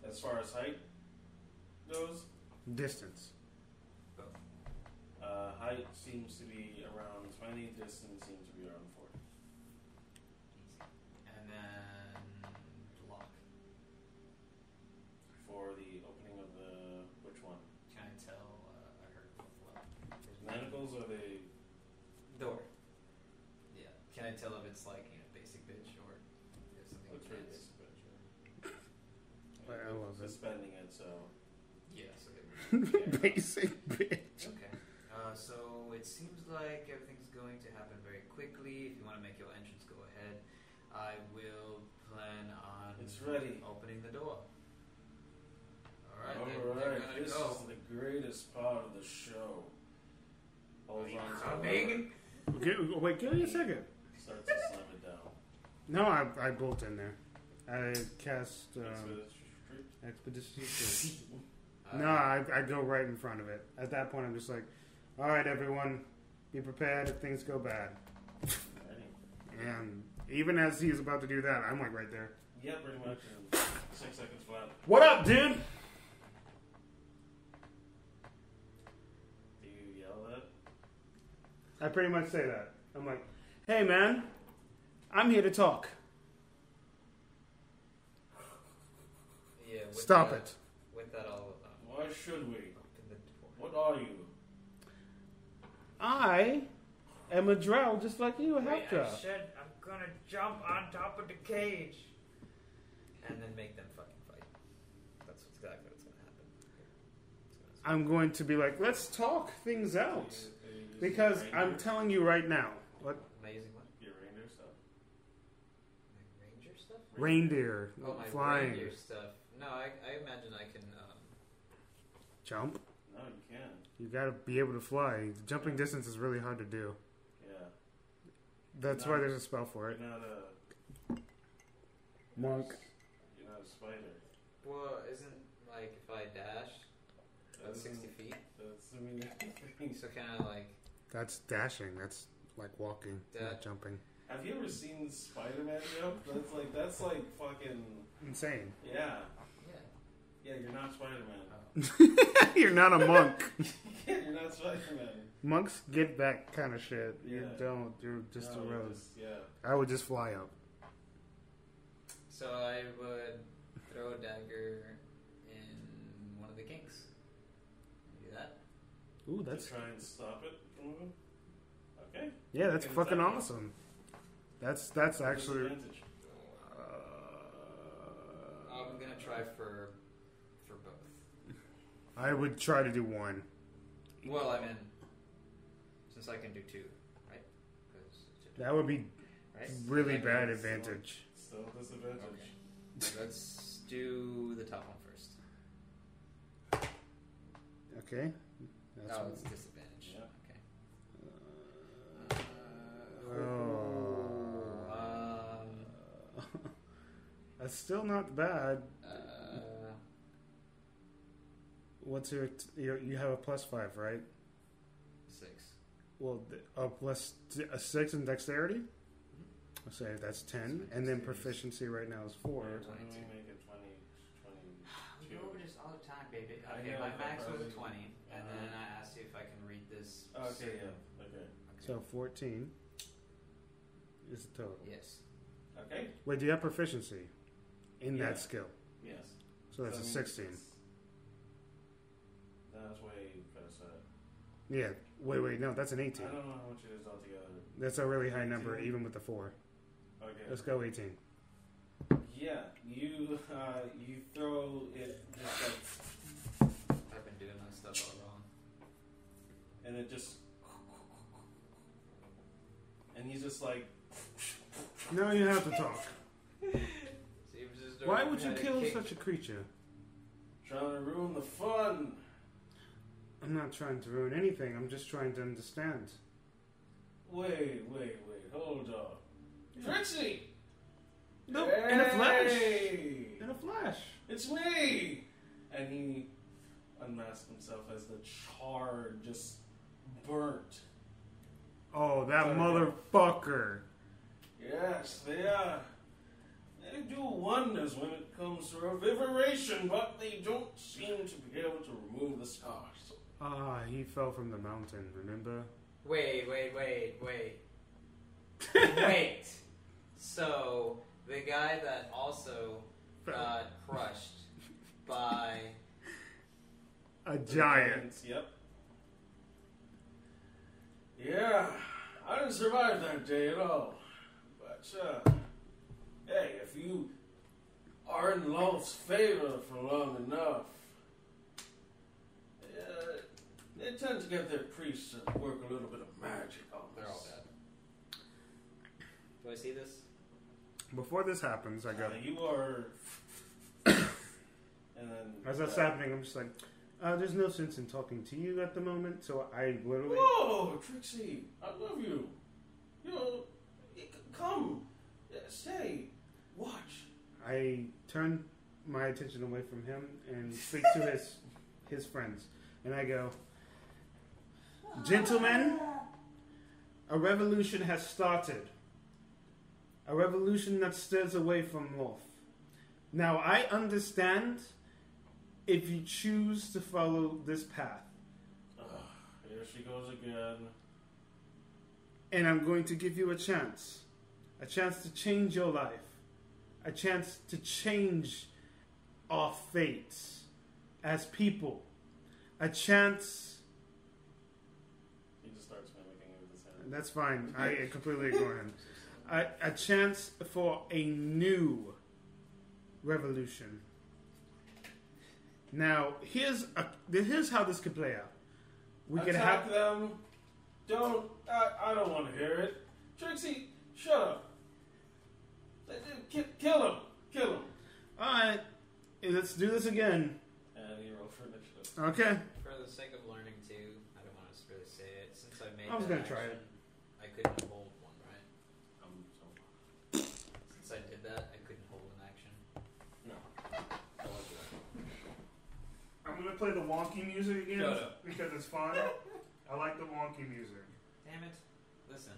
C: as far as height goes,
B: Distance.
C: uh, height seems to be around 20, distance seems to be around 40.
A: Easy. And then block. uh,
C: vehicles or they
A: Door. Yeah. Can I tell if it's like you know basic bitch or if something
C: look pretty
A: advanced?
I: But I love it.
C: Suspending it, so
A: Yeah. So it
C: yeah.
B: Basic bitch.
A: Okay. Uh, so it seems like everything's going to happen very quickly. If you want to make your entrance, go ahead. I will plan on
C: It's ready.
A: opening the door. All right, they're,
C: All
A: they're
C: right,
A: gonna
C: this
A: go.
C: is the greatest part of the show. Hold
A: Are you
C: on, to it.
A: coming?
B: Okay, oh, wait, give me a second.
C: Starts to slam it down.
B: No, I, I bolt in there. I cast um,
C: Um,
B: Expeditious.
A: Uh,
B: no, I, I go right in front of it. At that point, I'm just like, all right, everyone, be prepared if things go bad. And even as he's about to do that, I'm like right there.
C: Yeah, pretty much. in Six seconds flat.
B: What up, dude?
C: Do you yell that?
B: I pretty much say that. I'm like, hey, man, I'm here to talk.
A: Yeah, with
B: Stop
A: that,
B: it.
A: With that, I'll um,
C: Why should we?
A: open the door.
C: What are you?
B: I am a drow just like you, a half drow.
A: said I'm gonna jump on top of the cage. And then make them fucking fight. That's exactly what's gonna happen. It's gonna-
B: I'm going to be like, let's talk things out.
C: Are you using
B: Because
C: your
B: I'm
C: reindeer-
B: telling you right now, what
A: Am I using what?
C: your reindeer stuff.
A: Like ranger stuff?
B: reindeer
A: Oh, my
B: flying
A: reindeer stuff. No, I, I imagine I can. Um,
B: jump.
C: No, you can.
B: You gotta be able to fly. Jumping distance is really hard to do.
C: Yeah.
B: That's why there's a spell for
C: You're
B: it.
C: not a.
B: Monk.
C: You're not a spider.
A: well, isn't like if I dash about
C: That's-
A: sixty feet?
C: That's I mean.
A: So can I like?
B: That's dashing. That's like walking,
A: That-
B: not jumping.
C: Have you ever seen Spider-Man jump? That's like that's like fucking.
B: Insane.
C: Yeah.
A: Yeah.
C: Yeah, you're not Spider-Man.
A: Oh.
B: You're not a monk.
C: you're not Spider-Man.
B: Monks get that kind of shit. You
C: Yeah.
B: don't. You're just
C: No,
B: a
C: you're
B: rose.
C: just- Yeah.
B: I would just fly up.
A: So I would throw a dagger in one of the kinks. Do that.
B: Ooh,
C: That's
B: that's
C: to try and stop it from moving. Okay.
B: yeah. That's
C: Can
B: fucking
C: attack.
B: awesome. That's that's actually.
C: Disadvantage.
A: Uh, I'm gonna try for for both.
B: I would try to do one.
A: Well, I mean, since I can do two, right? 'Cause it's a-
B: That would be
A: right?
B: really
A: I can-
B: bad advantage.
C: Still disadvantage.
A: Okay. Let's do the top one first.
B: Okay. That's
A: oh,
B: one.
A: it's disadvantage.
C: Yeah.
A: Okay.
B: Oh.
A: Um,
B: That's still not bad.
A: uh,
B: What's your, t- your you have a plus five, right?
A: six.
B: Well, th- a plus t- a six in dexterity. I'll say that's ten, and then proficiency right now is four.
C: Why don't we make it 20, 20
A: We go over this all the time, baby.
C: I
A: Okay,
C: know,
A: my
C: but
A: max was a
C: probably-
A: 20, and
C: Uh-huh.
A: then I asked you if I can read this.
C: Okay,
A: soon.
C: yeah. Okay.
B: So fourteen is the total.
A: Yes.
C: Okay?
B: Wait, do you have proficiency in
C: Yeah. Um,
B: that skill?
C: Yes.
B: So that's
C: I
B: a
C: mean,
B: sixteen.
C: it's- That's way better set.
B: Yeah. Wait, wait, no, that's an eighteen.
C: I don't know how much it is altogether.
B: That's a really high number,
C: 18?
B: even with the four.
C: Okay.
B: Let's go eighteen.
C: Yeah, you uh, you throw it just like,
A: I've been doing my stuff all wrong.
C: and it just, and he's just like,
B: No, you have to talk.
A: So you were just
B: Why
A: doing
B: would you
A: a
B: kill
A: kick.
B: such a creature?
C: trying to ruin the fun.
B: I'm not trying to ruin anything. I'm just trying to understand.
C: Wait, wait, wait, hold on. Trixie!
B: No, in a flash.
C: Hey!
B: In a flash.
C: It's me! And he unmasked himself as the char just burnt.
B: Oh, that
C: Sorry.
B: motherfucker.
C: Yes, they are. They do wonders when it comes to revivoration, but they don't seem to be able to remove the scars.
B: Ah, he fell from the mountain, remember?
A: Wait, wait, wait, wait. wait. So, the guy that also got crushed by.
B: A giant.
C: Yep. Yeah, I didn't survive that day at all. But, uh, hey, if you are in Lolth's favor for long enough, uh, they tend to get their priests to work a little bit of magic on
A: They're all dead.
J: Do I see this?
B: Before this happens, I go.
C: Uh, you are. and then.
B: As that's
C: uh,
B: happening, I'm just like, uh, there's no sense in talking to you at the moment, so I literally.
C: Whoa, Trixie! I love you. You know, y- c- come, Yeah, stay, watch.
B: I turn my attention away from him and speak to his his friends, and I go, "Gentlemen, a revolution has started. A revolution that stirs away from North. Now I understand if you choose to follow this path,
C: Ugh, here she goes again.
B: and I'm going to give you a chance, a chance to change your life, a chance to change our fates as people, a chance."
C: He just starts mimicking it with his hand.
B: That's fine. I completely ignore him. A, a chance for a new revolution. Now, here's a, here's how this could play out. We could
C: Attack
B: have
C: them. Don't. I, I don't want to hear it. Trixie, shut up. Uh, uh, ki- Kill him. Kill him.
B: all right. Let's do this again.
C: And he rolled for initiative.
B: Okay.
A: For the sake of learning, too, I don't want to really say it. Since I made
B: I was
A: that
B: gonna try it.
A: action, I couldn't hold one, right?
C: Um, so,
A: Since I did that, I couldn't hold an action.
C: no. I won't do that.
K: I'm gonna play the wonky music again
A: No, no.
K: because it's fun. I like the wonky music.
A: Damn it. Listen.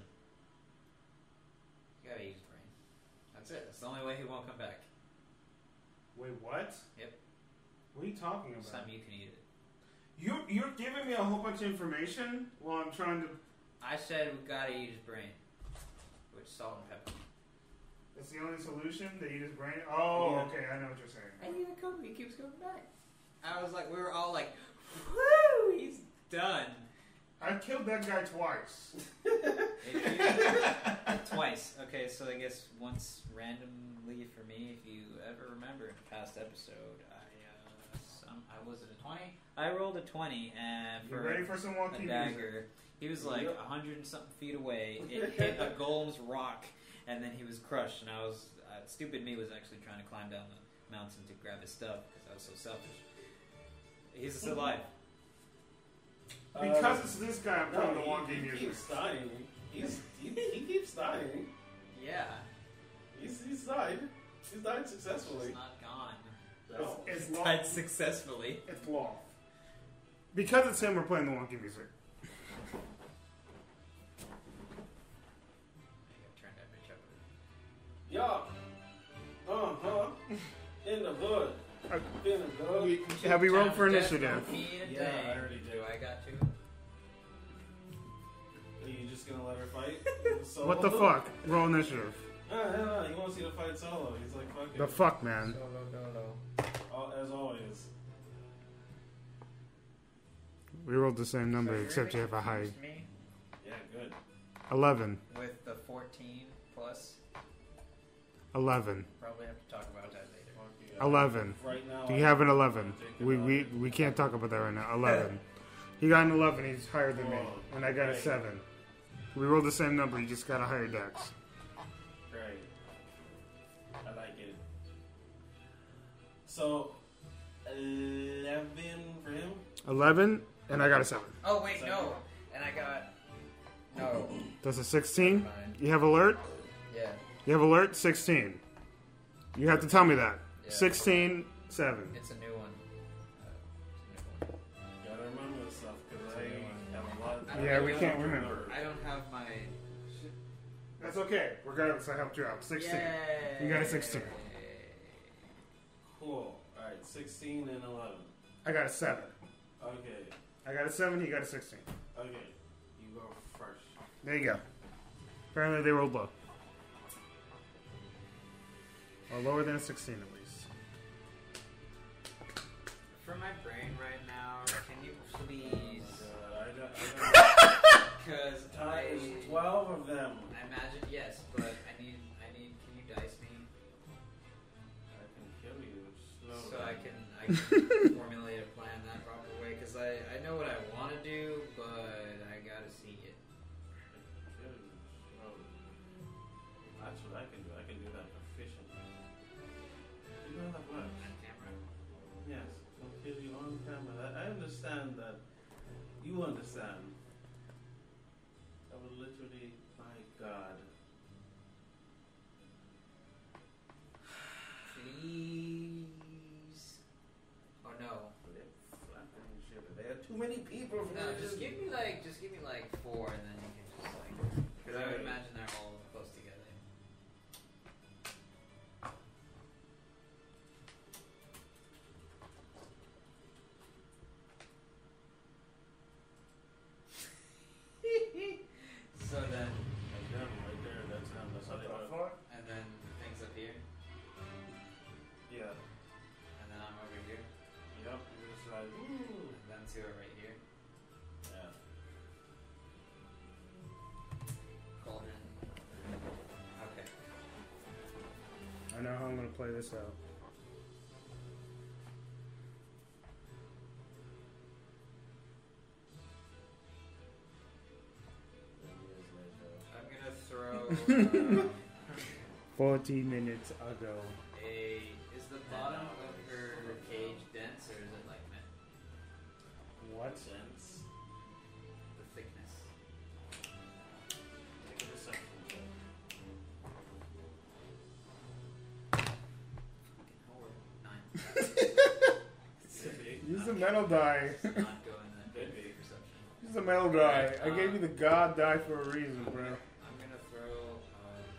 A: You gotta use your brain. That's it. That's the only way he won't come back.
K: Wait, what?
A: Yep.
K: What are you talking
A: This
K: about?
A: time you can eat it.
K: You you're giving me a whole bunch of information while I'm trying to.
A: I said we gotta eat his brain. With salt and pepper.
K: That's the only solution. They eat his brain. Oh,
A: Yeah.
K: okay. I know what you're saying.
A: And he come, he keeps coming back. I was like, we were all like, woo, he's done.
K: I killed that guy twice.
A: If you- Twice. Okay, so I guess once randomly for me, if you ever remember in a past episode, I uh, some, I was it a twenty. I rolled a twenty, and
K: You
A: for
K: ready for some wonky
A: a
K: music?
A: dagger, he was like a
C: Yep.
A: hundred and something feet away. It hit a golem's rock, and then he was crushed. And I was uh, stupid. Me was actually trying to climb down the mountain to grab his stuff because I was so selfish. He's still alive. Uh,
K: Because
C: Um,
K: it's this guy, I'm
C: No,
K: playing the
C: he,
K: wonky
C: he
K: music.
C: keeps dying. He's, he, he keeps dying.
A: Yeah,
C: He's, he's died. He's died successfully.
A: he's not gone.
C: No.
K: It's, it's
A: Died
K: long.
A: successfully.
K: It's long.
B: Because it's him, we're playing the wonky music.
A: I turned that bitch over.
C: Yeah. Uh huh. In the hood. In the hood.
B: Have we rolled
A: Town
B: for
A: death
B: initiative?
A: don't mean a
C: Yeah, I
A: thing.
C: already did.
A: Do I got two?
C: Are you just gonna let her fight? Solo?
B: What the fuck? Roll initiative.
C: No, no, no. He wants you to fight solo. He's like, fuck it.
B: The fuck, man.
A: Solo dolo.
C: Al- As always.
B: We rolled the same number, except you have a high
A: Me
C: Yeah, good.
B: eleven.
A: with the 14 plus.
B: Eleven.
A: Probably have to talk about that later.
C: Fuck you.
B: Eleven.
C: Right now.
B: Do
C: I-
B: you have an 11?
C: Take
B: We,
C: it
B: we,
C: off.
B: we can't talk about that right now. 11. he got an 11. He's higher than me.
C: Whoa.
B: And I got a
C: Great.
B: 7. We rolled the same number. He just got a higher dex.
C: Great. I like it. So, 11 for him?
B: 11, and I got a 7.
A: Oh, wait, no. And I got. No.
B: That's a 16.
A: Fine.
B: You have alert?
A: Yeah.
B: You have alert? 16. You have to tell me that.
A: Yeah.
B: 16, 7.
A: It's a new one. Uh, it's a new
C: Gotta remember this stuff, because I have a lot of
A: Yeah, we
B: can't
C: I don't
B: remember.
A: one. I don't have my.
B: That's okay. Regardless, I helped you out. 16.
A: Yay.
B: You got a 16.
C: Cool. Alright, 16 and 11.
B: I got a 7.
C: Okay,
B: I got a 7. He got a 16.
C: okay. You go first.
B: There you go. Apparently, they rolled low. Or lower than a 16, at least.
A: For my brain right now, can you please.
C: Uh, I don't, I
A: Because I,
C: Times twelve of them.
A: I imagine yes, but I need, I need. Can you dice me
C: I can kill you slowly.
A: so I can, I can formulate a plan that proper way? Because I, I know what I want to do, but I gotta see it.
C: kill you slowly. That's what I can do. I can do that proficiently. You know how that works.
A: On camera.
C: Yes, I'll kill you on camera. I, I understand that. You understand. I would literally, my God.
A: Please. Oh no.
C: They're flapping and shit. There are too many people for
A: No,
C: me to
A: just give me like, just give me like four, and then you can just like, because I would
C: Right.
A: imagine they're all close together. so then,
C: Like them, right there, that's them. That's how
E: What
C: they
E: the
C: are.
E: fuck?
A: and then things up here,
C: Yeah.
A: and then I'm over here,
C: Yep. You're just like, ooh.
A: and then two are right here.
C: Yeah.
A: Cauldron. Okay.
B: I know how I'm gonna play this out.
C: Years later.
A: I'm gonna throw. Um,
B: 40 minutes ago.
A: a is the bottom of her cage dense or is it like me-
C: What sense?
A: the thickness?
C: Take a deception check.
A: Fucking horror. Nine.
C: Could be.
B: Use the metal die.
A: It's not going that
C: Could
A: good
C: be.
A: perception.
B: Use the metal die. I gave you the god die for a reason, bro.
A: I'm gonna throw um,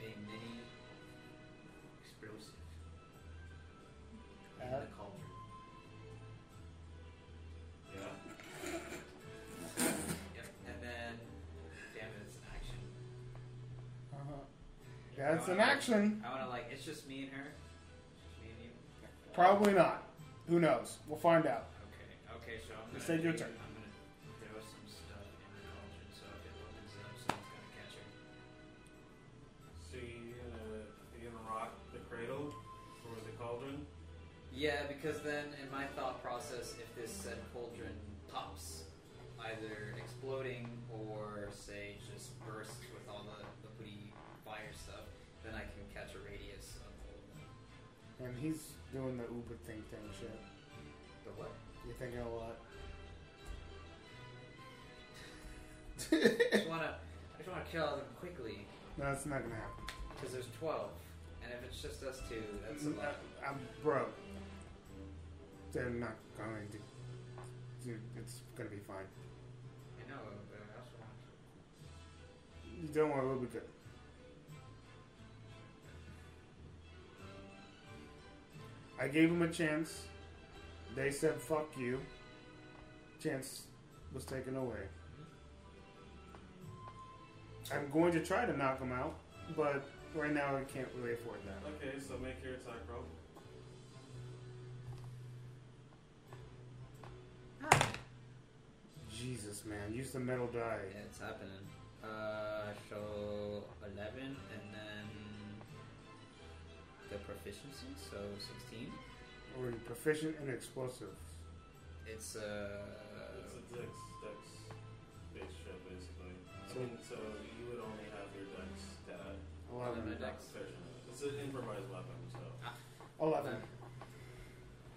A: a mini explosive in
B: Uh-huh.
A: the cauldron.
C: Yeah.
A: Yep. And then damn it, it's an action.
B: That's
A: I
B: an
A: wanna-
B: action.
A: I wanna like it's just me and her. It's just me and you.
B: Probably not. Who knows? We'll find out.
A: Okay, okay, so I'm gonna
B: It's like your
A: do-
B: turn.
A: I'm gonna throw some stuff in the cauldron so if it opens up someone's gonna catch her.
C: See, uh, you're gonna rock the cradle or the cauldron.
A: Yeah, because then in my thought process if this said cauldron pops, either exploding or say just bursts with all the, the pretty fire stuff, then I can catch a radius of all of them.
B: And he's doing the Uber think thing shit.
A: The what?
B: You're thinking a lot.
A: I just wanna I just wanna kill them quickly,
B: No, that's not gonna happen.
A: because there's twelve. And if it's just us two, that's a lot.
B: I, am bro. They're not going to. Dude, it's gonna be fine. Mm-hmm.
A: I know, but I also want to
B: Don't worry, we'll be good. I gave him a chance. They said fuck you. Chance was taken away. I'm going to try to knock him out, but right now I can't really afford that.
C: Okay, so make your attack roll.
B: Jesus, man, use the metal die.
A: Yeah, it's happening. Uh, so 11 and then the proficiency, so 16.
B: Or proficient in explosives.
A: It's, uh,
C: It's a dex, dex based show basically. I
B: So-
C: mean, so you would only have your dex stat.
B: Eleven.
A: Eleven. Dex.
C: version of it. It's an improvised weapon, so.
B: Eleven.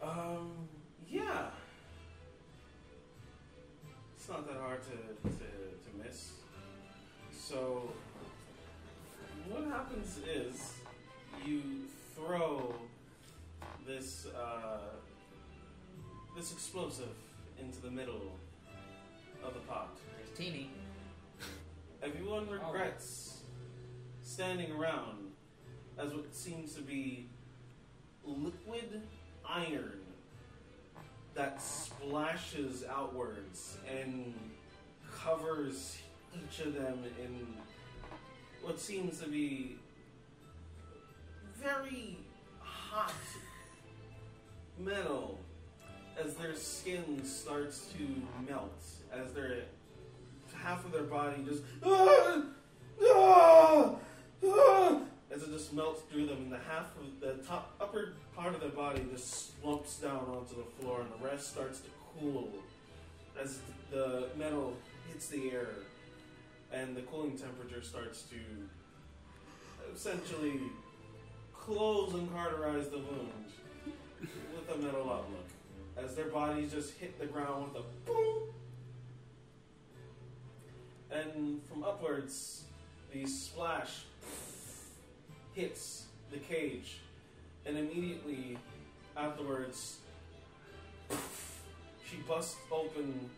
C: Um, yeah. It's not that hard to, to, to miss. So, what happens is you throw this uh, this explosive into the middle of the pot.
A: there's Teeny.
C: Everyone regrets standing around as what seems to be liquid iron that splashes outwards and covers each of them in what seems to be very hot metal as their skin starts to melt as their half of their body just ah, ah, ah, as it just melts through them, and the half of the top upper part of their body just slumps down onto the floor, and the rest starts to cool as the metal hits the air, and the cooling temperature starts to essentially close and cauterize the wound with a metal outlook as their bodies just hit the ground with a boom. And from upwards, the splash hits the cage, and immediately afterwards, she busts open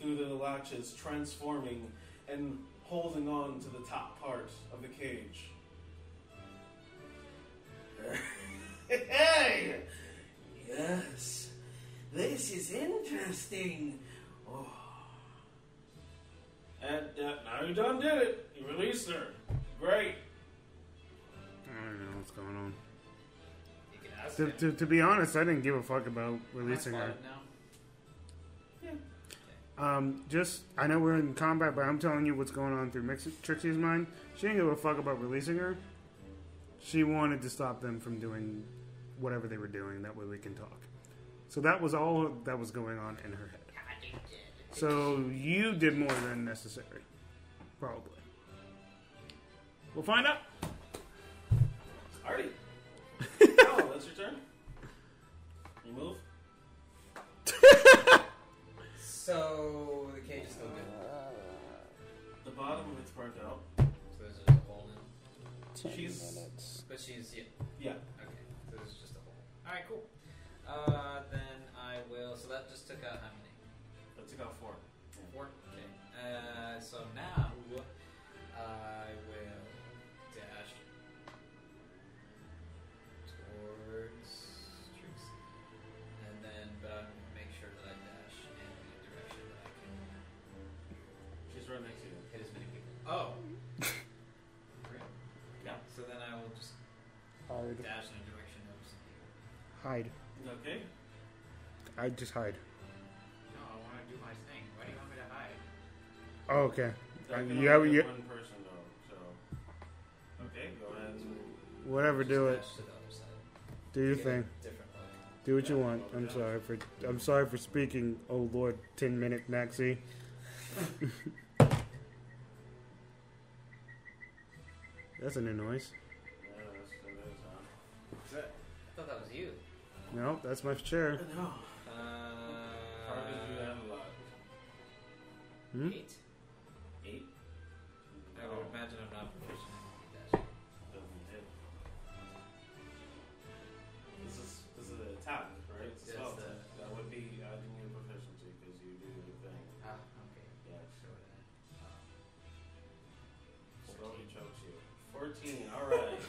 C: through the latches, transforming and holding on to the top part of the cage. hey! Yes, this is interesting. Oh. And uh, now you done did it. You released her. Great.
B: I don't know what's going on.
A: You can ask
B: To,
A: him.
B: to, to be honest, I didn't give a fuck about releasing
A: Am I
B: her.
A: spotted now?
B: Um, just I know we're in combat, but I'm telling you what's going on through Mix- Trixie's mind. She didn't give a fuck about releasing her. She wanted to stop them from doing whatever they were doing. That way we can talk. So that was all that was going on in her head. So you did more than necessary, probably. We'll find out.
C: Alrighty. oh, that's your turn. You move.
A: So the cage is still good.
C: The bottom of it's burnt out.
A: So there's just a hole in. it.
C: She's-
A: But she's yeah.
C: Yeah.
A: Okay. So there's just a hole. All right. Cool. Uh, then I will. So that just took out how many?
C: That took out four.
A: Four. Okay. Uh, so now I will dash towards Trixie, and then but I'm gonna make sure that I dash in the direction that I can
C: She's right next to you.
A: hit as many people. Oh. Great.
C: Yeah.
A: So then I will just
B: Hide,
A: dash in the direction of some people.
B: hide.
C: Okay.
B: I just hide.
A: No, I want to do my thing. Why do you want me to hide?
B: Oh, okay.
C: That
B: Uh,
C: can only
B: you have-
C: fit
B: you-
C: one person though. So. Okay. Go ahead.
B: Whatever,
A: Just
B: do it.
A: dash to the other side.
B: Do your
A: Get a
B: thing.
A: Different look.
B: Do what you want. I'm sorry for. I'm sorry for speaking. Oh Lord, ten minute Maxi. That's a new noise.
C: Yeah, that's, that is, huh?
A: I thought that was you.
B: No, that's my chair.
C: No. Probably do that
A: Uh,
C: a lot.
B: Hmm?
A: eight.
C: Eight.
A: I
C: No.
A: would imagine I'm not proficient in dash.
C: This is this is an attack, right? It's a
A: Yes,
C: spell
A: the-
C: attack. That would be I think your proficiency because you do the thing.
A: Ah, okay.
C: Yeah.
A: So then, um,
C: Spell you chokes you. Fourteen. All right.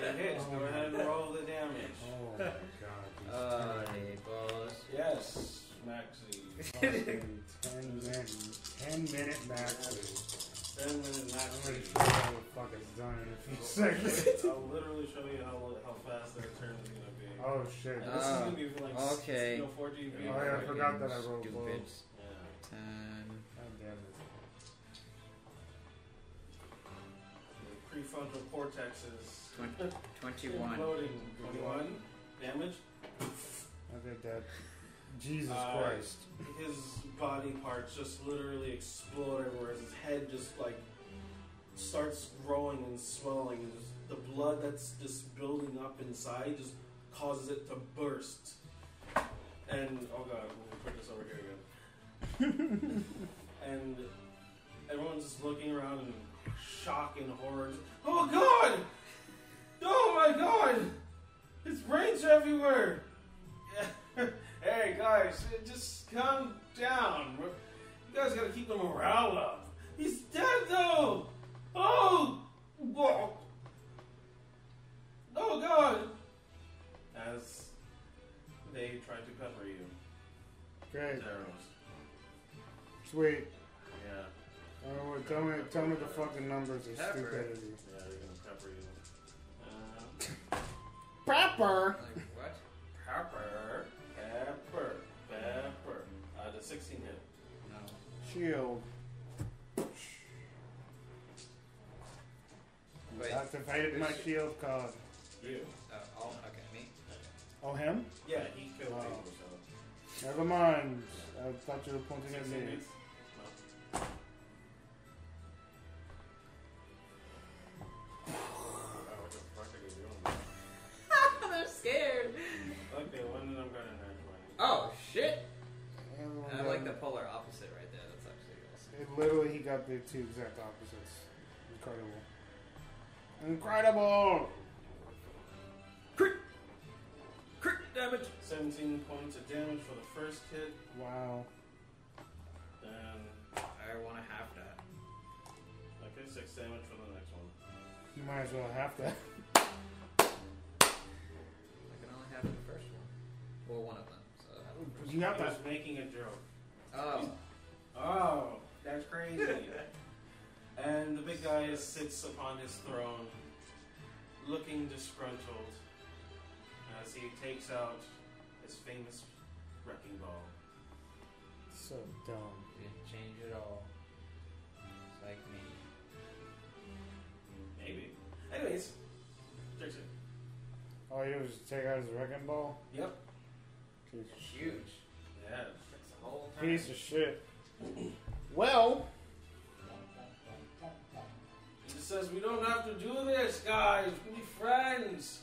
C: that hits. Go ahead and roll the damage.
B: Oh my God.
A: uh, balls.
C: Yes, Maxi.
B: ten, minute, ten minute Maxi.
C: Ten minute Maxi.
B: I'm gonna show you how the fuck it's done in a few seconds.
C: I'll literally show you how how fast that turn is gonna be.
B: Oh shit.
C: And this is gonna be for like s-
E: okay.
C: no, 14
B: Oh, yeah, I forgot that I rolled
E: Good
B: low.
E: bits.
C: Yeah.
E: Ten.
B: God damn it.
C: The prefrontal cortex is
E: Twen- Twenty-one.
C: Loading 21 damage.
B: Okay, Dad. Jesus
C: Uh,
B: Christ.
C: His body parts just literally explode everywhere. His head just like starts growing and swelling. And just- the blood that's just building up inside just causes it to burst. And oh god, I'm gonna put this over here again. and everyone's just looking around in shock and horror. Oh god! Oh my god! His brains are everywhere! hey guys, uh, just calm down. We're- You guys gotta keep the morale up. He's dead though! Oh! Whoa. Oh god! As they tried to cover you,
B: Okay,
C: with arrows.
B: sweet.
C: Yeah.
G: Uh,
B: Oh, well, tell me, tell me the fucking numbers of
E: Pepper.
B: stupidity.
C: Yeah, they're gonna pepper you. Uh,
B: Pepper.
A: Like what?
C: pepper, pepper, pepper. Uh, the 16 hit.
A: No.
B: Shield.
A: Wait, uh,
G: Activated my shield card.
C: You.
A: all, okay, me?
G: Oh, him?
C: Yeah, he killed
G: Wow.
C: people, so.
G: Never mind. I thought you were pointing at me.
C: Oh, what the fuck are you doing?
E: They're scared.
C: Okay, one of them got a nat 20.
A: Oh, shit!
G: Everyone
A: I like the
G: got-
A: polar opposite right there. That's actually awesome.
G: It literally, he got the two exact opposites. Incredible. Incredible!
A: Crit damage!
C: 17 points of damage for the first hit,
G: Wow.
C: and
A: I want to have that.
C: okay, 6 damage for the next one.
G: You might as well have that.
A: I can only have the first one. Well, one of them. So.
G: You have
C: I
G: that.
C: was making a joke.
A: Oh,
C: Oh, that's crazy. and the big guy is, sits upon his throne, looking disgruntled, as he takes out his famous wrecking ball.
G: So dumb.
A: didn't change at all. It's like me.
C: Maybe. Anyways, Jackson.
G: All you do is take out his wrecking ball?
C: Yep.
G: Jeez.
A: Huge.
C: Yeah.
A: That's the whole time.
G: Piece of shit. Well,
C: He just says, We don't have to do this, guys. We can be friends.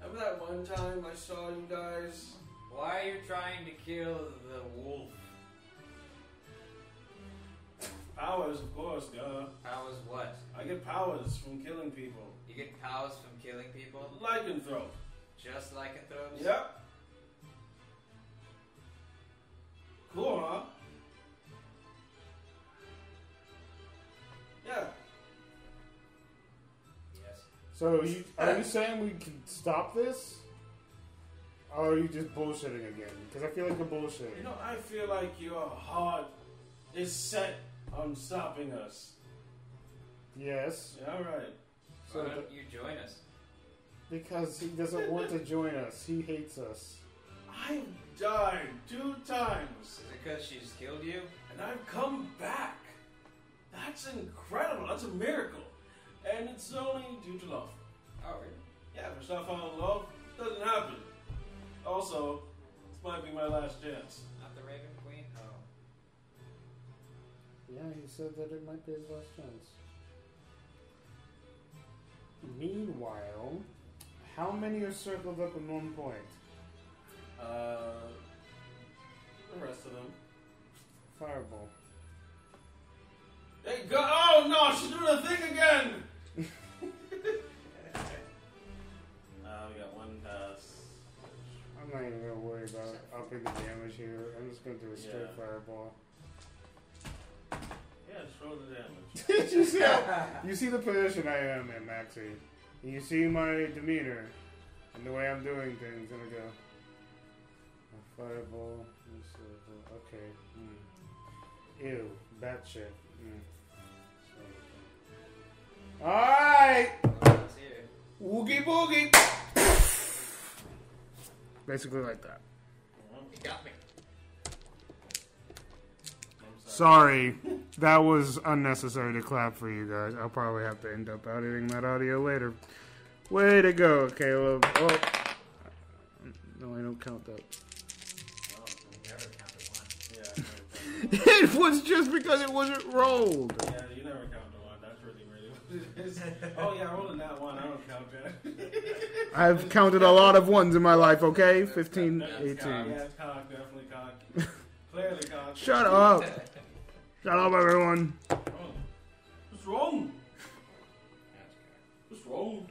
C: Remember that one time I saw you guys?
A: Why are you trying to kill the wolf?
C: Powers, of course, duh.
A: Powers what?
C: I get powers from killing people.
A: You get powers from killing people?
C: Lycanthrope.
A: Just like a throws?
C: Yep. Cool, huh? Yeah.
A: Yes.
G: so you, are you saying we can stop this? Or are you just bullshitting again? Because I feel like you're
C: You
G: bullshitting.
C: know, I feel like your heart is set on stopping us.
G: Yes.
C: Yeah, all right.
A: Why
G: So
A: don't you join us?
G: Because he doesn't want to join us. He hates us.
C: I've died two times,
A: Is it because she's killed you?
C: and I've come back. That's incredible. That's a miracle. And it's only due to love.
A: Oh, really?
C: Yeah, if I start falling in love, doesn't happen. Also, this might be my last chance.
A: Not the Raven Queen? Oh.
G: Yeah, he said that it might be his last chance. Meanwhile, how many are circled up in one point?
C: Uh, the rest of them.
G: Fireball.
C: Hey, go! Oh no, she's doing the thing again. uh, we got one pass.
G: I'm not even gonna worry about upping the damage here. I'm just gonna do a straight
C: Yeah.
G: fireball.
C: Yeah, just roll the damage.
G: Did you see? how- you see the position I am in, Maxie. And you see my demeanor and the way I'm doing things. And I go, a fireball, and so the- okay. Mm. Ew, bat shit. Mm. So- All right,
A: Well, it's here.
G: woogie boogie.
B: Basically like that.
A: You got me.
C: I'm sorry.
B: Sorry, that was unnecessary to clap for you guys. I'll probably have to end up editing that audio later. Way to go, Caleb. Oh. No, I don't count that.
A: You never counted one.
C: yeah,
B: It was just because it wasn't rolled.
C: yeah, you never count the one. That's really, really what it is. Oh yeah, rolling that one. I don't count that.
B: I've counted a lot of ones in my life, okay? 15,
C: That's
B: 18.
C: cock. Yeah, it's cock. Definitely cock. Clearly cock.
B: Shut up. Shut up, everyone.
C: Oh. What's wrong?
A: That's
C: What's
A: good.
C: wrong?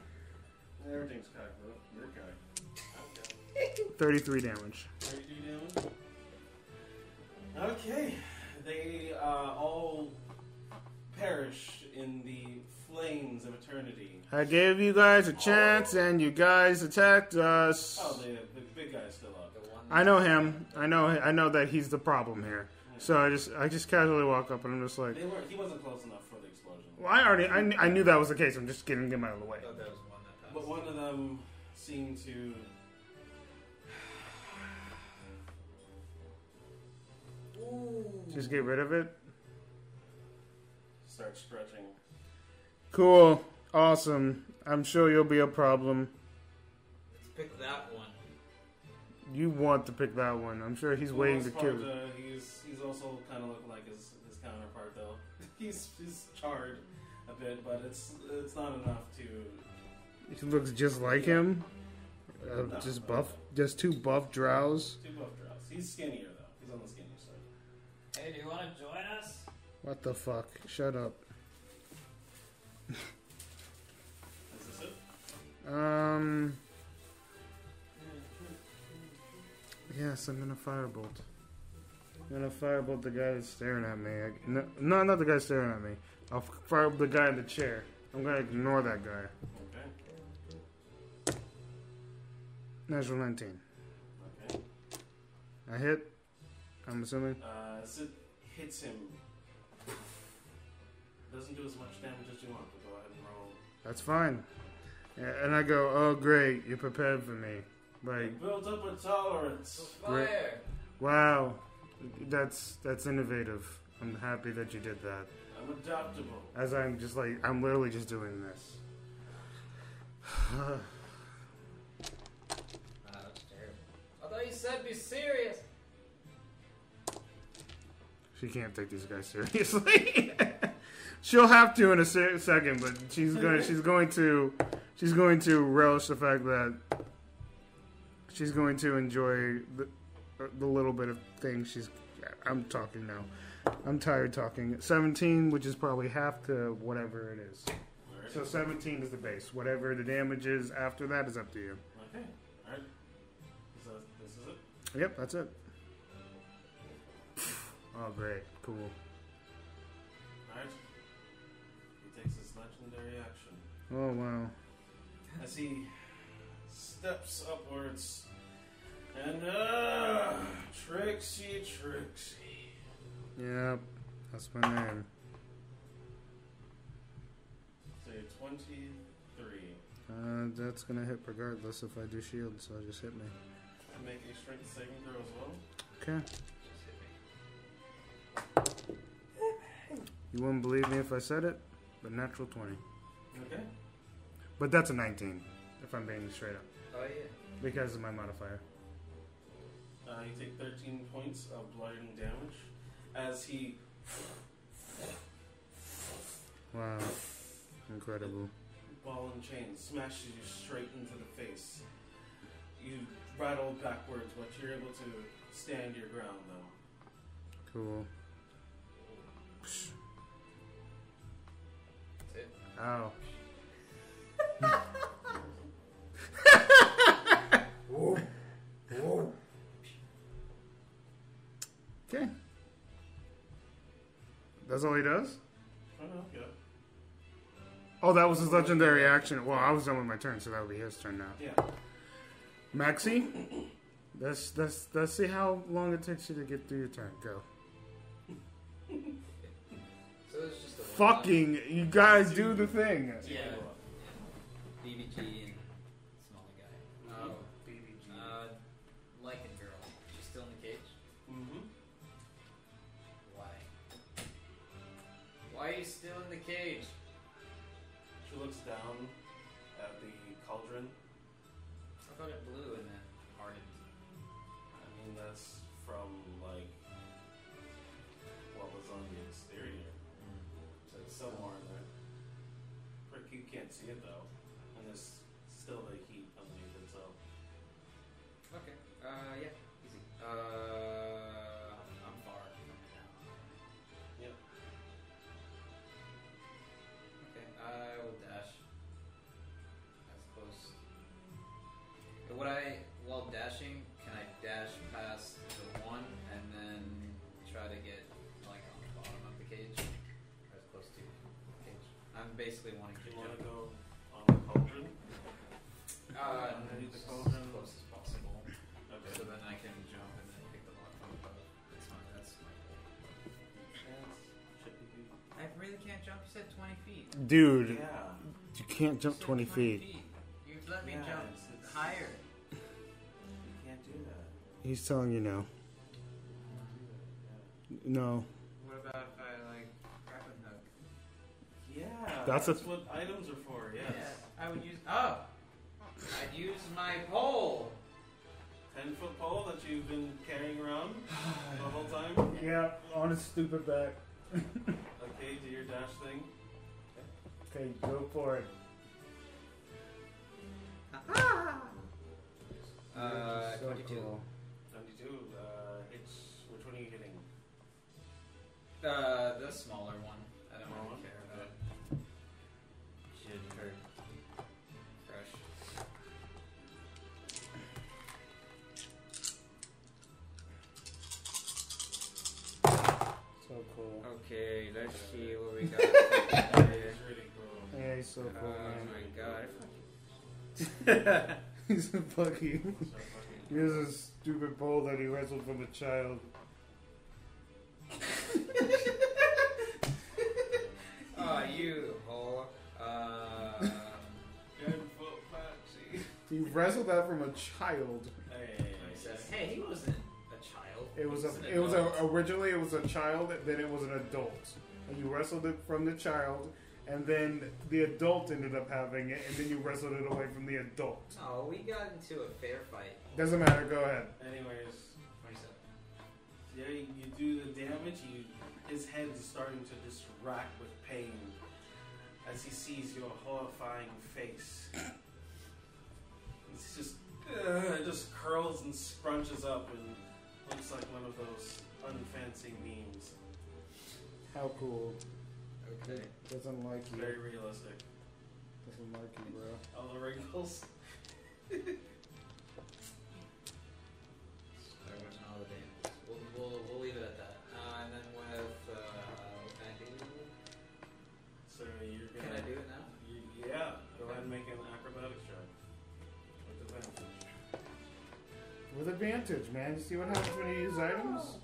C: Everything's cock, bro. You're cock.
B: 33 damage.
C: Are you doing? Okay, they uh, all perish in the flames of eternity.
B: I gave you guys a chance and you guys attacked
C: Oh,
B: us.
C: the, the big guy's still up.
A: The one
B: I know him. I know I know that he's the problem here. So I just I just casually walk up and I'm just like,
C: They were, he wasn't close enough for the explosion.
B: well, I already I, kn- I knew that was the case. I'm just getting him out of the way.
A: I thought there was one that passed.
C: But one of them seemed to.
B: Just get rid of it.
C: start stretching.
B: Cool. awesome. I'm sure you'll be a problem.
A: Let's pick that one.
B: You want to pick that one. I'm sure he's
C: For the
B: waiting to
C: most
B: kill.
C: part, Uh, he's he's also kind of looking like his, his counterpart though. he's he's charred a bit, but it's it's not enough to.
B: He looks just like him. Uh,
C: No,
B: just
C: no,
B: buff, just two buff drows.
C: Two buff drops. He's skinnier though. He's on the skinnier side.
A: Hey, do you want to join us?
B: What the fuck? Shut up.
C: Is this it?
B: Um. Yes, I'm gonna firebolt. I'm gonna firebolt the guy that's staring at me. I, no, no, not the guy staring at me. I'll firebolt the guy in the chair. I'm gonna ignore that guy.
C: Okay.
B: Natural 19.
C: Okay.
B: I hit. I'm assuming.
C: Uh, as it hits him, doesn't do as much damage as you want. But go ahead and roll.
B: That's fine. A- And I go, oh great, you're prepared for me. Like,
C: It builds up a tolerance.
B: Great.
A: Fire!
B: wow, that's that's innovative. I'm happy that you did that.
C: I'm adaptable.
B: As I'm just like, I'm literally just doing this.
A: Ah, that's terrible. I thought you said be serious.
B: She can't take these guys seriously. She'll have to in a se- second, but she's going. She's going to. She's going to relish the fact that she's going to enjoy the, the little bit of things she's. I'm talking now. I'm tired talking. 17, which is probably half to whatever it is.
C: Alright.
B: So 17 is the base. Whatever the damage is after that is up to you.
C: Okay. All right. So this is it.
B: Yep, that's it. Oh, great. Cool.
C: All right. He takes his legendary action.
B: Oh, wow.
C: as he steps upwards and uh, Trixie, Trixie.
B: Yep, that's my name.
C: So you're 23.
B: Uh, that's gonna hit regardless if I do shield, so just hit me.
C: And make a strength saving throw as well.
B: Okay.
A: Just hit me.
B: You wouldn't believe me if I said it, but natural 20.
C: Okay.
B: But that's a 19, if I'm being straight up,
A: Oh, yeah.
B: because of my modifier.
C: Uh, you take 13 points of bludgeoning damage as he
B: Wow. Incredible.
C: ball and chain smashes you straight into the face. You rattle backwards, but you're able to stand your ground though.
B: Cool.
A: That's it.
B: Ow. Okay. That's all he does?
C: Oh no, yeah.
B: Oh, that was his legendary action. Well, I was done with my turn, so that would be his turn now.
C: Yeah.
B: Maxie, let's let's let's see how long it takes you to get through your turn. Go.
A: So it's just the one
B: Fucking, you guys do the thing.
A: Yeah.
C: You go up.
A: BBG and smaller guy. Oh, uh, Lycan girl. She's still in the cage.
C: Mhm.
A: Why? Why are you still in the cage?
C: She looks down at the cauldron.
A: I thought it blew and then hardened.
C: I mean, that's from like what was on the exterior. So it's somewhere in there. Frick, you can't see it though, and there's still the heat underneath it. So
A: Okay. Uh, yeah. Easy. Uh, I'm far from it now.
C: Yep.
A: Okay. I will dash. As close. But Would I, while dashing, can I dash past the one and then try to get like on the bottom of the cage, or as close to the cage? I'm basically wanting to
C: you want
A: jump.
C: to go on the cauldron?
A: Uh,
C: Underneath the
A: as
C: cauldron?
A: close as possible. So
C: Okay.
A: then I can jump and then pick the lock from above. That's my, that's my goal. I really can't jump. You said 20 feet.
C: Yeah.
B: Dude,
C: Yeah.
B: you can't
A: You
B: jump
A: said
B: 20 feet.
A: You let me
C: Yeah,
A: jump
C: it's- it's-
A: higher.
C: You can't do that.
B: He's telling you no. No.
A: What about if I, like, grab a hook?
C: Yeah.
L: That's a-
C: what items are for. Yes.
A: Yeah, I would use. Oh! I'd use my pole!
C: Ten foot pole that you've been carrying around the whole time.
B: Yeah, on his stupid back.
C: Okay, do your dash thing.
B: Okay, go for it.
A: Uh,
B: This is so
A: 22.
B: cool.
C: Ninety-two. Uh, hits. Which one are you hitting?
A: Uh, the smaller one. I don't
C: Smaller
A: really
C: one?
A: care about
M: Should hurt.
A: crush.
B: So cool.
A: Okay, let's see what we got. here.
C: It's really cool.
B: Yeah, he's so
A: Oh
B: cool, man.
A: my god.
B: he's a fucking.
C: So fucking-
B: He has a stupid pole that he wrestled from a child.
A: Oh, you whore. Um,
C: Ten foot maxi.
B: He wrestled that from a child.
C: Hey.
A: hey, he wasn't a child.
B: It was
A: He
B: a.
A: an
B: It was a.
A: adult.
B: Originally, it was a child. Then it was an adult. And you wrestled it from the child, and then the adult ended up having it, and then you wrestled it away from the adult.
A: Oh, we got into a fair fight.
B: Doesn't matter. Go ahead.
C: Anyways,
A: Twenty-seven.
C: yeah, you, you do the damage. You, his head is starting to just rack with pain as he sees your horrifying face. It's just, uh, it just curls and scrunches up and looks like one of those unfancy memes.
B: How cool.
A: Okay.
B: Doesn't like you.
C: Very realistic.
B: Doesn't like you, bro.
C: All the wrinkles.
A: There wasn't all the damage. We'll, we'll, we'll leave it at that. Uh, and then with uh, what can I do?
C: So you're
A: Can I
C: gonna.
A: do it now?
C: You, yeah, go ahead and make an acrobatics check. With advantage.
B: With advantage, man. You see what happens when you use items?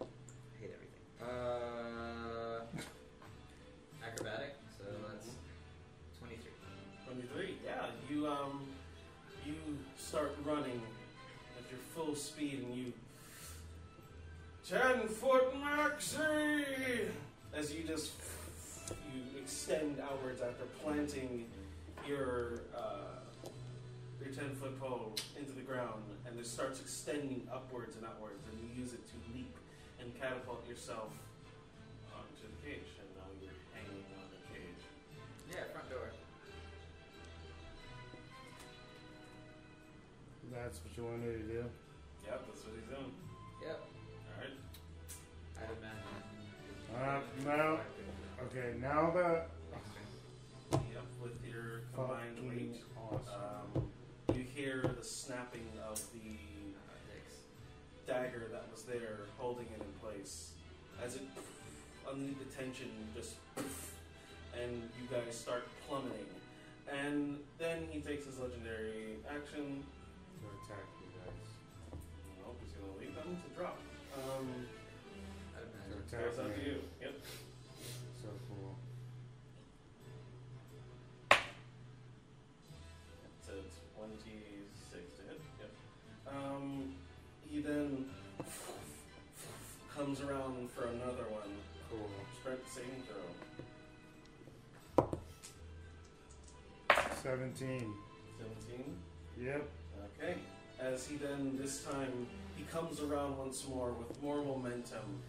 A: I hate everything. Uh, acrobatic. So that's twenty-three.
C: 23, yeah. You um, you start running at your full speed, and you ten foot maxi as you just you extend outwards after planting your uh, your ten foot pole into the ground, and it starts extending upwards and outwards, and you use it to leap and catapult yourself onto the cage, and now you're hanging on the cage.
A: Yeah, front door.
B: That's what you wanted to do.
C: Yep, that's what he's doing.
A: Yep.
C: All right.
A: I'd
B: Uh,
A: imagine.
B: no. Okay, now the
C: Yep, with your combined
B: fucking
C: weight,
B: awesome.
C: um, you hear the snapping of the dagger that was there holding it in place as it underneath the tension just and you guys start plummeting. And then he takes his legendary action.
B: To attack you guys.
C: Nope, he's gonna leave them to drop. Um,
A: I'd
B: To
A: imagine.
B: attack
C: goes up to
B: me.
C: you. Yep.
B: So cool.
C: So it's one G six to hit. Yep. Um, he then comes around for another one.
B: Cool.
C: Strength saving throw.
B: 17.
C: Seventeen.
B: Yep.
C: Okay. As he then this time he comes around once more with more momentum,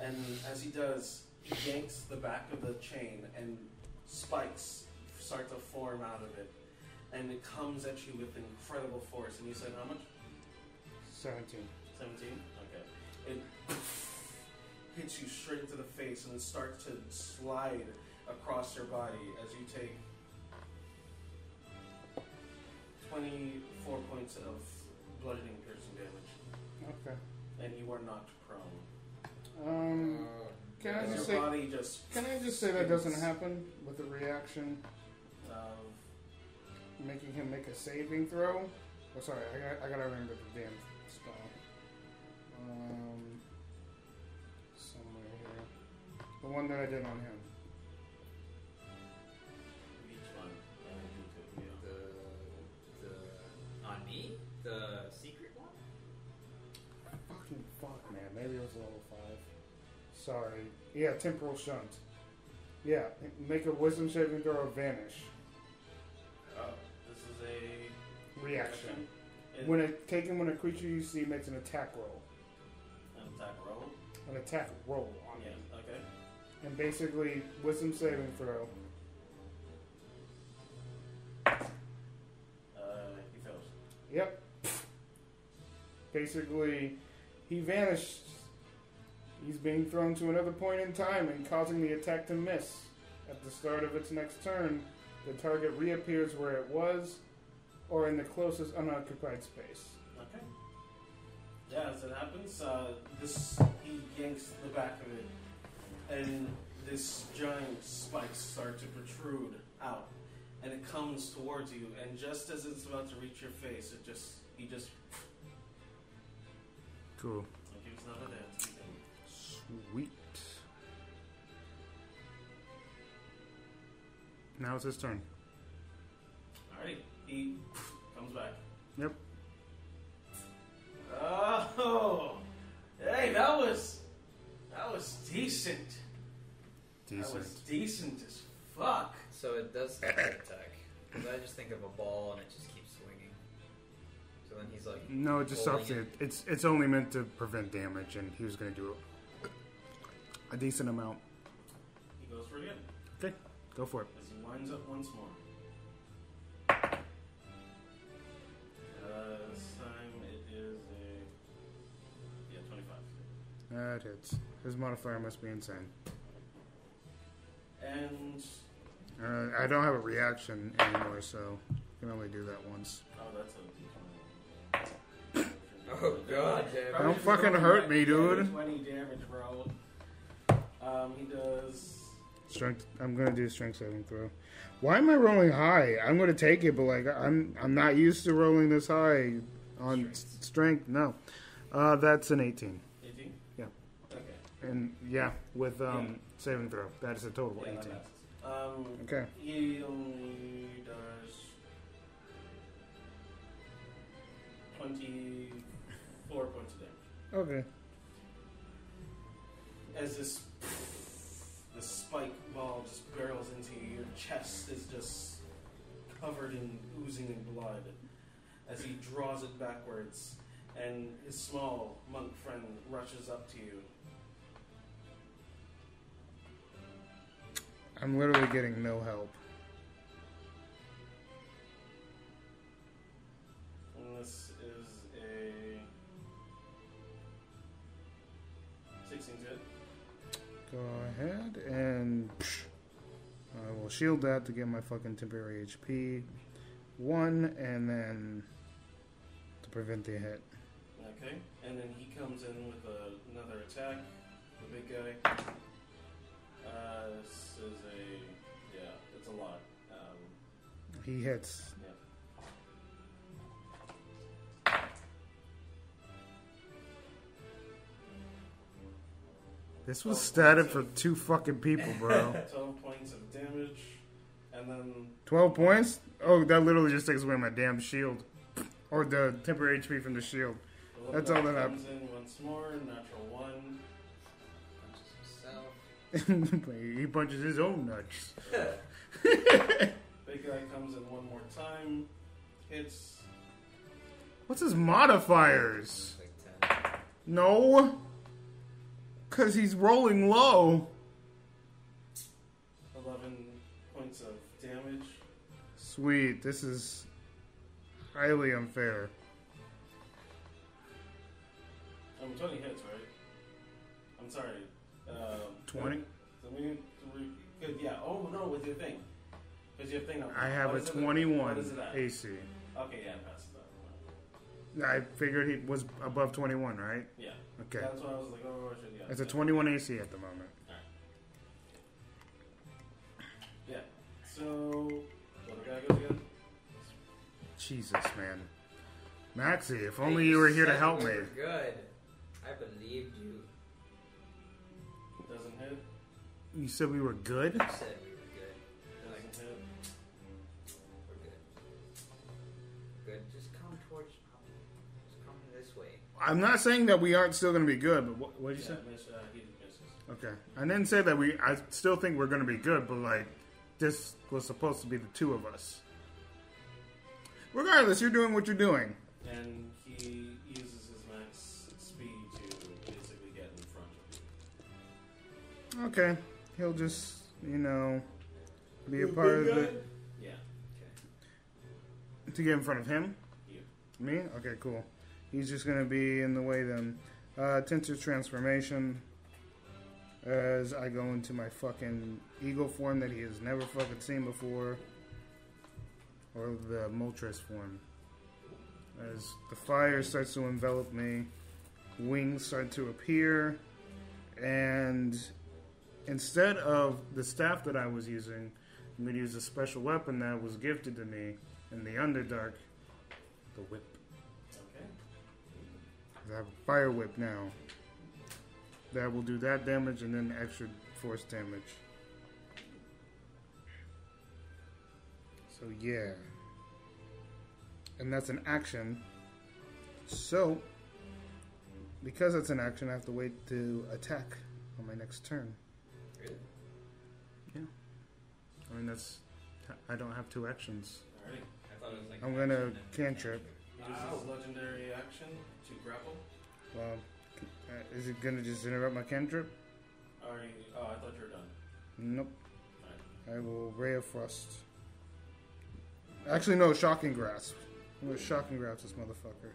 C: and as he does, he yanks the back of the chain and spikes start to form out of it, and it comes at you with incredible force. And you said how much?
B: 17.
C: 17? Okay. It hits you straight to the face and it starts to slide across your body as you take 24 points of bludgeoning piercing damage.
B: Okay.
C: And you are not prone.
A: Uh,
B: Um, can I
C: As
B: just
C: your
B: say,
C: body just.
B: can I just say that doesn't happen with the reaction?
C: Uh,
B: Making him make a saving throw? Oh, sorry, I gotta, I gotta remember the damn spell. Um, somewhere here. The one that I did on him.
C: each one. Uh, you two, yeah.
A: The the on me the secret one.
B: Fucking fuck, man. Maybe it was level 5. Sorry.
G: Yeah, temporal shunt. Yeah, make a wisdom saving throw or vanish.
C: Oh, this is a
G: Reaction.
C: It,
G: When a taken when a creature you see makes an attack roll.
C: an attack roll.
G: An attack roll on
C: Yeah.
G: it.
C: Okay.
G: And basically wisdom saving throw.
C: Uh, he fails.
G: Yep. Basically he vanished. He's being thrown to another point in time and causing the attack to miss. At the start of its next turn, the target reappears where it was or in the closest unoccupied space.
C: Okay. Yeah, as it happens, uh, this he yanks the back of it, and this giant spikes start to protrude out, and it comes towards you. And just as it's about to reach your face, it just he just
B: Cool.
C: like he was not a dance. he didn't.
B: Sweet. Now it's his turn.
C: All right, he comes back.
B: Yep.
C: Oh, hey, that was that was decent. That was decent as fuck.
A: So it does still attack. Because I just think of a ball and it just keeps swinging. So then he's like,
B: No, it just
A: Rolling
B: stops it. It's it's only meant to prevent damage, and he was going to do a decent amount.
C: He goes for it again.
B: Go for it.
C: as he winds up once more. Uh, this time it is a yeah, twenty-five,
B: That hits. His modifier must be insane.
C: and
B: Uh, I don't have a reaction anymore, so I can only do that once.
C: oh, that's a d20.
A: oh god, damn.
B: Don't fucking hurt me, dude.
C: Twenty damage, bro. Um, he does.
B: Strength. I'm gonna do strength saving throw. Why am I rolling high? I'm gonna take it, but like I'm I'm not used to rolling this high on s- strength. No, uh, that's an 18.
C: 18?
B: Yeah.
C: Okay.
B: And yeah, with um,
C: Yeah.
B: saving throw, that is a total
C: Yeah, that
B: 18.
C: passes. Um,
B: Okay.
C: he only does 24 points of damage.
B: Okay.
C: as this the spike ball just barrels into you. Your chest is just covered in oozing in blood as he draws it backwards, and his small monk friend rushes up to you.
B: I'm literally getting no help.
C: And this is a 16 hit.
B: Go ahead and I will shield that to get my fucking temporary HP one, and then to prevent the hit.
C: Okay, and then he comes in with a, another attack. The big guy. Uh, this is a yeah, it's a lot. Um,
B: He hits. This was statted for two fucking people, bro.
C: 12 points of damage, and then
B: 12 points? Oh, that literally just takes away my damn shield. Or the temporary HP from the shield.
C: the little
B: That's
C: guy
B: all that
C: comes in once more, natural one.
A: Punches himself.
B: he punches his own nuts.
C: Big guy comes in one more time, hits.
B: What's his modifiers?
A: It's like 10.
B: No. Because he's rolling low.
C: 11 points of damage.
B: Sweet. This is highly unfair.
C: I mean, 20 hits, right? I'm sorry. Um,
B: 20?
C: So we need to re- good, yeah. Oh no, with your thing, because your thing.
B: I have
C: what
B: a
C: is it at? What
B: 21
C: is it at?
B: AC.
C: Okay, yeah, pass that. one.
B: I figured he was above 21, right?
C: Yeah,
B: Okay.
C: that's why I was like, oh, I should, yeah.
B: It's a 21 AC at the moment.
C: Yeah. So, so the guy goes again.
B: Jesus, man. Maxie, if only you were here to
A: said
B: help
A: we
B: me.
A: were Good. I believed you.
C: Doesn't hit.
B: You said we were good?
A: You said we were good.
C: Doesn't hit.
A: We're good. Good. Just come towards. Just come this way.
B: I'm not saying that we aren't still going to be good, but what did you
C: Yeah, miss, uh, he misses.
B: say? Okay. I didn't say that we. I still think we're going to be good, but like, this was supposed to be the two of us. Regardless, you're doing what you're doing.
C: And he uses his max speed to basically get in front of you.
B: Okay. He'll just, you know, be a part of it
C: Yeah. Okay.
B: to get in front of him.
C: You.
B: Me? Okay, cool. He's just gonna be in the way then. Uh, Tensor's transformation. As I go into my fucking eagle form that he has never fucking seen before. Or the Moltres form. As the fire starts to envelop me, wings start to appear, and instead of the staff that I was using, I'm gonna use a special weapon that was gifted to me in the Underdark, the whip.
C: Okay.
B: I have a fire whip now. That will do that damage and then extra force damage. So yeah. And that's an action. So because that's an action, I have to wait to attack on my next turn.
A: Really?
B: I mean that's I don't have two actions.
C: Alright.
A: I thought it was like
B: I'm gonna
A: an action and an
B: cantrip.
A: action.
C: He uses his legendary action to grapple.
B: Well, uh, is it gonna just interrupt my cantrip?
C: Are you, oh, I thought you were done.
B: Nope.
C: Alright.
B: I will Ray of Frost. Actually, no, Shocking Grasp. I'm going to Shocking Grasp this motherfucker.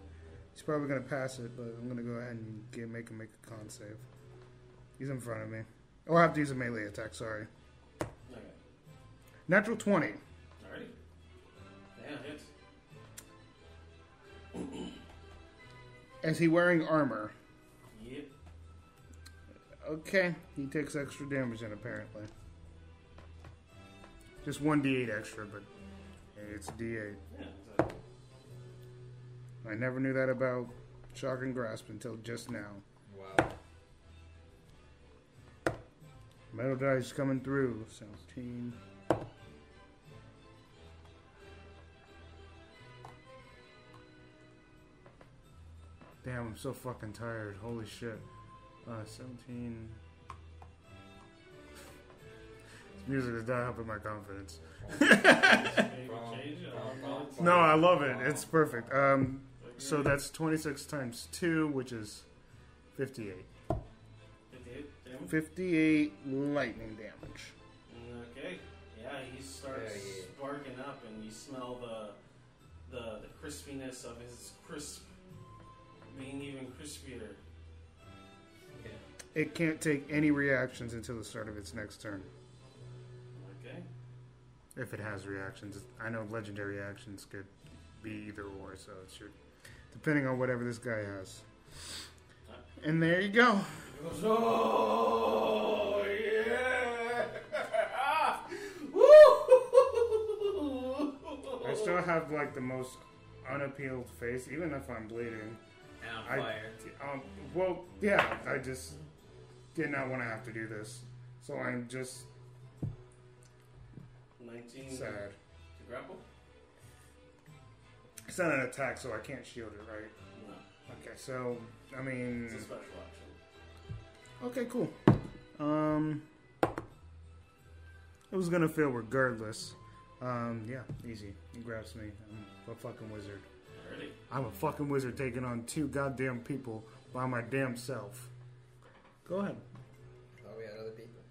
B: He's probably going to pass it, but I'm going to go ahead and get, make him make a con save. He's in front of me. Oh, I have to use a melee attack, sorry.
C: Okay.
B: Natural 20.
C: Alrighty. Yeah, hits.
B: Is he wearing armor?
C: Yep.
B: Okay, he takes extra damage then, apparently. Just 1d8 extra, but hey, it's a d8.
C: Yeah, exactly.
B: I never knew that about Shocking Grasp until just now.
A: Wow.
B: Metal dice coming through. 17. Damn, I'm so fucking tired. Holy shit. Uh, 17. This music is not helping my confidence.
C: Favorite change? Uh,
B: No, I love it. It's perfect. Um, so that's 26 times 2, which is 58.
C: 58 damage.
B: 58 lightning damage.
C: Okay. Yeah, he starts
A: Yeah, yeah.
C: sparking up, and you smell the, the the crispiness of his crisp being even crispier.
A: Yeah.
B: It can't take any reactions until the start of its next turn.
C: Okay.
B: if it has reactions. I know legendary actions could be either or, so it's your depending on whatever this guy has. And there you go.
C: He goes, oh yeah! Woo!
B: I still have like the most unappealed face, even if I'm bleeding.
A: And on
B: I-
A: fire.
B: Um, well, yeah, I just did not want to have to do this, so I'm just
C: 19 to
B: sad.
C: grapple.
B: It's not an attack, so I can't shield it, right?
C: No,
B: Okay, so I
C: it's a
B: mean,
C: special action.
B: okay, cool. Um, it was gonna fail regardless. Um, yeah, easy. He grabs me. I'm a fucking wizard.
C: Alrighty.
B: I'm a fucking wizard taking on two goddamn people by my damn self. Go ahead.
A: Thought Oh, we had other people.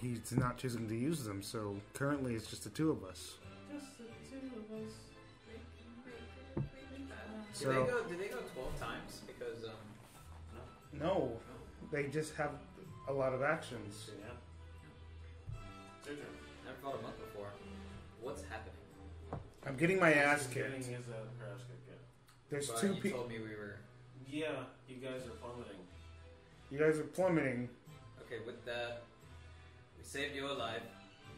B: He's not choosing to use them, so currently it's just the two of us.
C: Just the two of us.
A: Do they
B: So-
A: go? Do they go twelve times? Because um,
B: No, they just have a lot of actions.
C: Yeah. It's your turn.
A: never fought a monk before. What's happening?
B: I'm getting my ass
C: He's getting
B: kicked.
C: his, uh, ass kicked, yeah.
B: There's
A: But
B: two
A: you
B: people.
A: told me we were
C: Yeah, you guys are plummeting.
B: You guys are plummeting.
A: okay with that. We saved you alive.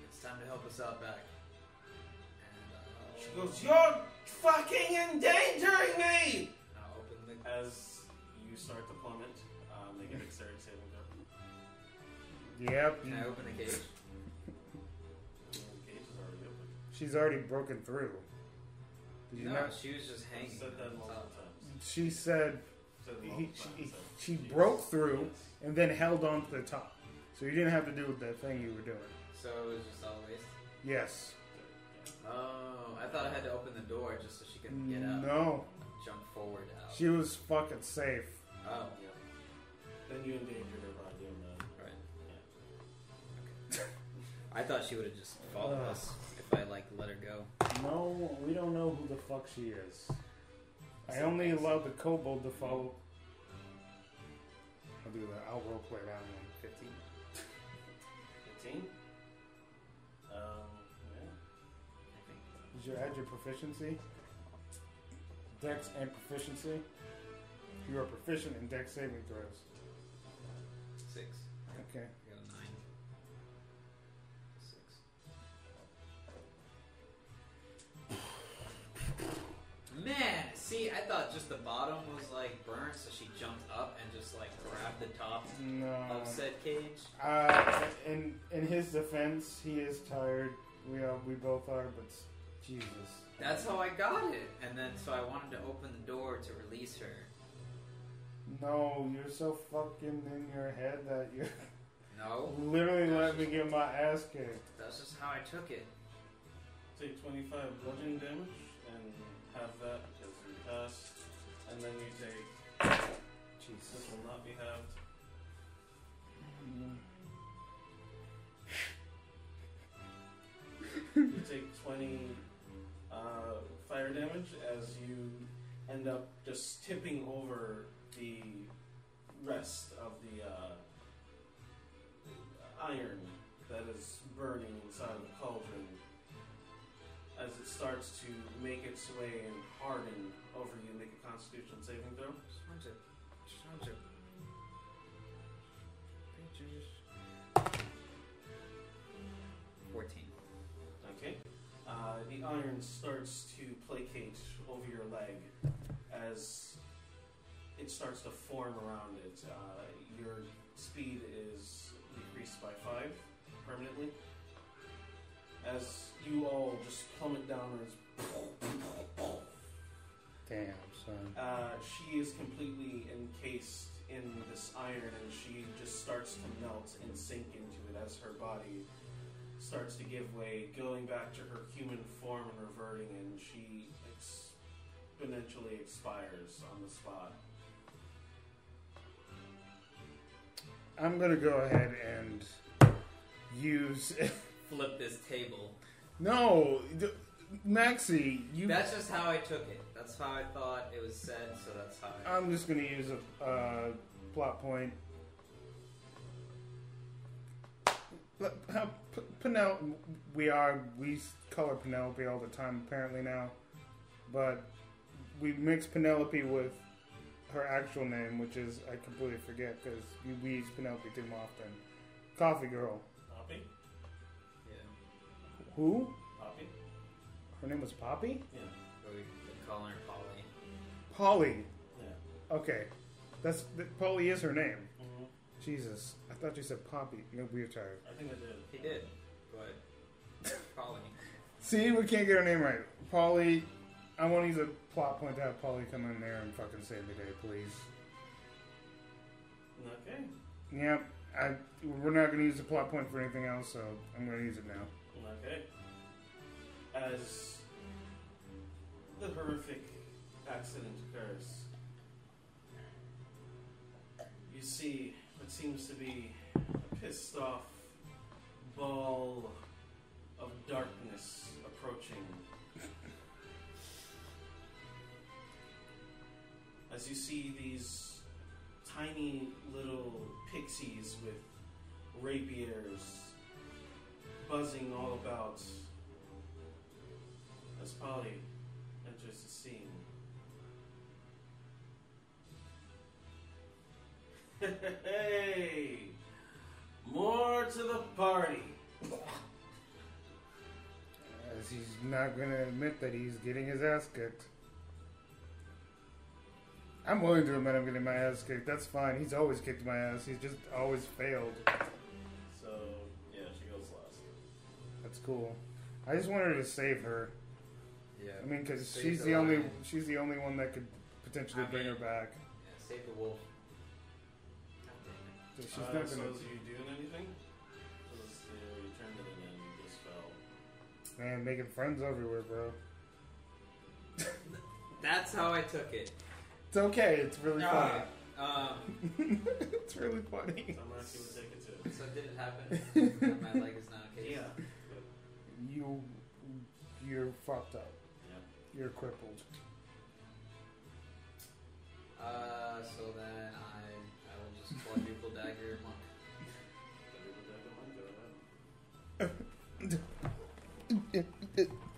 A: It's time to help us out back.
C: She
A: And uh, I'll,
C: goes, You're fucking endangering me!
A: I'll open the.
C: As you start to plummet, um, they get a dexterity saving throw.
B: Yep.
A: Can I open the cage?
C: The cage is already open.
B: She's already broken through. Did you
A: no,
B: not?
A: she was just
C: I've
A: hanging.
C: said that
A: on
C: multiple
A: top.
C: times.
B: She said
C: He,
B: He, she, she broke through and then held on to the top. So you didn't have to do the thing you were doing.
A: So it was just all waste.
B: Yes.
A: Oh, I thought I had to open the door just so she could get up,
B: No.
A: jump forward out.
B: She was fucking safe.
A: oh,
C: Then you endangered her by doing that.
A: right. I thought she would have just followed us if I like let her go.
B: No, we don't know who the fuck she is. I only allowed the kobold to follow.
N: I'll do that. I'll roleplay that one.
A: 15.
C: 15? Um, yeah.
B: Did you add your proficiency? Dex and proficiency? You are proficient in dex saving throws.
A: Six.
B: Okay.
A: I got a nine. Six. Man, see, I thought just the bottom was like burnt, so she jumped up and just like grabbed the top
B: No.
A: of said cage.
B: Uh, in in his defense, he is tired. We are, we both are, but s- Jesus.
A: That's how I got it. And then, so I wanted to open the door to release her.
B: No, you're so fucking in your head that you
A: No,
B: literally let me get my ass kicked.
A: that's just how I took it.
C: Take 25 bludgeoning damage and have that because you passed. And then you take. This
B: Jesus.
C: will not be halved. You take 20 uh, fire damage as you end up just tipping over the rest of the uh, iron that is burning inside of the cauldron as it starts to make its way and harden over you. Make a constitution saving throw.
A: Just wanted to. Just wanted to. Fourteen.
C: Okay. Uh, the iron starts to placate over your leg as it starts to form around it. Uh, your speed is decreased by five permanently. As you all just plummet downwards,
B: Damn, son.
C: uh, she is completely encased in this iron and she just starts to melt and sink into it as her body starts to give way, going back to her human form and reverting, and she exponentially expires on the spot.
B: I'm gonna go ahead and use.
A: Flip this table.
B: no, d- Maxie, you.
A: That's just how I took it. That's how I thought it was said. So that's how. I...
B: I'm just gonna use a uh, plot point. P- P- Penel, we are we color Penelope all the time apparently now, but we mix Penelope with her actual name, which is I completely forget because we, we use Penelope too often. Coffee Girl,
C: Poppy?
A: Yeah.
B: who
C: Poppy?
B: her name was Poppy,
C: Yeah.
A: But we keep calling her Polly.
B: Polly.
C: Yeah.
B: Okay, that's that, Polly is her name.
C: hmm
B: Jesus, I thought you said Poppy. You know, we're tired.
C: I think I did.
A: He did, but Polly.
B: See, we can't get her name right. Polly, I want to use a plot point to have Polly come in there and fucking save the day, please.
C: Okay.
B: Yep, I, we're not going to use the plot point for anything else, so I'm going to use it now.
C: Okay. As the horrific accident occurs, you see what seems to be a pissed off ball of darkness approaching. As you see these tiny little pixies with rapiers buzzing all about as Polly enters the scene. Hey! More to the party!
B: As he's not going to admit that he's getting his ass kicked. I'm willing to admit I'm getting my ass kicked. That's fine. He's always kicked my ass. He's just always failed.
C: So, yeah, she goes last.
B: That's cool. I just wanted to save her.
A: Yeah.
B: I mean, because
A: Save
B: she's
A: the
B: the only
A: lion.
B: she's the only one that could potentially
A: I
B: bring her
A: mean-
B: back.
A: Yes. Save the wolf. God damn
B: So
A: it.
B: she's
C: uh,
B: not
C: so
B: gonna.
C: is you doing anything? Because you, know, you turned it in and you just fell.
B: Man, making friends everywhere, bro.
A: That's how I took it.
B: It's okay. It's really funny.
A: Ah, um,
B: it's really funny.
C: So Maxie would take it too.
A: so did it happen? And my leg is not okay.
C: Yeah.
B: You, you're fucked up.
C: Yep.
B: You're crippled.
A: Uh, so then I, I will just quadruple dagger monk.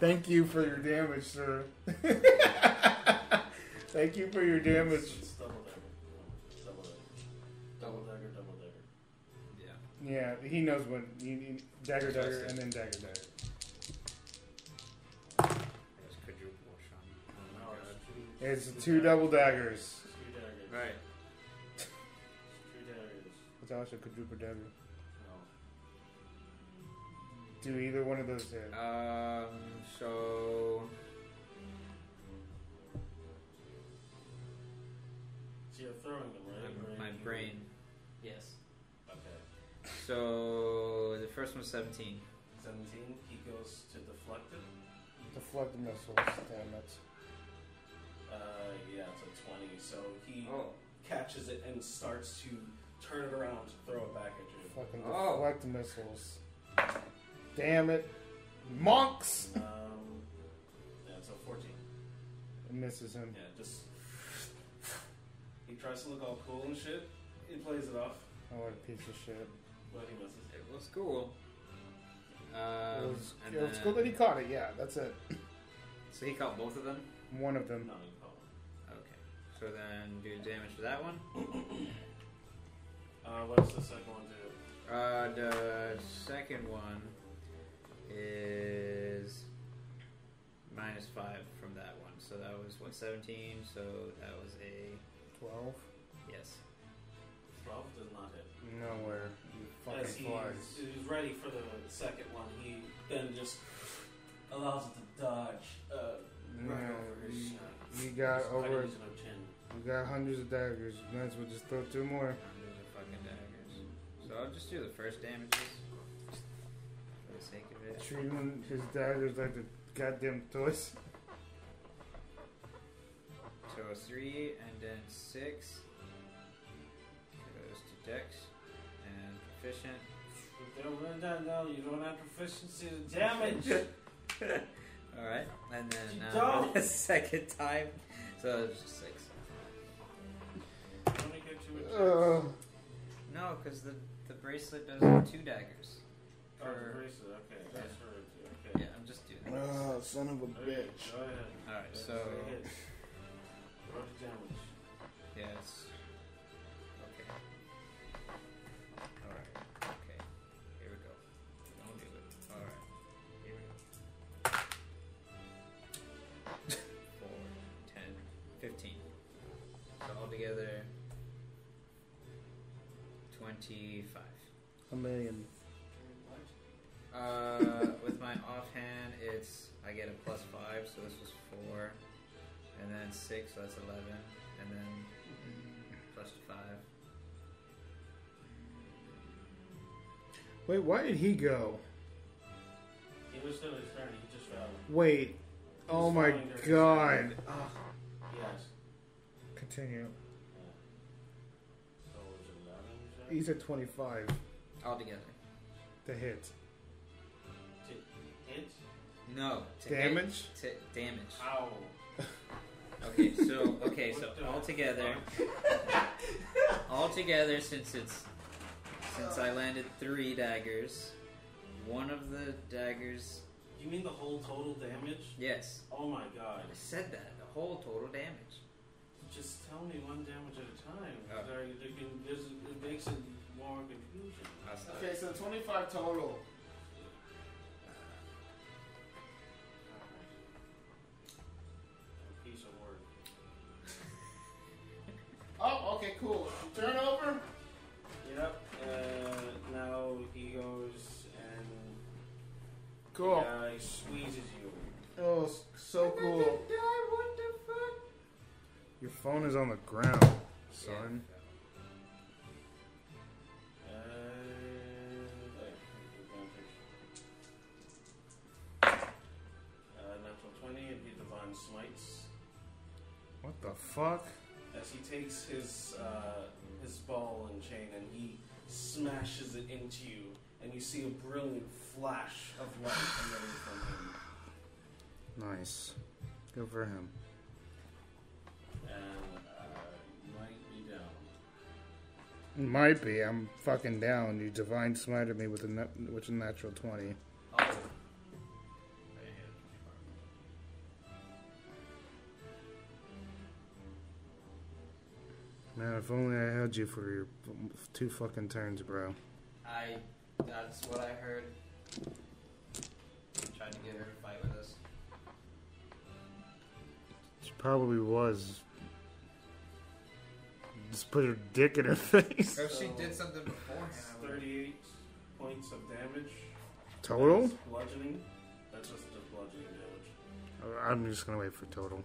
B: Thank you for your damage, sir. Thank you for your damage.
C: It's double dagger. Double dagger. Double dagger, double dagger.
A: Yeah.
B: Yeah, he knows when. You need dagger, dagger, and then dagger, dagger.
A: That's quadruple shot. Oh my
C: Now
A: god.
C: it's two-
B: It's two double daggers.
C: Two daggers.
A: Right.
C: Two daggers.
B: It's also quadruple dagger.
C: No.
B: Do either one of those hit?
A: Um, so.
C: So you're throwing them, right? Or
A: My
C: you-
A: brain. Yes.
C: Okay.
A: So the first one's 17.
C: 17, he goes to deflect it.
B: Deflect the missiles. Damn it.
C: Uh, yeah, it's a 20. So he
A: Oh.
C: catches it and starts to turn it around to throw it back at you.
B: Fucking
A: Oh.
B: deflect the missiles. Damn it. Monks!
C: Um, yeah, so 14.
B: It misses him.
C: Yeah, just. He tries to look all cool and shit. He plays it off,
B: Oh, what a piece of shit.
C: but he misses.
A: It was cool. Um,
B: it was,
A: and
B: it was
A: then-
B: cool that he caught it. Yeah, that's it.
A: So he caught both of them?
B: One of
C: No,
B: them.
C: he called.
A: Okay. So then do damage to that one.
C: Uh, what's the second one do?
A: Uh, the second one is minus 5 from that one. So that was, what, 17? So that was a.
B: 12?
A: Yes.
C: 12 does not hit.
B: Nowhere. You fucking
C: As he
B: flies.
C: is ready for the second one, he then just allows it to dodge uh, right
B: No,
C: over his
B: you-
C: shot.
B: You got
C: Just cutting
B: over.
C: into the chin.
B: You got hundreds of daggers. You might as well just throw two more.
A: Those are fucking daggers. So I'll just do the first damages. For the sake of it.
B: Treating his daggers like the goddamn toys.
A: So it's three and then six goes to Dex and proficient.
C: If they're running down now, you don't have proficiency to damage.
A: All right, and then
C: You
A: uh,
C: don't.
A: the second time, so it's just six.
C: Let me get you a
B: Uh,
A: No, because the the bracelet does two daggers.
C: Oh, the
A: Per,
C: bracelet, okay. That's for it,
A: yeah,
C: Okay.
A: I'm just doing. That.
B: oh, son of a
C: Okay,
B: bitch.
C: Go ahead.
A: All right,
C: Uh, That's
A: so
C: a hit. Roll the damage.
A: yes, okay. All right, okay. Here we go. Don't do it. All right, here we go. Four, ten, fifteen. So altogether, twenty-five.
B: A million.
C: What?
A: Uh, with my offhand, it's I get a plus five, so this was four, and then six, so that's eleven, and then plus five.
O: Wait, why did he go?
C: He was still his turn. He just fell.
O: Wait. Oh my god.
C: Yes.
O: Continue.
C: Yeah. So it was 11, you said?
O: He's at 25
A: Altogether,
O: to hit.
C: To hit?
A: no to
O: Damage?
A: hit- to damage.
C: Ow.
A: Okay, so okay, so altogether, altogether, since it's since I landed three daggers, one of the daggers,
C: You mean the whole total damage?
A: yes,
C: Oh my god.
A: I said that the whole total damage.
C: Just tell me one damage at a time.
A: Oh.
C: There- there can- there's- it makes it more confusion.
A: I said-
B: so 25 total.
C: A piece of work.
B: Oh, okay, cool. Turnover?
C: Yep. Uh, now he goes and
O: Cool.
C: uh, he squeezes you.
B: Oh, s- so cool.
O: Your phone is on the ground.
B: son.
C: Uh, like, advantage. Uh, natural 20, it'd be Divine Smites.
B: What the fuck?
C: As he takes his uh, his ball and chain and he smashes it into you, and you see a brilliant flash of light coming from him.
B: Nice. Good for him.
C: And uh, you might be down.
B: Might be. I'm fucking down. You divine smited me with a nat- with a natural twenty.
E: Oh,
B: Man, if only I held you for your two fucking turns, bro.
A: I. That's what I heard. Trying to get her to fight with us.
B: She probably was. Just put her dick in her face.
A: So if she
C: So-
A: did something beforehand, I would.
C: 38 points of damage.
B: Total?
C: That's bludgeoning. That's just the bludgeoning damage.
B: Uh, I'm just gonna wait for total.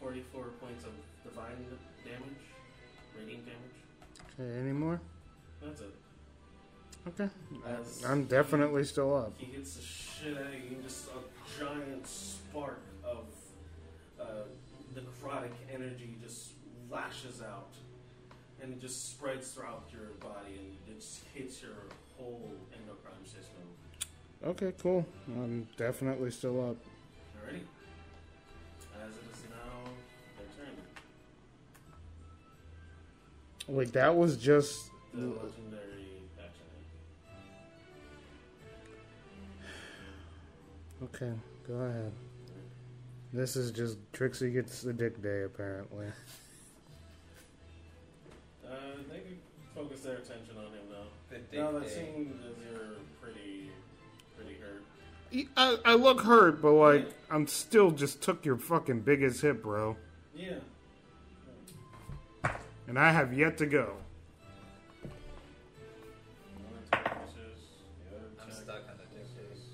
C: Forty-four points of divine damage, radiant damage.
B: Okay, any more?
C: That's it.
B: Okay.
C: As
B: I'm definitely still up.
C: He hits the shit out of you, and just a giant spark of uh, necrotic energy just lashes out, and it just spreads throughout your body, and it just hits your whole endocrine system.
B: Okay, cool. I'm definitely still up.
C: Alrighty. As it is now their turn.
B: Wait, that was just.
C: The legendary action.
B: Okay, go ahead. This is just Trixie gets the dick day, apparently.
C: Uh, they can focus their attention on him now.
A: The
C: now that
A: dick day.
C: seeing as you're pretty, pretty hurt.
B: E, I, I look hurt, but like, I'm still just took your fucking biggest hit, bro.
C: Yeah.
B: And I have yet to go.
C: One attack misses. The other
A: I'm
C: attack
A: stuck on the dick
C: misses.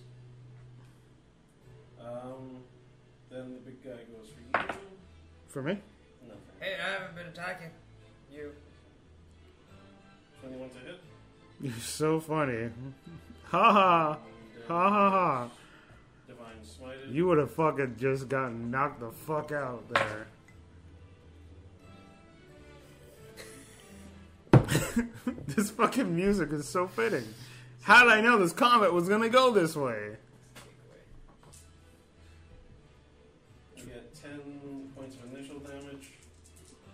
A: day.
C: Um, then the big guy goes for you.
B: For me?
C: Nothing.
A: Hey, I haven't been attacking you.
C: 21 to hit.
B: You're so funny. Ha ha.
C: And, uh,
B: Ha ha ha.
C: Divine smited.
B: You would have fucking just gotten knocked the fuck out there. this fucking music is so fitting. How did I know this comet was gonna go this way?
C: You get 10 points of initial damage.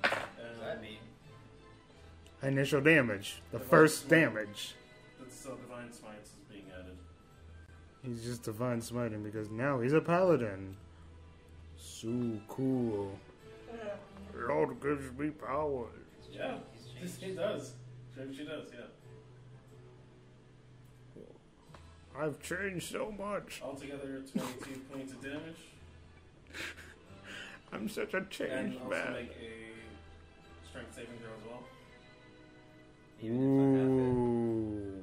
A: What does
C: And
A: that mean?
B: Initial damage. The first damage.
C: That's still divine smites is being added.
B: He's just divine smiting because now he's a paladin. So cool. Lord gives me powers.
C: Yeah,
A: He's
C: this
A: changed.
C: he does. Sure she does, yeah.
B: I've changed so much.
C: Altogether, 22 points of damage.
B: I'm such a
C: And
B: changed
C: also
B: man.
C: make a strength saving throw as well.
E: even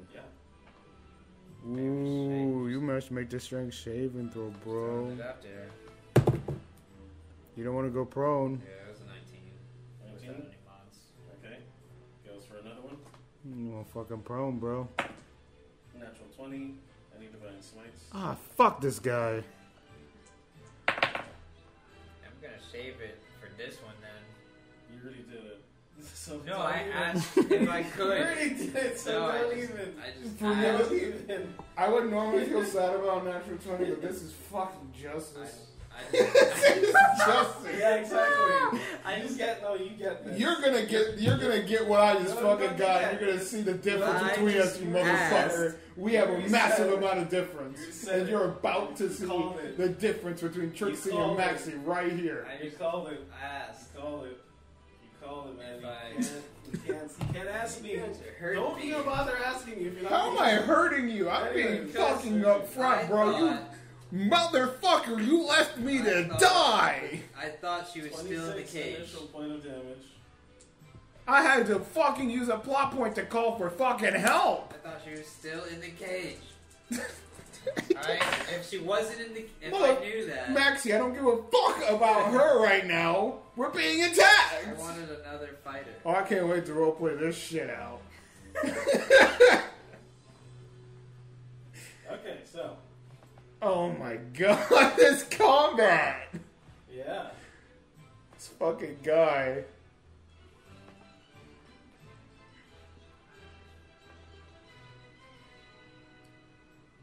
B: Ooh.
C: Yeah.
B: Ooh, you must make the strength saving throw, bro.
A: Throwing it up there.
B: You don't want to go prone.
A: Yeah, it was a 19. Without
C: 19.
A: any mods.
C: Okay. Goes for another one.
B: You want fucking prone, bro.
C: Natural 20. Any divine smites.
B: Ah, fuck this guy.
A: I'm gonna save it for this one then.
C: You really did it. So
A: No,
C: don't
A: I
C: even-
A: asked if I
C: You
A: could.
C: really did it, so
A: No, I
C: don't
A: just-
C: even.
A: I just.
G: For
A: I,
G: no-
C: Don't even.
G: I would normally feel sad about natural 20, but this is fucking
A: I,
G: justice.
A: I I just,
P: Justin.
C: Yeah, exactly.
E: I
C: You
E: just
C: get no, you get this.
P: You're gonna get you're gonna get what I just
C: No,
P: fucking
C: no,
P: got.
C: no.
P: You're gonna see the difference
E: I
P: between us,
E: just
P: you motherfucker. We have a
C: You
P: massive
C: said it.
P: amount of difference.
C: You said
P: And
C: it.
P: you're about to
C: You
P: see
C: called it.
P: the difference between Trixie and
C: called it.
P: Maxie right here.
A: I
C: You
A: just
C: called it.
A: asked.
C: You called it. You called it, man.
A: If
C: You
A: I-
C: can't, you can't, you can't ask me.
A: You guys are hurting
C: Don't
A: me.
C: even bother asking me if you're not.
P: How am I hurting you? I'm
C: Anyway,
P: being
C: because
P: fucking
C: there's-
P: up front,
A: I
P: bro. You
A: thought-
P: motherfucker, you left me
A: I
P: to
A: thought-
P: die.
A: I thought she was still in the
C: 26
A: cage.
C: initial point of damage.
P: I had to fucking use a plot point to call for fucking help.
A: I thought she was still in the cage. Alright? If she wasn't in the if
P: Look,
A: I knew that
P: Maxie, I don't give a fuck about her right now. We're being attacked.
A: I wanted another fighter.
P: Oh, I can't wait to roleplay this shit out.
C: Okay, so
P: Oh my god, this combat!
C: yeah,
P: This fucking guy.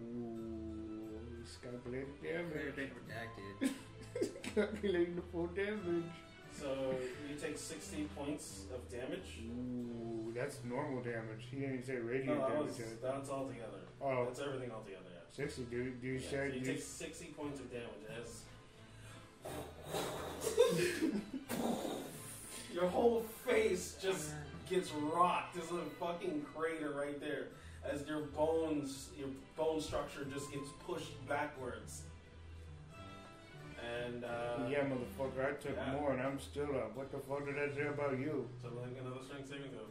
P: Ooh, he's calculating
A: Could have
P: damage.
A: been redacted.
P: calculating the full damage.
C: so you take 60 points of damage.
P: Ooh, that's normal damage. He didn't say
C: No,
P: radiant
C: Oh, that
P: damage.
C: was, that's all together.
P: Oh.
C: That's everything all together. Yeah.
P: 60, dude. You
C: Yeah,
P: said
C: so you
P: you-
C: take 60 points of damage as your whole face just gets rocked. There's a fucking crater right there as your bones, your bone structure just gets pushed backwards. And uh,
P: Yeah, motherfucker, I took
C: Yeah.
P: more and I'm still up. What the fuck did I say about you?
C: so like another strength saving throw.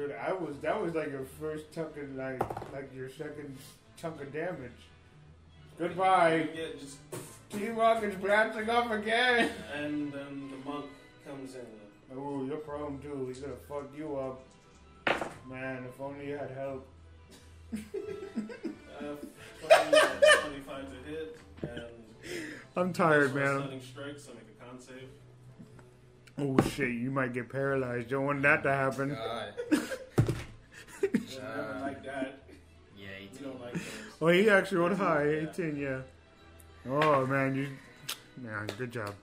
P: Dude, I was that was like your first chunk of like like your second chunk of damage. Goodbye.
C: You get just
P: T Rock is bouncing off again.
C: and then the monk comes in.
P: Ooh, your problem too. He's gonna fuck you up. Man, if only you had help.
C: Uh, 25 to hit, and
B: I'm tired,
C: for a
B: man.
C: stunning strike, so make a con save.
B: Oh shit, you might get paralyzed. Don't want that to happen.
A: Oh God.
C: We never like that.
A: Yeah, he
C: We don't like those.
B: Well, he actually rolled high,
C: Yeah.
B: 18, yeah. Oh man, you, man, good job.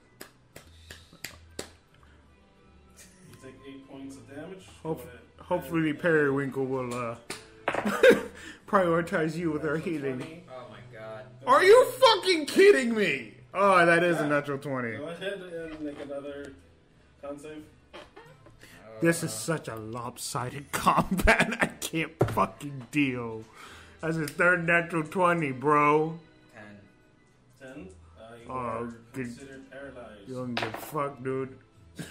C: You take eight points of damage.
B: Hope-
C: Go ahead.
B: Hopefully,
C: And-
B: Periwinkle will uh, prioritize you with her
C: Natural
B: healing.
C: 20.
A: Oh my god.
C: Go
B: Are
C: ahead.
B: you fucking kidding me? Oh, that is a
C: Yeah.
B: natural 20.
C: Go ahead and make another con save.
B: This is such a lopsided combat. I can't fucking deal. That's his third natural 20, bro.
A: Oh, Ten.
C: 10. Uh, you
B: Oh,
C: are
B: good.
C: considered paralyzed.
B: You don't give a fuck, dude.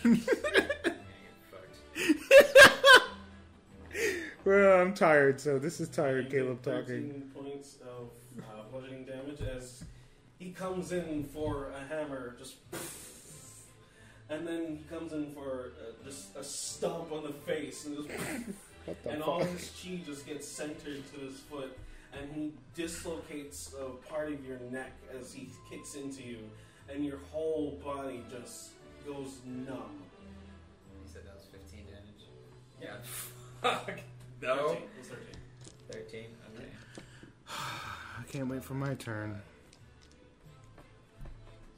A: I'm gonna get fucked.
B: Well, I'm tired, so this is tired
C: You
B: Caleb
C: take
B: talking.
C: 13 points of uh, bludgeoning damage as he comes in for a hammer, just. And then he comes in for uh, just a stomp on the face, and, just,
P: What the
C: and all
P: fuck?
C: his chi just gets centered to his foot, and he dislocates a part of your neck as he kicks into you, and your whole body just goes numb.
A: He said that was fifteen damage.
C: Yeah.
A: Fuck. No.
C: 13, it was 13.
A: Thirteen. Okay.
B: I can't wait for my turn.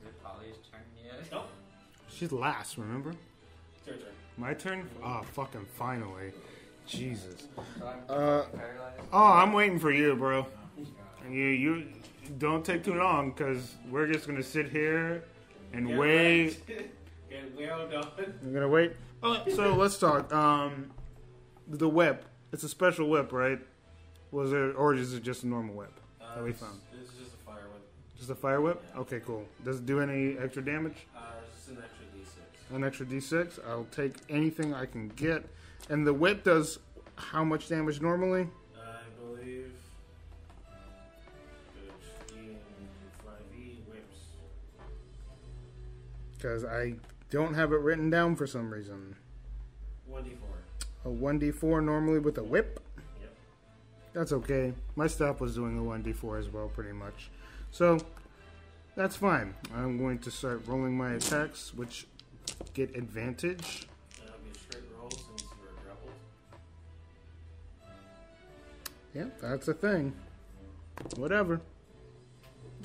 A: Is it Polly's turn yet?
C: No,
B: She's last, remember?
C: it's your turn.
B: My turn? Oh, fucking finally. Jesus.
A: So I'm
B: Uh,
A: paralyzed.
B: Oh, I'm waiting for you, bro.
A: Oh my god.
B: You, you don't take too long, cause we're just gonna sit here and
C: Get
B: wait.
C: wrecked. Get well done.
B: I'm gonna wait. Oh, so let's talk. Um, the whip. It's a special whip, right? Was it, or is it just a normal whip?
C: Uh,
B: that we
C: it's-
B: found.
C: It's just a fire weapon.
B: Just a fire whip?
C: Yeah.
B: Okay, cool. Does it do any extra damage?
C: Uh, it's just an extra d6.
B: An extra d6. I'll take anything I can get. And the whip does how much damage normally?
C: I believe. Good. Ian, 5e whips.
B: Because I don't have it written down for some reason.
C: 1d4.
B: A 1d4 normally with a whip?
C: Yep.
B: That's okay. My staff was doing a 1d4 as well, pretty much. So, that's fine. I'm going to start rolling my attacks, which get advantage.
C: That'll be a straight roll since you were grappled.
B: Yeah, that's a thing. Whatever.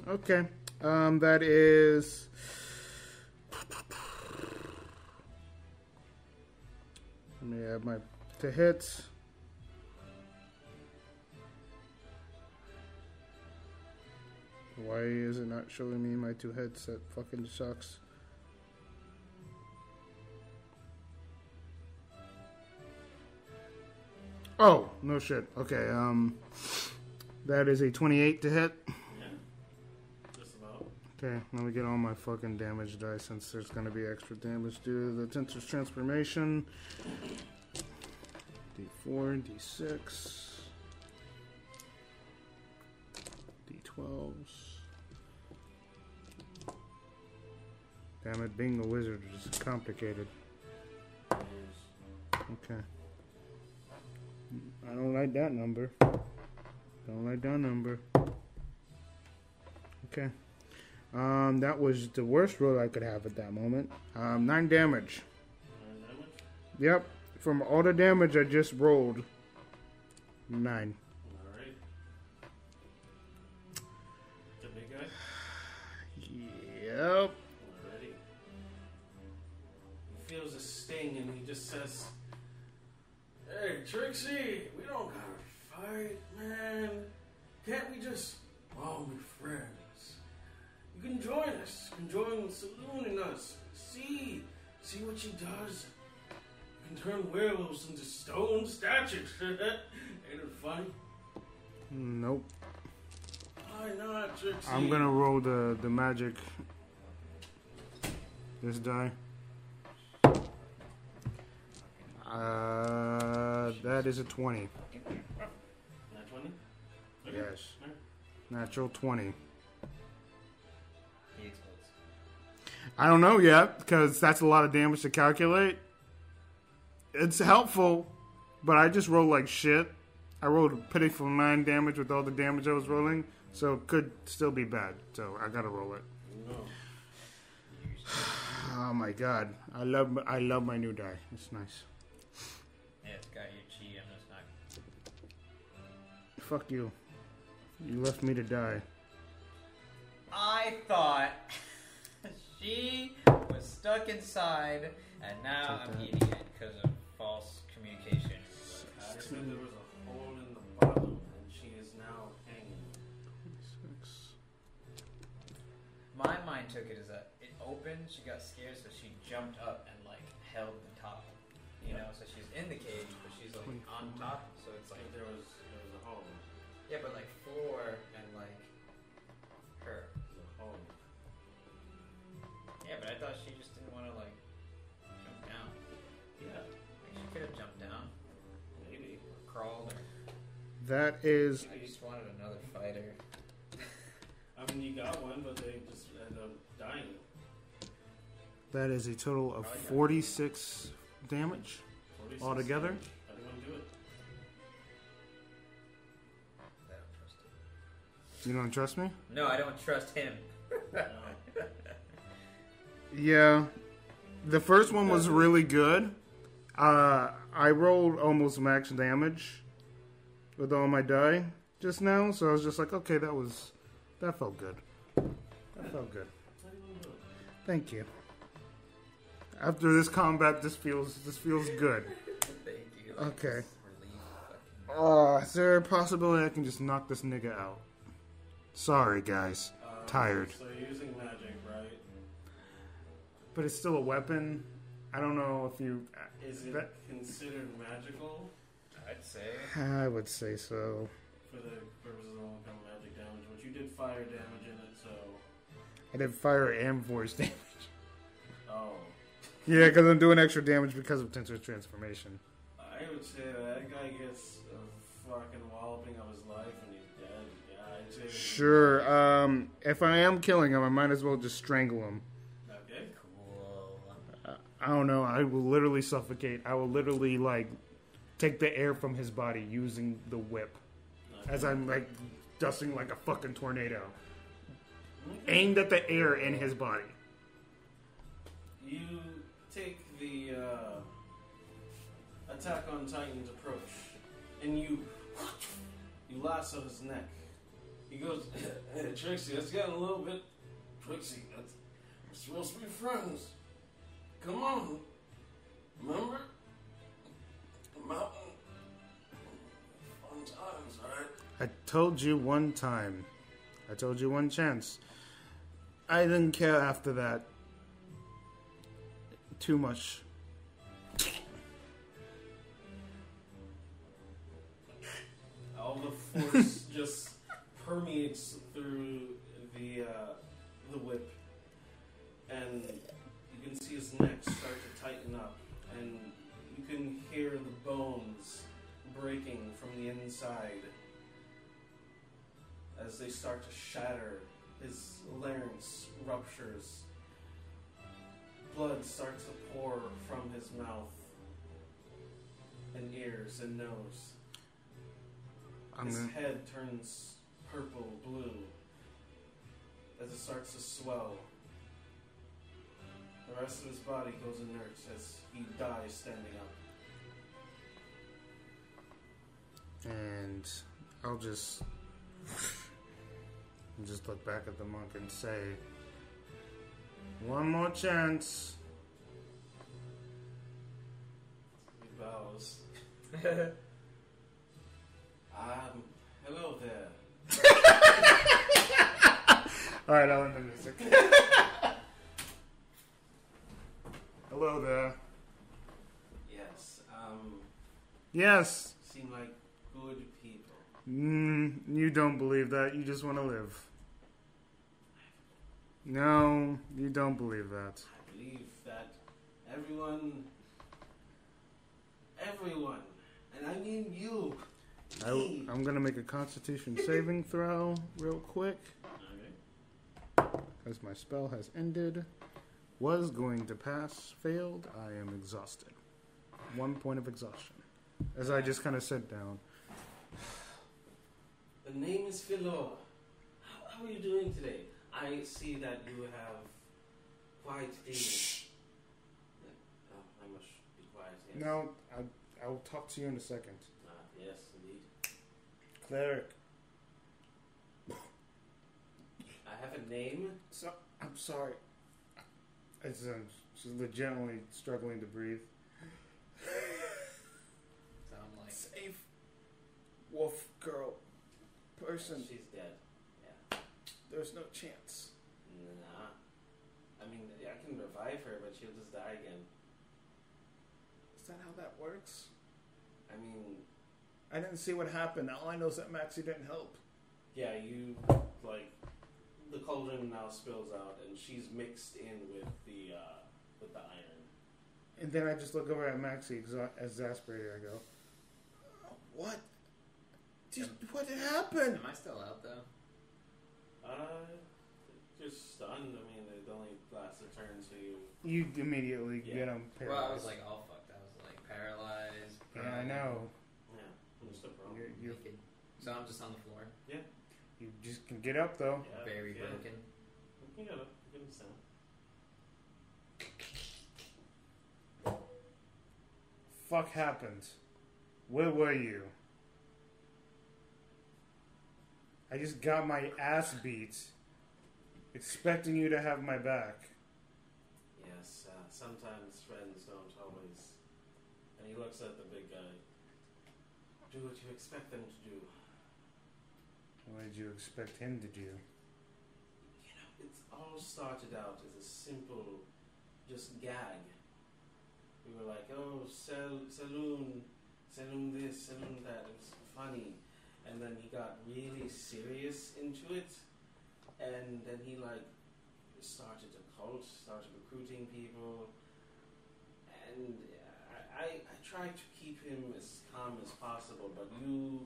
B: Okay. Um, that is. Let me add my to hits. Why is it not showing me my two hits? That fucking sucks. Oh, no shit. Okay, um that is a 28 to hit.
C: Yeah. Just about.
B: Okay, let me get all my fucking damage die since there's gonna be extra damage due to the Tensor's transformation. D4, D6, D12s. Damn it, being a wizard is complicated. Okay. I don't like that number. Don't like that number. Okay. Um, that was the worst roll I could have at that moment. Um, nine damage.
C: Nine damage?
B: Yep. From all the damage I just rolled, nine.
C: Alright. The big guy?
B: Yep.
C: Alrighty. He feels a sting and he just says, Hey, Trixie, we don't gotta fight, man. Can't we just all be friends? You can join us. You can join the saloon and us. See, see what she does. You can turn werewolves into stone statues. Ain't it funny?
B: Nope.
C: Why not, Trixie?
B: I'm gonna roll the the magic. This die. Uh, that is a twenty.
C: Nat 20? Okay.
B: Yes. Natural twenty.
A: He explodes.
B: I don't know yet because that's a lot of damage to calculate. It's helpful, but I just rolled like shit. I rolled a pitiful nine damage with all the damage I was rolling, so it could still be bad. So I gotta roll it.
C: No.
B: Oh my god, I love I love my new die. It's nice.
A: Yeah, it's got your chi. I'm just not.
B: Fuck you. You left me to die.
A: I thought she was stuck inside, and now
B: Take
A: I'm
B: that.
A: eating it because of false communication.
C: I said there was a hole in the bottom, and she is now hanging.
A: My mind took it as a it opened. She got scared, so she jumped up and like held the top. You know, so she's in the cage, but she's like
B: mm-hmm.
A: on top. So it's like
C: Like there was, there was a hole.
A: yeah, but like floor and like her.
C: There was a hole.
A: Yeah, but I thought she just didn't want to like jump down.
C: Yeah,
A: Like, she could have jumped down,
C: maybe.
A: or crawled, or
B: That is
A: I just wanted another fighter.
C: I mean, you got one, but they just end up dying.
B: that is a total of forty six damage.
C: Forty-six.
B: Altogether?
C: Everyone do it.
A: I don't trust him.
B: You don't trust me?
A: No, I don't trust him.
C: No.
B: Yeah. The first one was really good. Uh, I rolled almost max damage with all my die just now, so I was just like, okay, that was. That felt good. That felt good.
C: Everyone do it.
B: Thank you. After this combat, this feels this feels good.
A: Thank you.
B: Okay.
A: Relief. fucking-
B: Uh, is there a possibility I can just knock this nigga out? Sorry, guys.
C: Um,
B: Tired.
C: So you're using magic, right?
B: But it's still a weapon. I don't know if you.
C: Is it
B: That-
C: considered magical
A: I'd say.
B: I would say so.
C: for the purposes of all kind of magic damage? Which you did fire damage in it, so
B: I did fire and voice damage.
C: oh,
B: Yeah, because I'm doing extra damage because of Tensor's transformation.
C: I would say that guy gets a fucking walloping of his life and he's dead. Yeah, I'd say.
B: Sure. Um, if I am killing him, I might as well just strangle him.
C: Okay.
A: Cool.
B: I don't know. I will literally suffocate. I will literally like take the air from his body using the whip
C: okay.
B: as I'm like dusting like a fucking tornado,
C: Okay.
B: aimed at the air in his body.
C: You take the uh, attack on Titan's approach, and you you lasso his neck. He goes, Trixie, that's gotten a little bit Twixie, that's, we're supposed to be friends. Come on. Remember? Mountain. Fun times, right?
B: I told you one time. I told you one chance. I didn't care after that. Too much.
C: All the force just permeates through the uh, the whip, and you can see his neck start to tighten up, and you can hear the bones breaking from the inside as they start to shatter. His larynx ruptures. Blood starts to pour from his mouth and ears and nose.
B: I'm
C: His
B: gonna,
C: head turns purple blue as it starts to swell. The rest of his body goes inert as he dies standing up.
B: and I'll just I'll just look back at the monk and say, "One more chance."
C: He bows. um, hello there.
G: All right, I'll end the music. Hello there.
C: Yes, um,
B: Yes.
C: seem like good people.
B: Mm, you don't believe that. You just want to live. No, you don't believe that.
C: I believe that everyone, everyone, and I mean you.
B: I, I'm gonna make a Constitution saving throw real quick.
C: Okay.
B: As my spell has ended, was going to pass, failed. I am exhausted. One point of exhaustion. As I just kind of sit down.
C: The name is Philo. How, how are you doing today? I see that you have quiet days. Oh, I must be quiet. Yes.
B: No, I'll, I'll talk to you in a second.
C: Ah, yes, indeed.
B: Cleric.
C: I have a name.
B: I'm sorry.
G: It's, um, she's legitimately struggling to breathe.
A: So I'm like,
G: Safe. Wolf girl.
C: She's dead.
G: There's no chance.
C: Nah. I mean, I can revive her, but she'll just die again.
G: Is that how that works?
C: I mean,
G: I didn't see what happened. All I know is that Maxie didn't help.
C: yeah, you like the cauldron now spills out, and she's mixed in with the uh, with the iron.
G: And then I just look over at Maxie, exa- exasperated. I go, "What? Did, what happened?"
A: am I still out though?
C: Uh, just stunned. I mean, it only lasts a turn, so you
G: You immediately
C: Yeah.
G: get him paralyzed.
A: Well, I was like all fucked. I was like paralyzed.
G: yeah, I know.
C: Yeah, I'm just a pro.
G: You're, you're,
A: naked. So I'm just on the floor,
G: you just can get up though.
C: Yeah,
A: very
C: yeah.
A: broken.
C: You got it. You can sound.
G: Fuck happened. Where were you? I just got my ass beat, expecting you to have my back.
C: Yes, uh, sometimes friends don't always. And he looks at the big guy. Do what you expect them to do.
G: What did you expect him to do?
C: You know, it's all started out as a simple, just gag. We were like, oh, sal- saloon, saloon this, saloon that. It was funny. And then he got really serious into it. And then he, like, started a cult, started recruiting people. And uh, I, I, I tried to keep him as calm as possible, but you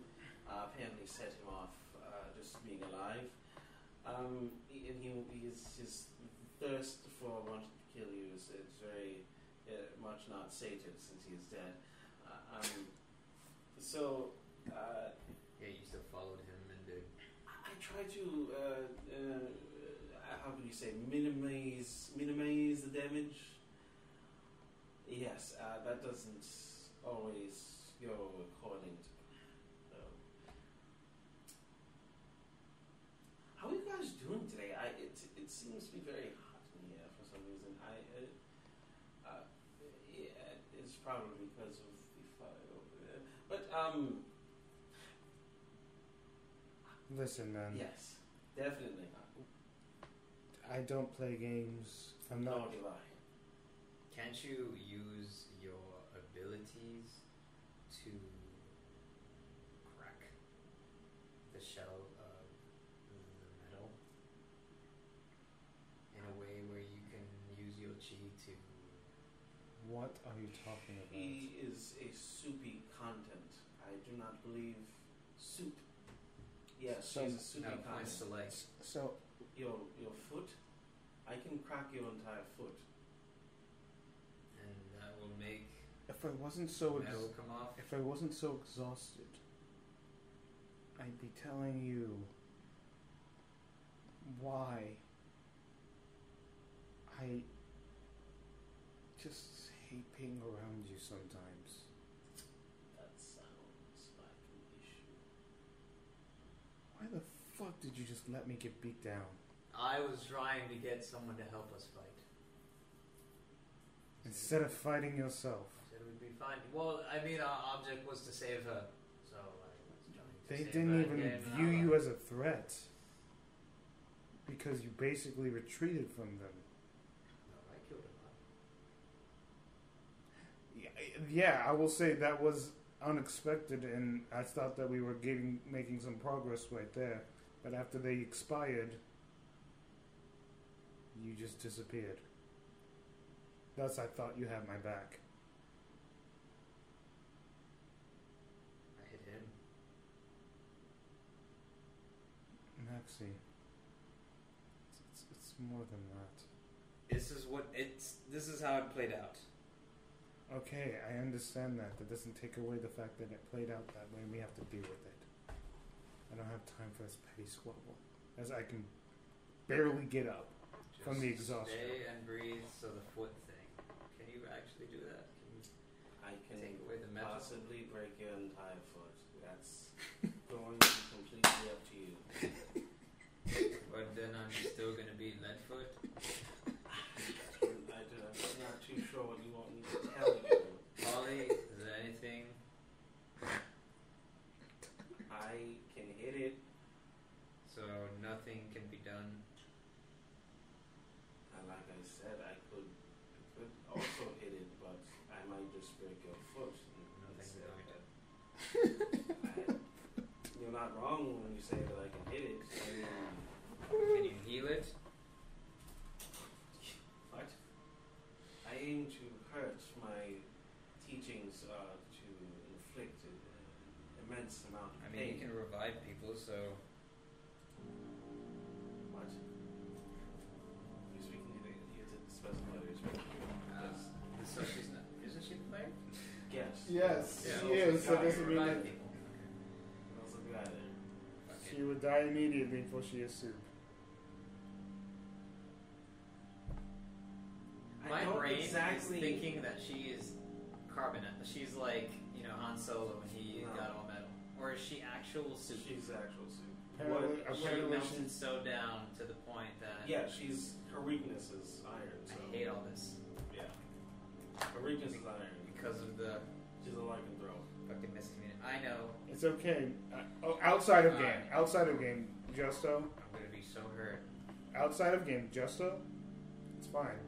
C: uh, apparently set him off uh, just being alive. Um, he- and he, his, his thirst for wanting to kill you is, is very uh, much not sated since he is dead. Uh, um, so uh,
A: Yeah, you still followed him and uh,
C: I try to uh, uh, how can you say minimize minimize the damage. Yes, uh, that doesn't always go according to. So. How are you guys doing today? I it it seems seems to be very hot in here for some reason. I, uh, uh, yeah, it's probably because of the fire over there. But, um,
B: Listen, man.
C: yes, definitely not.
B: I don't play games. I'm
C: Nor
A: Oh,
B: not.
C: do I.
A: Can't you use your abilities to crack the shell of the metal in a way where you can use your chi to?
B: What are you talking about?
C: He is a soupy content. I do not believe soup. Yes,
B: So-
C: he's a soupy
A: No, points
C: content.
A: to like
B: So
C: Your your foot, I can crack your entire foot.
A: and that will make
B: if I wasn't so ex-
A: metal come off.
B: if I wasn't so exhausted, I'd be telling you why I just hate being around you sometimes.
C: That sounds like an issue.
B: Why the fuck did you just let me get beat down?
A: I was trying to get someone to help us fight.
B: Instead of fighting yourself,
A: Said we'd be fine. Well, I mean, our object was to save her, so I was trying to
B: they
A: save
B: didn't
A: her
B: even
A: again, and
B: view
A: I-
B: you as a threat because you basically retreated from them.
A: No, I killed her.
B: Yeah, Yeah, I will say that was unexpected, and I thought that we were getting making some progress right there. But after they expired, you just disappeared. Thus, I thought you had my back.
A: I hit him.
B: Maxie, it's, it's, it's more than that.
Q: This is what it's. This is how it played out.
B: Okay, I understand that. That doesn't take away the fact that it played out that way, and we have to deal with it. I don't have time for this petty squabble, as I can barely get up.
A: Just
B: From the exhaust
A: Stay and breathe. So the foot thing. Can you actually do that? Can you
C: I can
A: take away the metal?
C: possibly break your entire foot. That's going to be completely up to you.
A: But then I'm still gonna be lead foot.
C: I do, I'm not too sure what you want me to tell you.
A: Polly, is there anything?
C: I can hit it.
A: So nothing can be done.
C: And like I said, I could, I could also hit it, but I might just break your foot. And
A: Nothing
C: that's
A: can
C: it.
A: be done.
C: I- you're not wrong when you say that I can hit it. I mean,
A: Can you heal it?
C: what? I aim to hurt. My teachings are to inflict an immense amount of pain.
A: I mean, you can revive people. So
C: What? You're speaking to the, you didn't specify you're speaking to the-
A: Uh, so she's not. Isn't she the player?
C: Yes.
R: Yes,
A: Yeah.
R: she is. So
C: Yeah.
R: it doesn't mean
A: revive
R: that
A: people.
C: There's a guy there.
A: Okay. Fuck it.
R: she would die immediately before she is sued.
C: I
A: My
C: don't
A: brain
C: exactly
A: is thinking that she is carbon. She's like you know Han Solo when he
C: No.
A: got all metal, or is she actual soup?
C: She's actual soup.
R: Apparently,
A: she
R: apparently
A: melted
R: she's
A: so down to the point that
C: Yeah, she's her weakness is iron. So
A: I hate all this
C: yeah, her weakness is iron.
A: because of the
C: She's a lycanthrope.
A: fucking miscommunication. I know
R: It's okay. Uh, oh, outside of game.
A: Alright.
R: Outside of game, Justo.
A: I'm gonna be so hurt.
R: Outside of game, Justo. It's fine.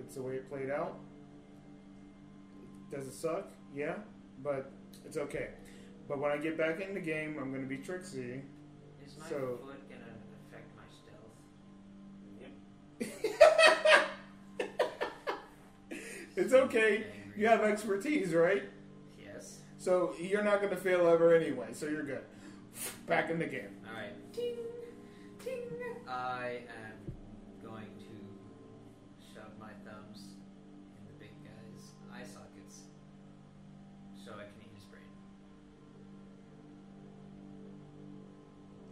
R: It's the way it played out. Does it suck? Yeah, but it's okay. But when I get back in the game, I'm gonna be Trixie.
A: Is my
R: So-
A: foot gonna affect my stealth?
C: Yep.
R: It's okay.
A: Angry.
R: You have expertise, right?
A: Yes.
R: So you're not gonna fail ever anyway. So you're good. Back in the game.
A: All right. Ting, ting. I am going to shove my thumbs in the big guy's eye sockets so I can eat his brain.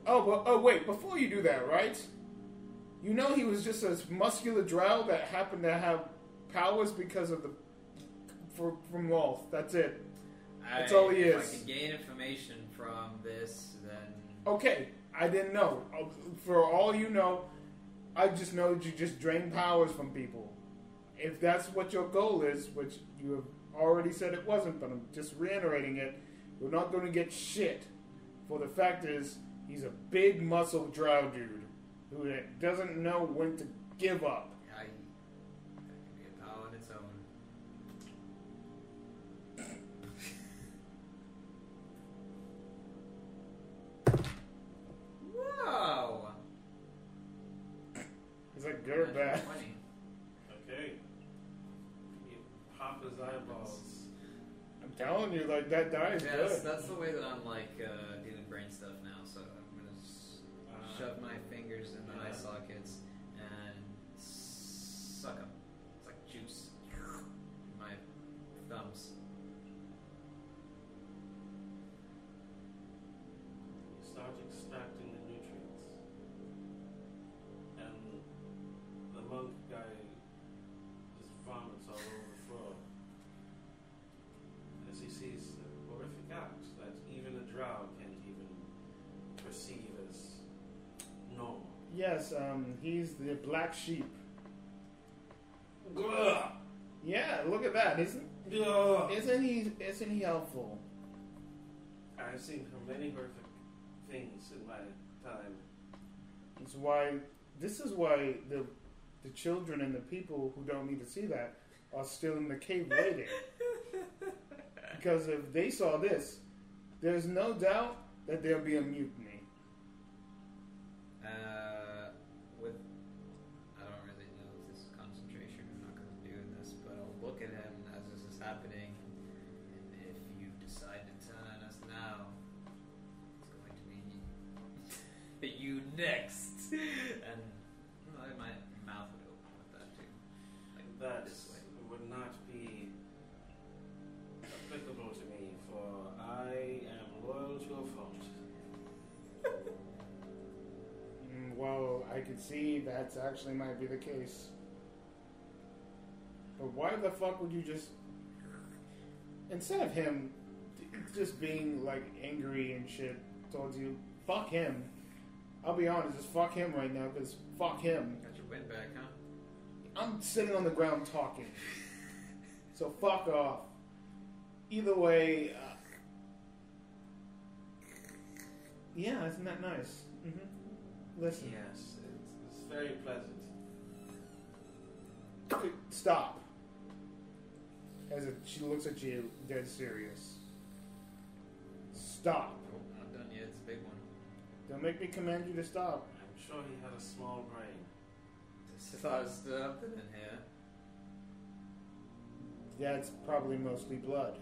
R: Oh, well, oh wait, before you do that, right? You know he was just a muscular drow that happened to have powers because of the for, from Rolf. That's it. That's
A: I-
R: all he
A: if
R: is.
A: I can gain information from this, then
B: Uh,
R: Okay, I didn't know. For all you know,
B: I just know that you just drain powers from people. If that's what your goal is, which you have already said it wasn't, but I'm just reiterating it, you're not going to get shit. For the fact is, he's a big muscle drow dude who doesn't know when to give up.
A: I, that could be a power on its own. Whoa!
B: Is that good or bad?
A: Natural 20.
C: Okay. You pop his eyeballs.
B: I'm telling you, like that die is
A: Yeah, that's,
B: good.
A: that's the way that I'm like uh, doing brain stuff now. So I'm gonna s-
C: Uh,
A: shove my fingers in the
C: yeah.
A: eye sockets and suck them. It's like juice. My thumbs.
C: You start extracting the nutrients. And the monk guy just vomits all over the floor. As he sees the horrific act that even a drow can't even perceive as normal.
B: Yes, um, he's the black sheep.
C: Ugh!
B: Yeah, look at that. Isn't
C: Ugh!
B: isn't he isn't he helpful?
C: I've seen how many horrific things in my time.
B: It's why this is why the the children and the people who don't need to see that are still in the cave waiting. because if they saw this, there's no doubt that there'll be a mutiny.
A: Uh, with I don't really know if this is concentration. I'm not gonna do this, but I'll look at him as this is happening, and if you decide to turn on us now, it's going to be you next. and well, my mouth would open with that too. Like
C: That
A: this way.
C: would not be applicable to me, for I am loyal to a fault.
B: Mm, well, I could see that's actually might be the case. But why the fuck would you just instead of him just being like angry and shit towards you, fuck him. I'll be honest, just fuck him right now because fuck him.
A: Got your win back, huh?
B: I'm sitting on the ground talking. So fuck off. Either way, uh, yeah, isn't that nice? hmm Listen,
C: Yes, it's, it's very pleasant.
B: stop. As if she looks at you dead serious. Stop.
A: Nope, Oh, not done yet. It's a big one.
B: Don't make me command you to stop.
C: I'm sure he had a small brain.
A: This is something in here.
B: That's probably mostly blood.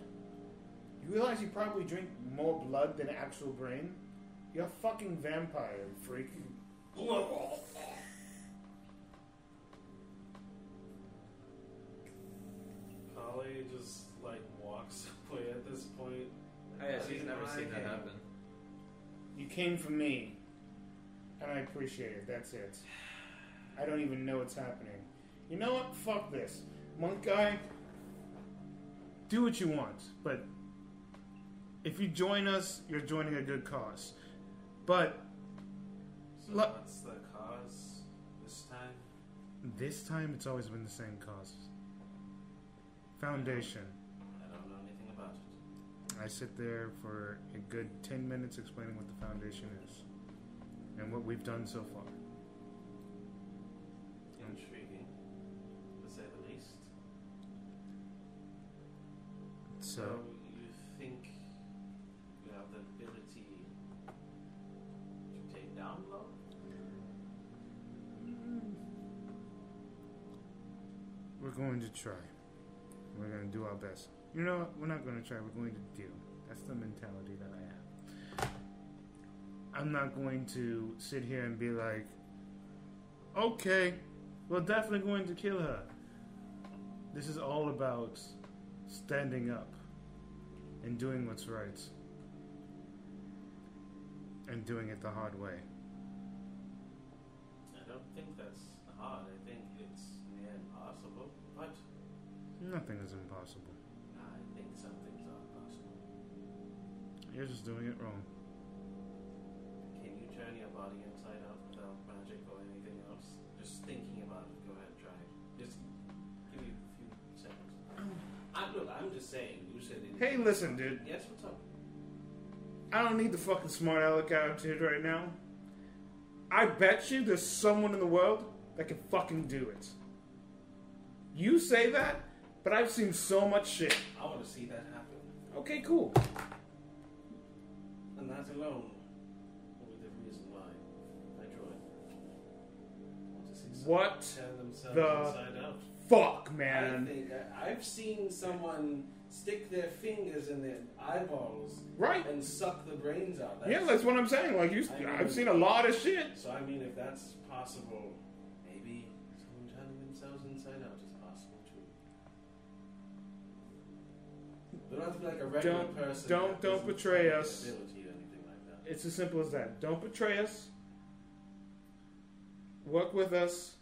B: You realize you probably drink more blood than actual brain? You're a fucking vampire, freak.
C: Polly just like walks away at this point.
A: Oh yeah,
C: She's
A: she's never
C: not
A: seen that
C: okay.
A: happen.
B: You came for me, and I appreciate it. That's it. I don't even know what's happening. You know what? Fuck this. Monk guy,
S: do what you want, but if you join us, you're joining a good cause. But
C: So
S: Lo-
C: what's the cause this time?
S: this time, it's always been the same cause. Foundation.
C: I don't know anything about it.
S: I sit there for a good 10 minutes explaining what the foundation is and what we've done so far.
C: Intriguing, to say the least.
S: So,
C: you think you have the ability to take down love?
S: we're going to try. We're going to do our best. You know what? We're not going to try. We're going to do. That's the mentality that I have. I'm not going to sit here and be like, okay, we're definitely going to kill her. This is all about standing up and doing what's right and doing it the hard way.
C: I don't think that's hard. I think it's near impossible, but
S: Nothing is impossible.
C: I think some things are possible.
S: You're just doing it wrong.
C: Can you turn your body inside out without magic or anything else? Just just thinking about it, go ahead and try it. Just give me a few seconds. I'm, look, I'm just saying, you said it.
B: Hey, listen, dude.
C: Yes, what's up?
B: I don't need the fucking smart aleck attitude right now. I bet you there's someone in the world that can fucking do it. You say that, but I've seen so much shit.
C: I want to see that happen.
B: Okay, cool.
C: And that alone will be the reason why I joined. I want to see someone
B: What
C: turn themselves
B: the-
C: inside out.
B: Fuck,
C: I
B: man.
C: think I- I've seen someone stick their fingers in their eyeballs
B: Right?
C: and suck the brains out.
B: Yeah, that's what I'm saying. Like you, I've seen a lot of shit.
C: So I mean, if that's possible, maybe someone turning themselves inside out is possible too. They don't have to be like a regular
B: Don't-
C: person.
B: don't-
C: that
B: don't
C: doesn't
B: betray
C: have the
B: us.
C: Ability or anything like that.
B: It's as simple as that. Don't betray us. Work with us.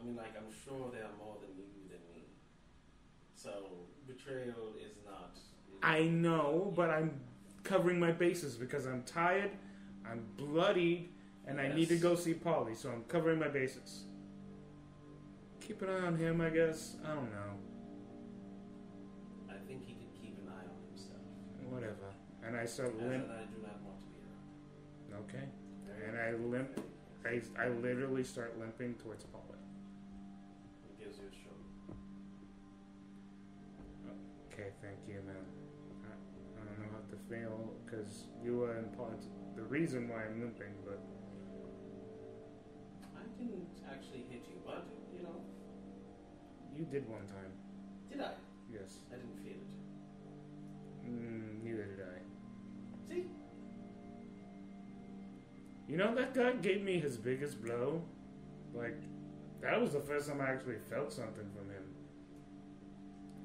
C: I mean, like I'm sure there are more than you than me. So betrayal is not.
B: I know, but I'm covering my bases because I'm tired, I'm bloodied, and I need to
C: Yes.
B: go see Polly, so I'm covering my bases. Keep an eye on him, I guess. I don't know.
C: I think he can keep an eye on himself.
B: Whatever. And I start
C: And
B: limp.
C: I do not want to be around.
B: Okay. And I limp. I, I literally start limping towards Polly.
C: It gives you a show.
B: Okay, thank you, man. I, I don't know how to feel because you are in part the reason why I'm limping, but
C: I didn't actually hit you, but you know,
B: you did one time.
C: did I?
B: Yes.
C: I didn't feel it.
B: Mm, neither did I.
C: See,
B: You know that guy gave me his biggest blow. Like that was the first time I actually felt something from him.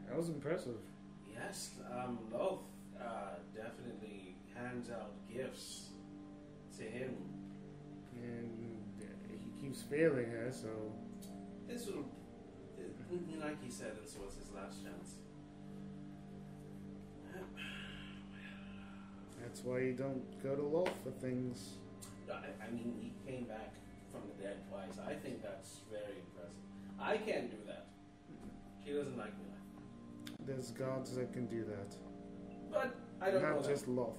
B: That was impressive.
C: Yes, um, both uh, definitely hands out gifts to him.
B: And uh, he keeps failing her, so
C: This will, it- like he said, this was his last chance.
B: that's why you don't go to law for things.
C: I, I mean, he came back from the dead twice. I think that's very impressive. I can't do that. She doesn't like me. like
B: There's gods that can do that,
C: that. But I don't know.
B: not
C: that.
B: just Loth.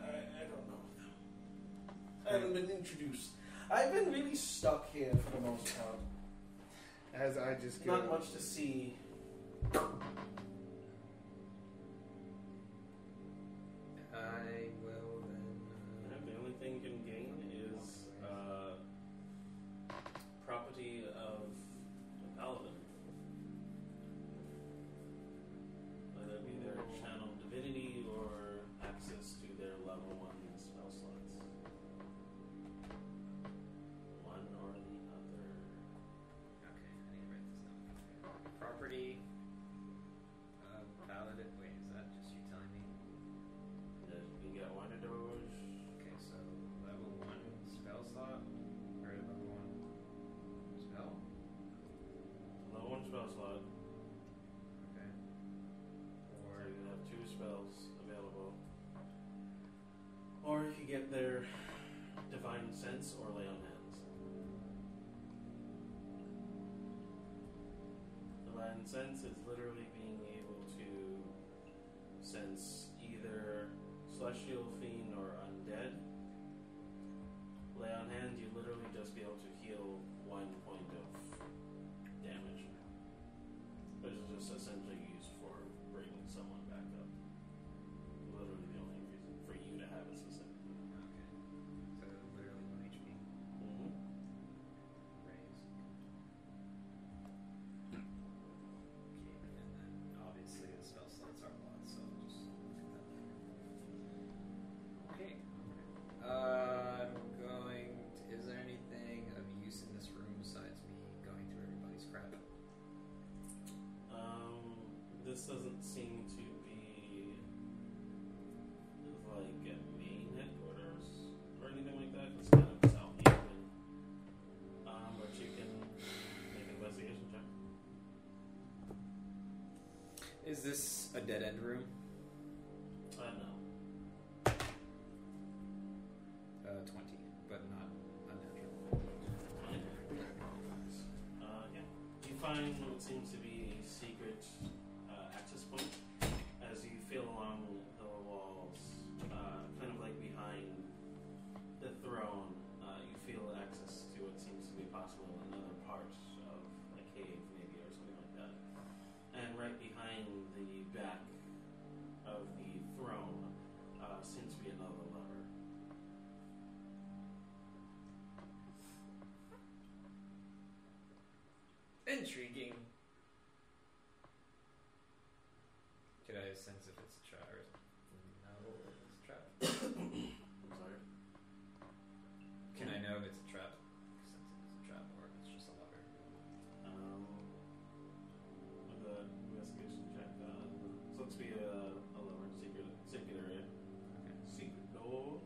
C: I, I don't know. I haven't been introduced. I've been really stuck here for the most part.
B: As I just
C: Not much to see.
A: I will then. uh,
C: the only thing you can gain is uh, property of the paladin. Whether it be their channel divinity or access to their level one spell slots. One or the other.
A: Okay, I need to write this down. Property of paladin. Wait, is that just you telling me?
C: That You get one of those.
A: Okay, so level one spell slot or level one spell.
C: Level one spell slot.
A: Okay.
C: Or
A: Or
C: you can have two spells available. Or you could get their divine sense or lay on hands. Divine sense is literally being able to sense either celestial fiend or undead. Lay on hands, you literally just be able to heal one point of damage. Which is just essentially used for bringing someone back up. Literally the only reason for you to have it specifically.
A: okay. So literally one HP
C: Mm-hmm.
A: raise. Okay, and then obviously the spell slots are blocked, so I'll just look at that later. Okay. Uh, I'm going. To, is there anything of use in this room besides me going through everybody's crap?
C: Um, this doesn't seem to be like a main headquarters or anything like that. It's kind of southeastern. Um, but you can make an investigation check.
T: Is this a dead end room?
C: Uh, no.
T: Uh, 20, but not unnatural.
C: Fine. find what seems to be a secret uh, access point as you feel along the walls, uh, kind of like behind the throne. Uh, you feel access to what seems to be possible another part of a cave, maybe, or something like that. And right behind the back of the throne uh, seems to be another lever.
A: Intriguing. Could I sense if it's a trap or no? If it's a trap.
C: I'm sorry.
A: Can I know if it's a trap? Sense if it's a trap or if it's just a lever.
C: Um, with the investigation check, uh, this looks to be a, uh, a lower secret, secret area.
A: Okay.
C: Secret door.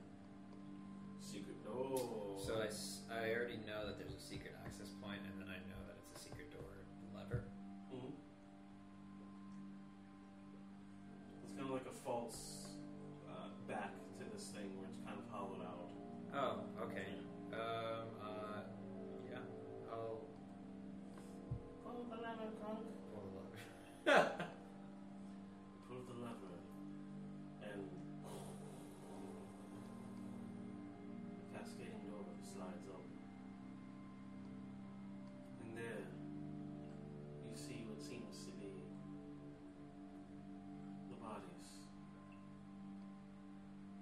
C: Secret door.
A: So I, s- I already know that there's a secret access point, and then I know that it's a secret door lever.
C: Mhm. It's kind of like a false uh, back to this thing where it's kind of hollowed out.
A: Oh, okay. Um, uh, yeah. I'll
C: Pull the lever, Kronk.
A: pull the lever.
C: Pull the lever. And. Cascading door slides open. And there, you see what seems to be the bodies.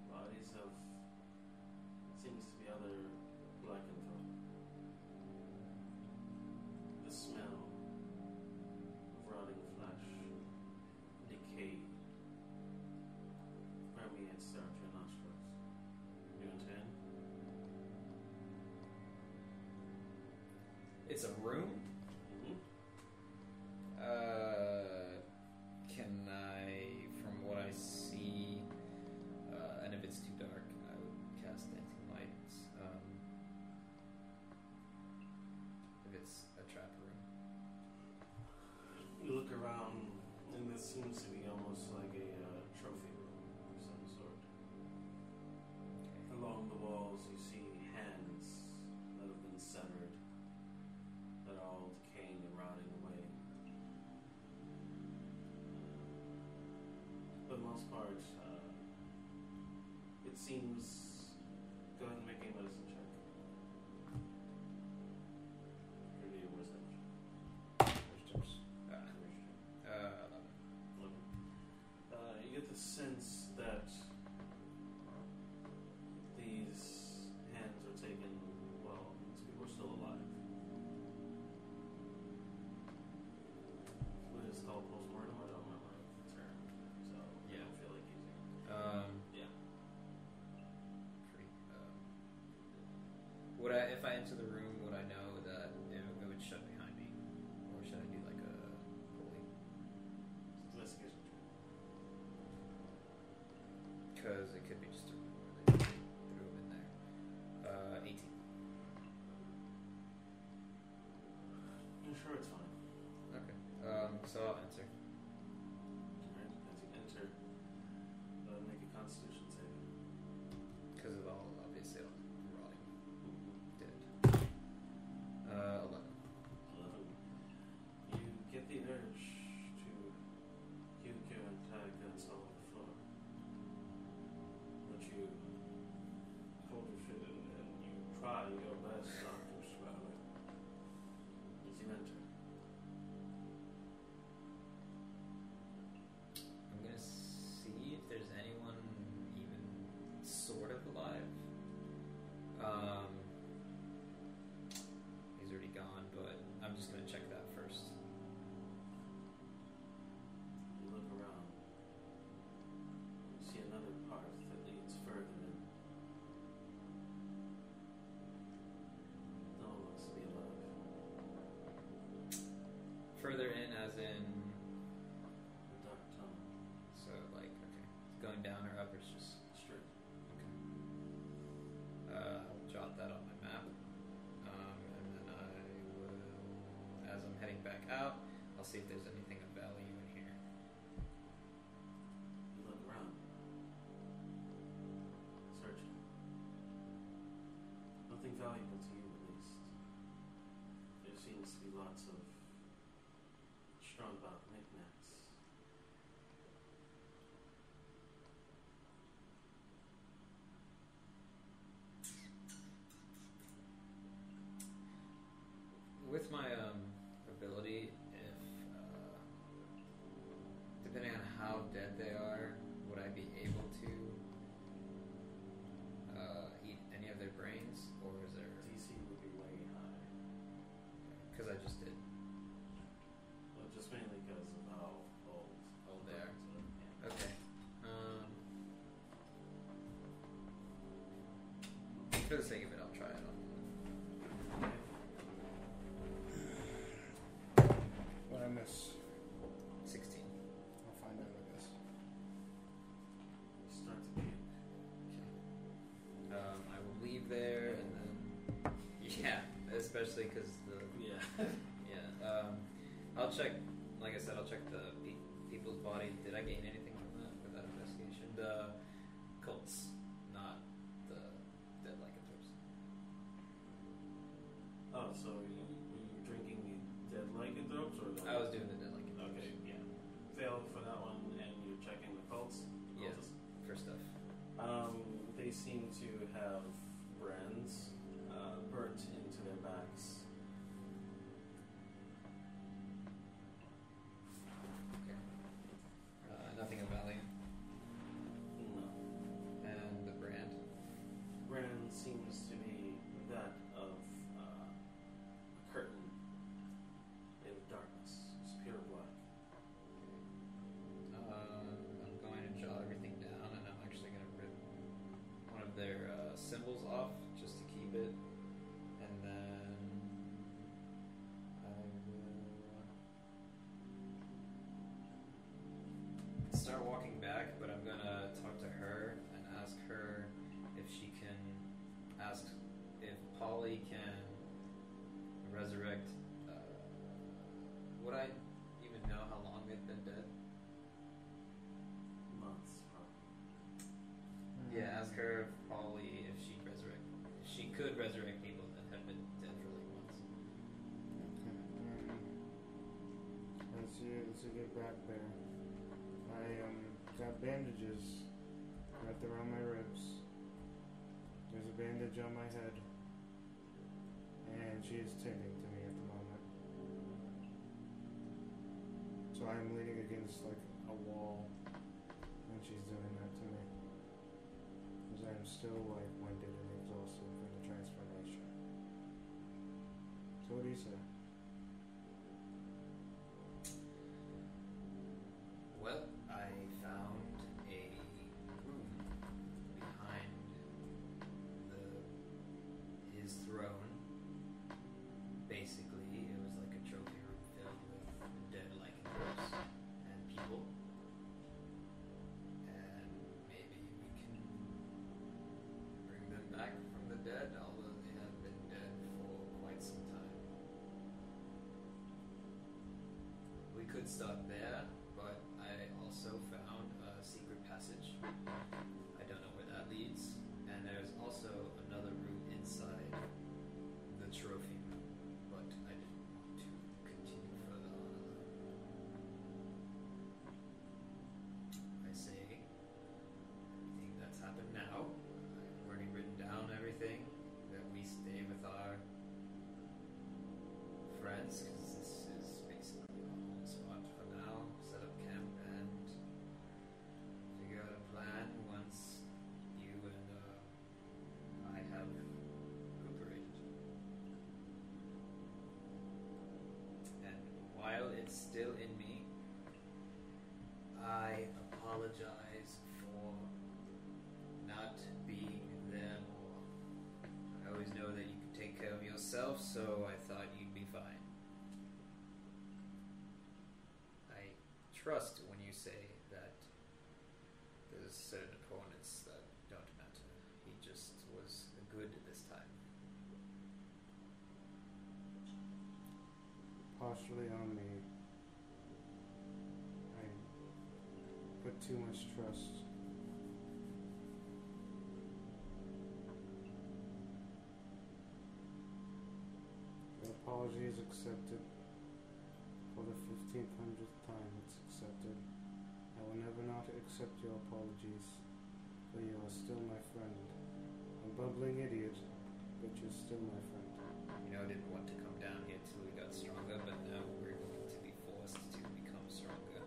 C: Bodies of. what seems to be other lycanthrope. The smell of rotting flesh decay permeates throughout your nostrils. You understand?
A: It's a room.
C: Mm-hmm.
A: Uh, can I, from what I see, uh, and if it's too dark, I would cast dancing lights. Um, if it's a trap room.
C: You look around, and this seems to be almost like a uh, trophy room of some sort. Along the walls, you see hands that have been severed, that are all decaying and rotting away. For the most part, uh, it seems. Go ahead and make a medicine check. Or do you wisdom check?
A: Uh, uh,
C: Uh, you get the sense that these hands are taken well, these people are still alive. What is called postmortem? I don't remember the term, so I
A: Yeah.
C: don't feel like using it.
A: um,
C: Yeah.
A: Creep. Um, would I, if I enter the room, would I know that it, it would shut behind me, or should I do like a pulley?
C: Investigation check.
A: Because it could be just a room where they threw him in there. Uh, 18.
C: I'm sure it's fine.
A: Okay. Um, so I'll enter.
C: Alright, as you enter, uh, make a constitution saving.
A: Because of all, obviously, all the rotting dead. Uh, 11.
C: Eleven. You get the urge to puke your entire guts all over the floor. But you hold your shit in and you try your best not to swallow it. As you enter.
A: I'm gonna see if there's anyone even sort of alive. Um, he's already gone, but I'm just gonna check that first.
C: You look around. You see another part that leads further in. No one wants to be alive.
A: Further in, as in,
C: The dark tunnel.
A: so like, okay, going down or up, it's just
C: Straight.
A: Uh, I'll jot that on my map. Um, and then I will, as I'm heading back out, I'll see if there's anything of value in here.
C: You look around. Searching. Nothing valuable to you, at least. There seems to be lots of
A: my um, ability if, uh, depending on how dead they are, would I be able to uh, eat any of their brains, or is there?
C: DC would be way high.
A: Because I just did.
C: Well, just mainly because of how old.
A: Old they are.
C: Yeah.
A: Okay. Um, for the sake of it, I'll try it on.
B: What I miss?
A: Sixteen.
B: I'll find out, I guess.
C: You start to be
A: Um, I will leave there and then. Yeah, especially because the
U: Yeah.
A: Yeah, um, I'll check. Like I said, I'll check the pe- people's body. Did I gain anything from that with that investigation? The cults, not the dead lycanthropes.
C: Oh, so you, were you drinking the dead lycanthropes or the
A: I was doing the dead lycanthropes
C: Okay, yeah. Fail for that one, and you're checking the cults.
A: Yeah.
C: Cultists.
A: for stuff.
C: Um, they seem to have brands uh, burnt into their backs.
A: Uh, nothing of value,
C: No.
A: and the brand.
C: Brand seems to be that of uh, a curtain in darkness. It's pure black.
A: Um, I'm going to jot everything down, and I'm actually going to rip one of their uh, symbols off just to keep it, and then I will start walking back. But I'm going to talk to her and ask her if she can ask if Polly can resurrect. Uh, would I even know how long they've been dead?
C: Months, probably.
A: Yeah, ask her if Polly if she resurrect if she could resurrect people that have been dead for like months.
B: Mm-hmm. Let's see, let's get back there. I um, got bandages wrapped around my ribs. There's a bandage on my head. And she is tending to me at the moment. So I'm leaning against like a wall and she's doing that to me. Because I'm still like winded and exhausted from the transformation. So what do you say?
A: Well, I found a room behind the his throne. Basically, it was like a trophy room filled with dead lycanthropes and people. And maybe we can bring them back from the dead, although they have been dead for quite some time. We could start there, but I also found a secret passage. I don't know where that leads. And there's also another route inside the trophy room, but I didn't want to continue further on alone. I say everything that's happened now. I've already written down everything that we stay with our friends because this is basically our home spot for now. Set up camp and figure out a plan once you and uh, I have recuperated. And while it's still in me, I apologize for not being there more. I always know that you can take care of yourself, so I thought you'd be fine. I trust when you say that there's certain opponents that don't matter. He just was good this time.
B: partially on me. I put too much trust. The apology is accepted for the 1500th time. It's accepted. I will never not accept your apologies, for you are still my friend. A bumbling idiot, but you're still my friend.
A: know didn't want to come down here till we got stronger, but now we're going to be forced to become stronger.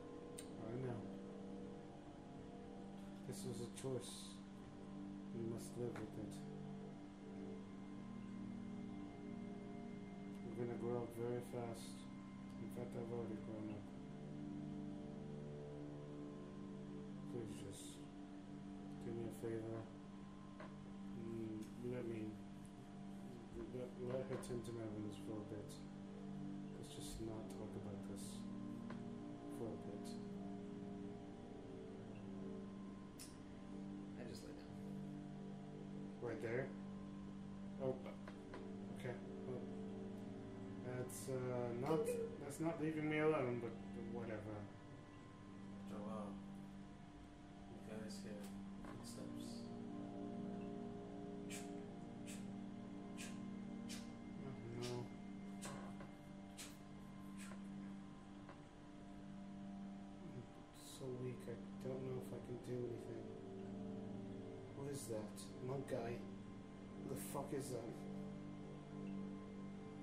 B: I know. This was a choice. We must live with it. We're gonna grow up very fast. In fact, I've already grown up. Please just do me a favor. Mm, let me let, let her tend to my wounds for a bit. Let's just not talk about this for a bit.
A: I just lay down.
B: Right there. Oh, okay. Well, that's uh, not that's not leaving me alone, but whatever.
C: Joel, Oh, you guys hear footsteps.
B: Oh, no. I'm so weak. I don't know if I can do anything. What is that monk guy? Who the fuck is that?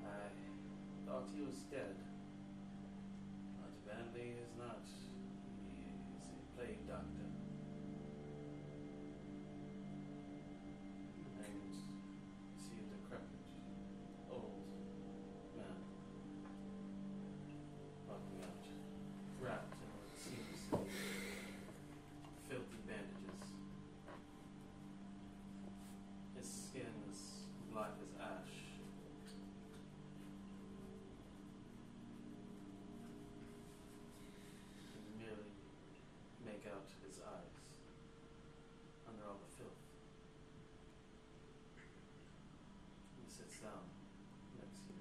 C: I thought he was dead, but apparently he is not. He is a plague doctor. And see a decrepit, old man walking out, wrapped in what seems to be filthy bandages. His skin is black as ash. You can merely make out his eyes under all the filth. He sits down next to you.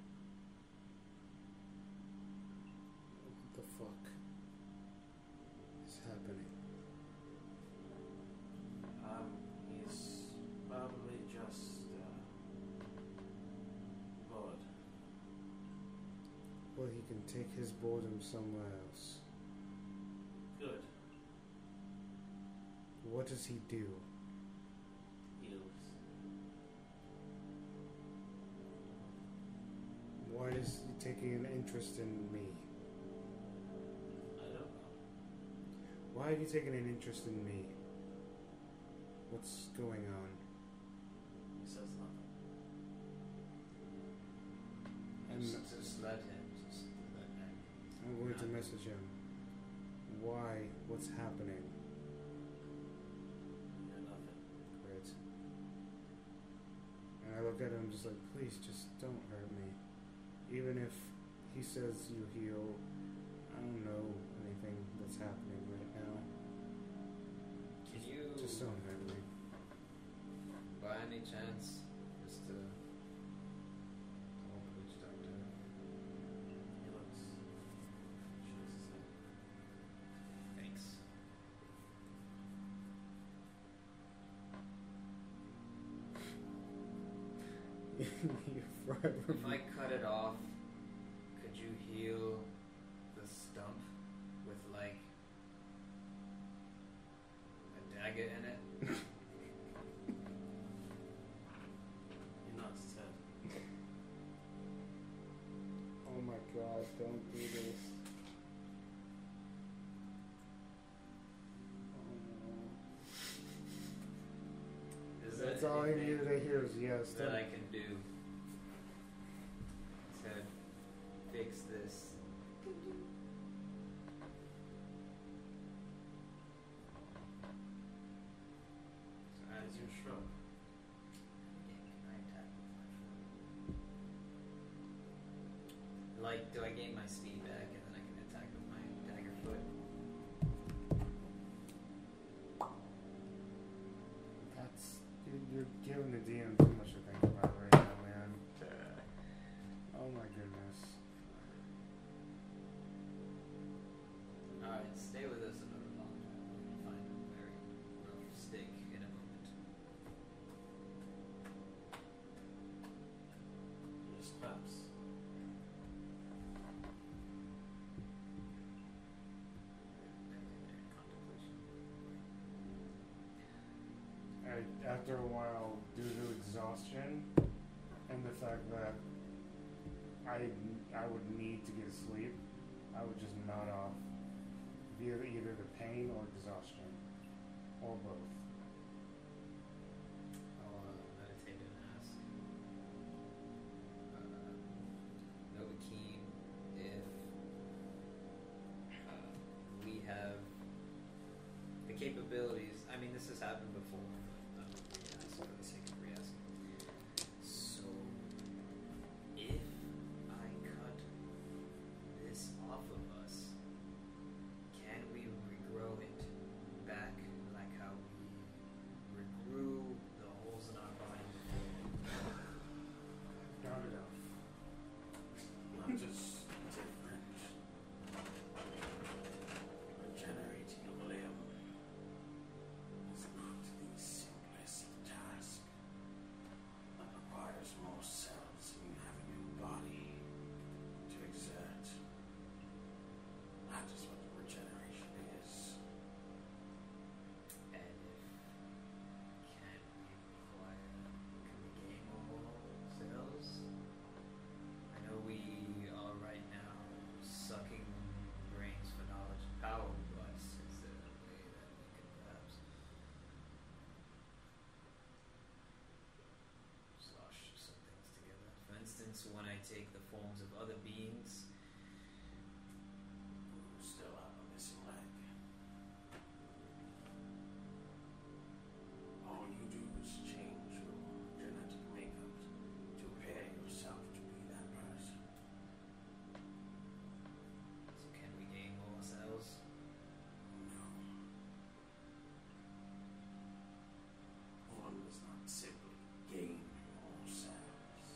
B: What the fuck is happening?
C: Um, he's probably just uh, bored.
B: Well, he can take his boredom somewhere else.
C: Good.
B: What does he do?
C: Heals.
B: Why is he taking an interest in me?
C: I don't know.
B: Why have you taken an interest in me? What's going on?
C: He says nothing.
B: I'm-
A: Since it's led him, since it's led him.
B: I'm going to message him. Why? What's happening?
C: You hear nothing.
B: Right. And I look at him just like, please, just don't hurt me. Even if he says you heal, I don't know anything that's happening right now.
A: Can you,
B: Just don't hurt me.
A: by any chance, Mr. Old Witch Doctor,
C: He looks. Shakes his head.
A: thanks.
B: You're forever.
A: If I cut it off, could you heal the stump with like a dagger in it?
C: He nods his head.
B: Oh my god, don't do this.
A: Is that
B: That's all I
A: anything
B: needed to hear is yes.
A: that
B: don't-
A: I can do to fix this?
C: As you shrug,
A: Like, do I gain my speed back and then I can attack with my dagger foot?
B: That's dude, you're giving the DM too much to think about right now, man. Oh my goodness.
A: Alright, stay with us another long time. We'll find a very rough stick in a moment.
C: he just claps.
B: I, after a while, due to exhaustion and the fact that
G: I, I would need to get sleep, I would just nod off. Via either the pain or exhaustion, or both.
A: I'll uh, meditate and ask uh, Novakeem if uh, we have the capabilities. I mean, this has happened before, but I'm re-asking for the sake of re-asking. So, if I cut this off of us, can we regrow it back like how we regrew the holes in our body.
G: Not enough.
C: Not just different. Regenerating a limb is not the simplest task. It requires more cells than you have in your body to exert. That is what regeneration is.
A: And if can we acquire can we gain more cells? I know we are right now sucking brains for knowledge and power, but is there a way that we could perhaps slosh some things together? For instance, when I take the forms of other beings
C: You still have a missing leg. All you do is change your genetic makeup to prepare yourself to be that person.
A: So can we gain more cells?
C: No. One does not simply gain more cells.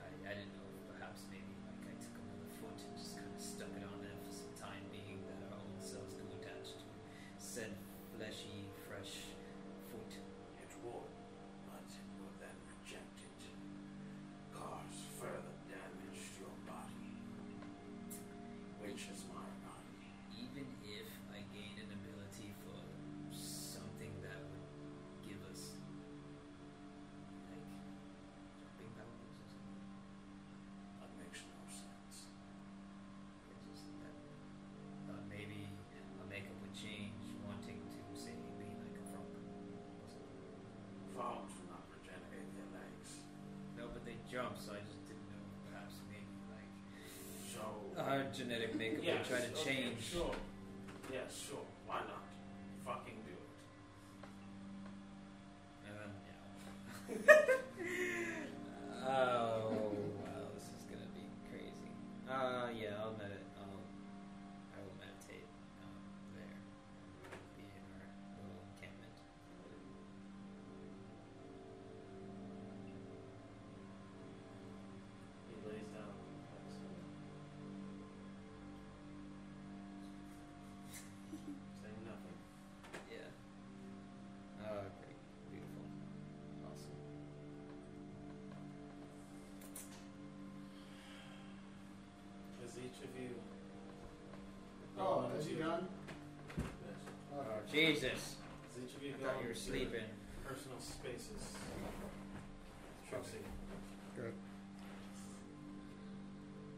A: I, I didn't know if perhaps maybe like I took another foot and just kind of stuck it on there for some time being that our own cells can attach to said fleshy, fresh foot.
C: It would, but it would then reject it, cause further damage to your body, which is my body.
A: Even if I gain an ability for something that would give us like jumping powers or something.
C: That makes no sense.
A: It's just that thought maybe a makeup would change wanting to say be like a frog or something.
C: Frogs do not regenerate their legs,
A: No, but they jump, so I just didn't know. Perhaps maybe like
C: so.
A: our genetic makeup
C: yes,
A: would try to
C: okay,
A: change.
C: Sure. Yes, sure. Why not? Fucking do it.
A: And then, yeah. oh wow, this is gonna be crazy. Uh, yeah, I'll medit. I'll, I will meditate um, there. We'll Be in our little encampment.
C: He lays down and comes to me. Saying nothing.
A: Yeah. Oh, great. Beautiful. Awesome.
C: As each of you.
P: Oh, is he done?
C: Yes.
G: Uh,
P: Okay.
A: Oh, Jesus,
C: As each of you
A: I
C: go
A: thought you were
C: into
A: sleeping.
C: your Personal spaces. Trixie.
G: Good.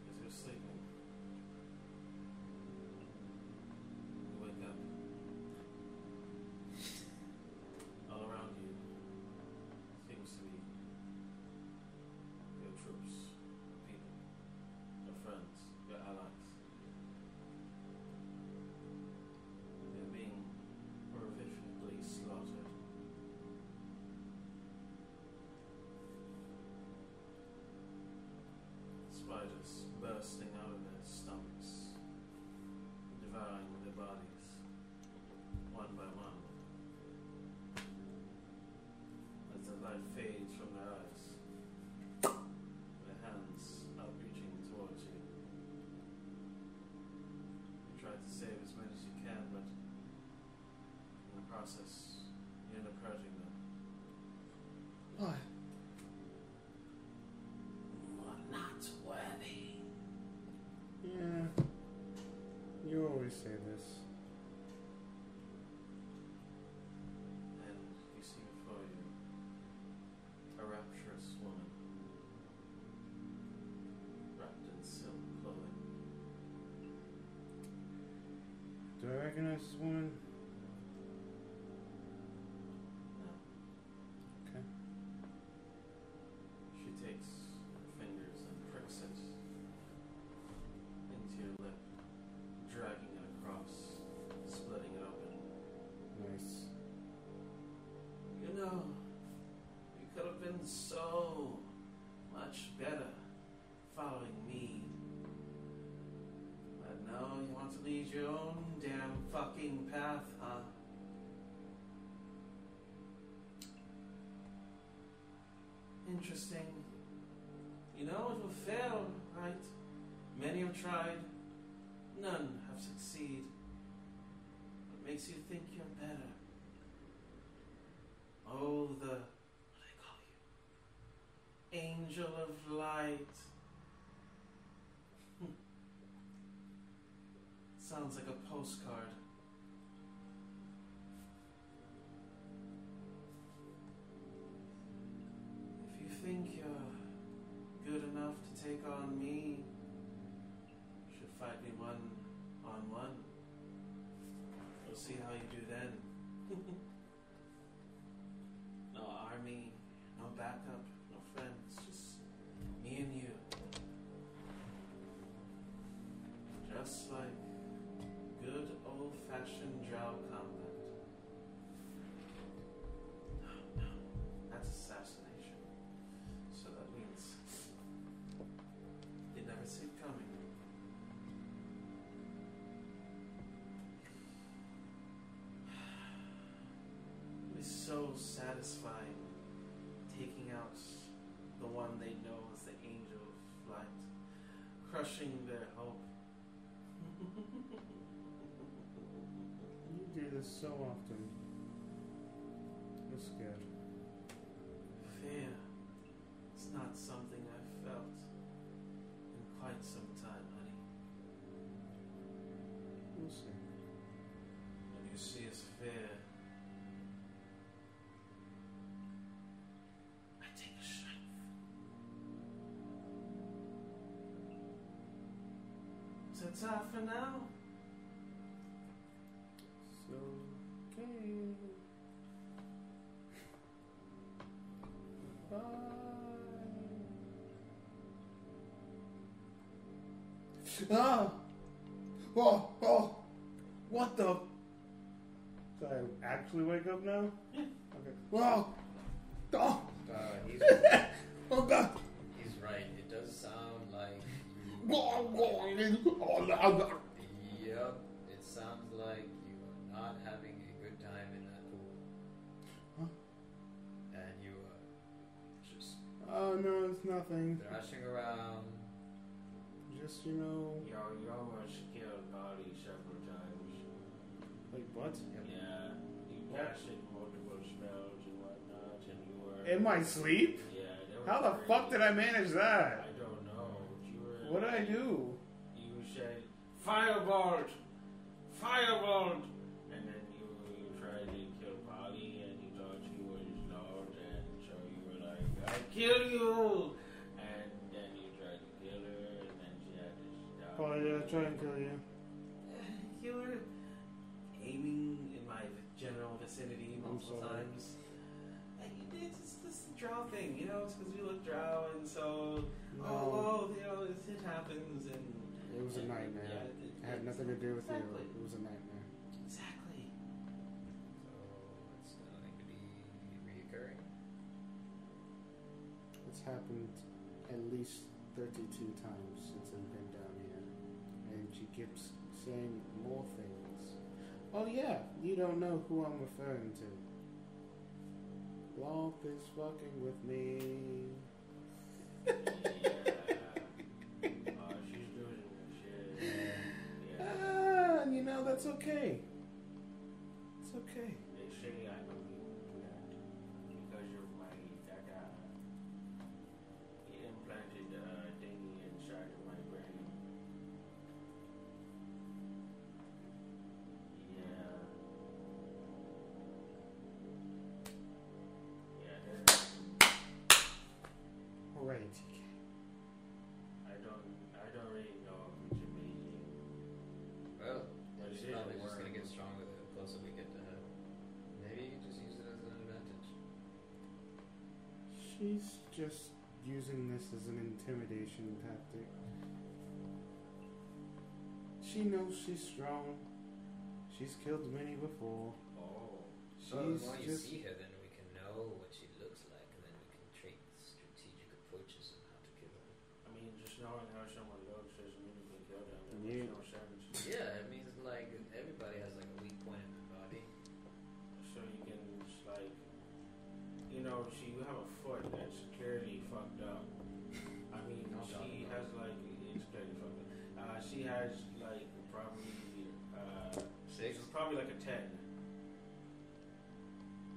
C: As you're sleeping. You wake up. All around you seems to be your troops, your people, your friends, your allies. They're being provisionally slaughtered. Spiders bursting out of their stomachs, devouring their bodies, one by one. As the light fades from their eyes, their hands are reaching towards you. You try to save as many as you can, but in the process, you end up hurting them.
B: Why?
C: You are not worthy.
G: Yeah. You always say this.
C: and you see before you a rapturous woman, wrapped
V: recognize this woman?
C: She takes her fingers and pricks it into your lip, dragging it across, splitting it open.
V: Nice.
C: You know, you could have been so much better following me. But no, you want to lead your own damn fucking path, huh? Interesting. You know, it will fail, right? Many have tried, none have succeeded. What makes you think you're better? Oh, the what do they call you? Angel of light. Hmm. Sounds like a postcard. If you think you're good enough to take on me, you should fight me one on one. We'll see how you do then. No army, no backup, no friends, just me and you. Just like good old fashioned drow combat. No, no, that's assassination. So that means you never see it coming. It is so satisfying taking out the one they know as the angel of light, crushing their hope.
B: You do this so often. It's good.
C: Fear is not something I've felt in quite some time, honey.
B: We'll see.
C: What you see is fear. I take a strength. Ta-ta for now.
B: So, okay. Bye.
W: Ah! Oh, oh! What the?
B: So I actually wake up now?
W: Oh! Oh!
A: Uh, he's,
W: Oh, God!
A: he's right. It does sound like.
W: Oh,
A: Yep. It sounds like you are not having a good time in that pool. And you are just
B: Oh no, it's nothing.
A: thrashing around.
B: Just you know,
C: Yo, yo, I should kill Body several times.
B: like what?
C: Yeah, you casted multiple spells and whatnot, and you were.
B: In my sleep?
C: yeah, that was
B: How the
C: crazy.
B: fuck did I manage that?
C: I don't know. You were.
B: What did I do?
C: You said firebolt, firebolt, and then you you tried to kill Polly, and you thought you were loved, and so you were like, I kill you, and then you tried to kill her, and then she had to stop.
B: Oh yeah, try and kill you.
C: You were aiming in my general vicinity multiple
B: sorry.
C: times. Like, it's just this drow thing, you know, it's because we look drow, and so, oh,
B: No.
C: oh, you know, this shit happens, and.
B: It was a
C: and-
B: nightmare.
C: yeah, it-
B: It had nothing to do with you.
C: exactly,
B: It was a nightmare.
C: Exactly.
A: So it's going to be reoccurring.
B: It's happened at least 32 times since I've been down here. And she keeps saying more things. Oh, yeah, you don't know who I'm referring to. Lolp is fucking with me.
C: Yeah. Oh, she's doing her shit. Yeah.
B: Ah, and you know, that's okay. It's okay.
C: Make sure I don't do that because of my data. It implanted a thing inside of my brain. Yeah. Yeah, that-
B: Alright.
C: I don't, I don't really know if it's amazing.
A: Well,
C: But
A: it's
C: it is a
A: probably just going
C: word.
A: to get
B: She's just using this as an intimidation tactic. She knows she's strong. She's killed many before.
A: Oh.
B: She's
A: Well, the more you
B: just
A: see her, then we can know what she looks like, and then we can take strategic approaches on how to kill her.
C: I mean, just knowing how someone looks doesn't mean you can go down there with
B: Yeah.
C: no damage.
A: Yeah, it means like everybody has like a weak point in their body.
C: So you can just like, you know, she you have a foot that's clearly fucked up. I mean,
A: No
C: she
A: doubt.
C: has like it's clearly fucked up. Uh, she has like probably uh,
A: Six.
C: she's probably like a ten.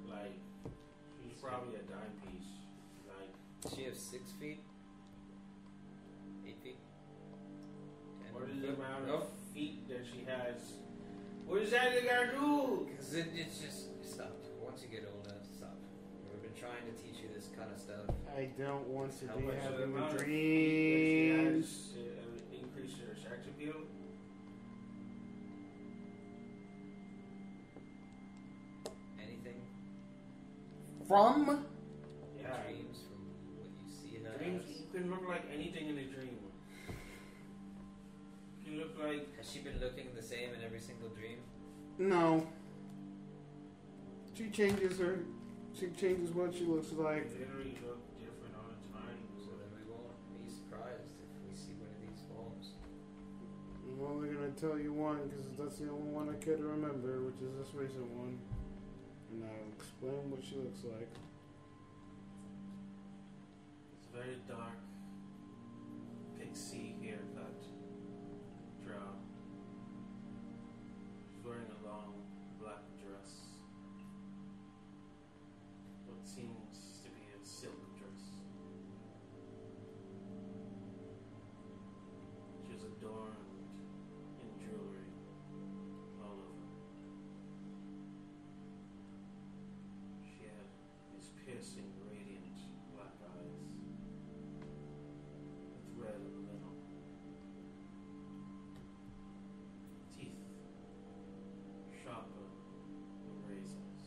C: Like she's probably a dime piece. Like
A: Does she have six feet? Eight feet? Ten
C: what is the
A: feet?
C: amount
A: No,
C: of feet that she has? What is that they gotta do?
A: because it, it's just stop. Once you get older, stop. We've been trying to teach you this kind of stuff.
B: I don't want to
A: How
B: be
A: much
C: So the
B: having
C: amount
B: a
C: of feet that
B: dream.
C: she has, uh, increase her sex appeal.
A: Anything?
B: From?
C: Yeah.
A: Dreams from what you see her
C: Dreams
A: as?
C: you can look like anything in a dream. You look like
A: Has she been looking the same in every single dream?
B: No. She changes her. She changes what she looks like.
C: literally look different all the time.
A: So
C: So
A: then we won't be surprised if we see one of these forms.
B: I'm only gonna tell you one because that's the only one I could remember, which is this recent one. And I'll explain what she looks like.
C: it's very dark. Pixie haircut. Draw. She's wearing a long black dress. What seems to be a silk dress. She's adorned in jewelry all over. She had these piercing, radiant black eyes with red in the middle. Teeth sharper than razors.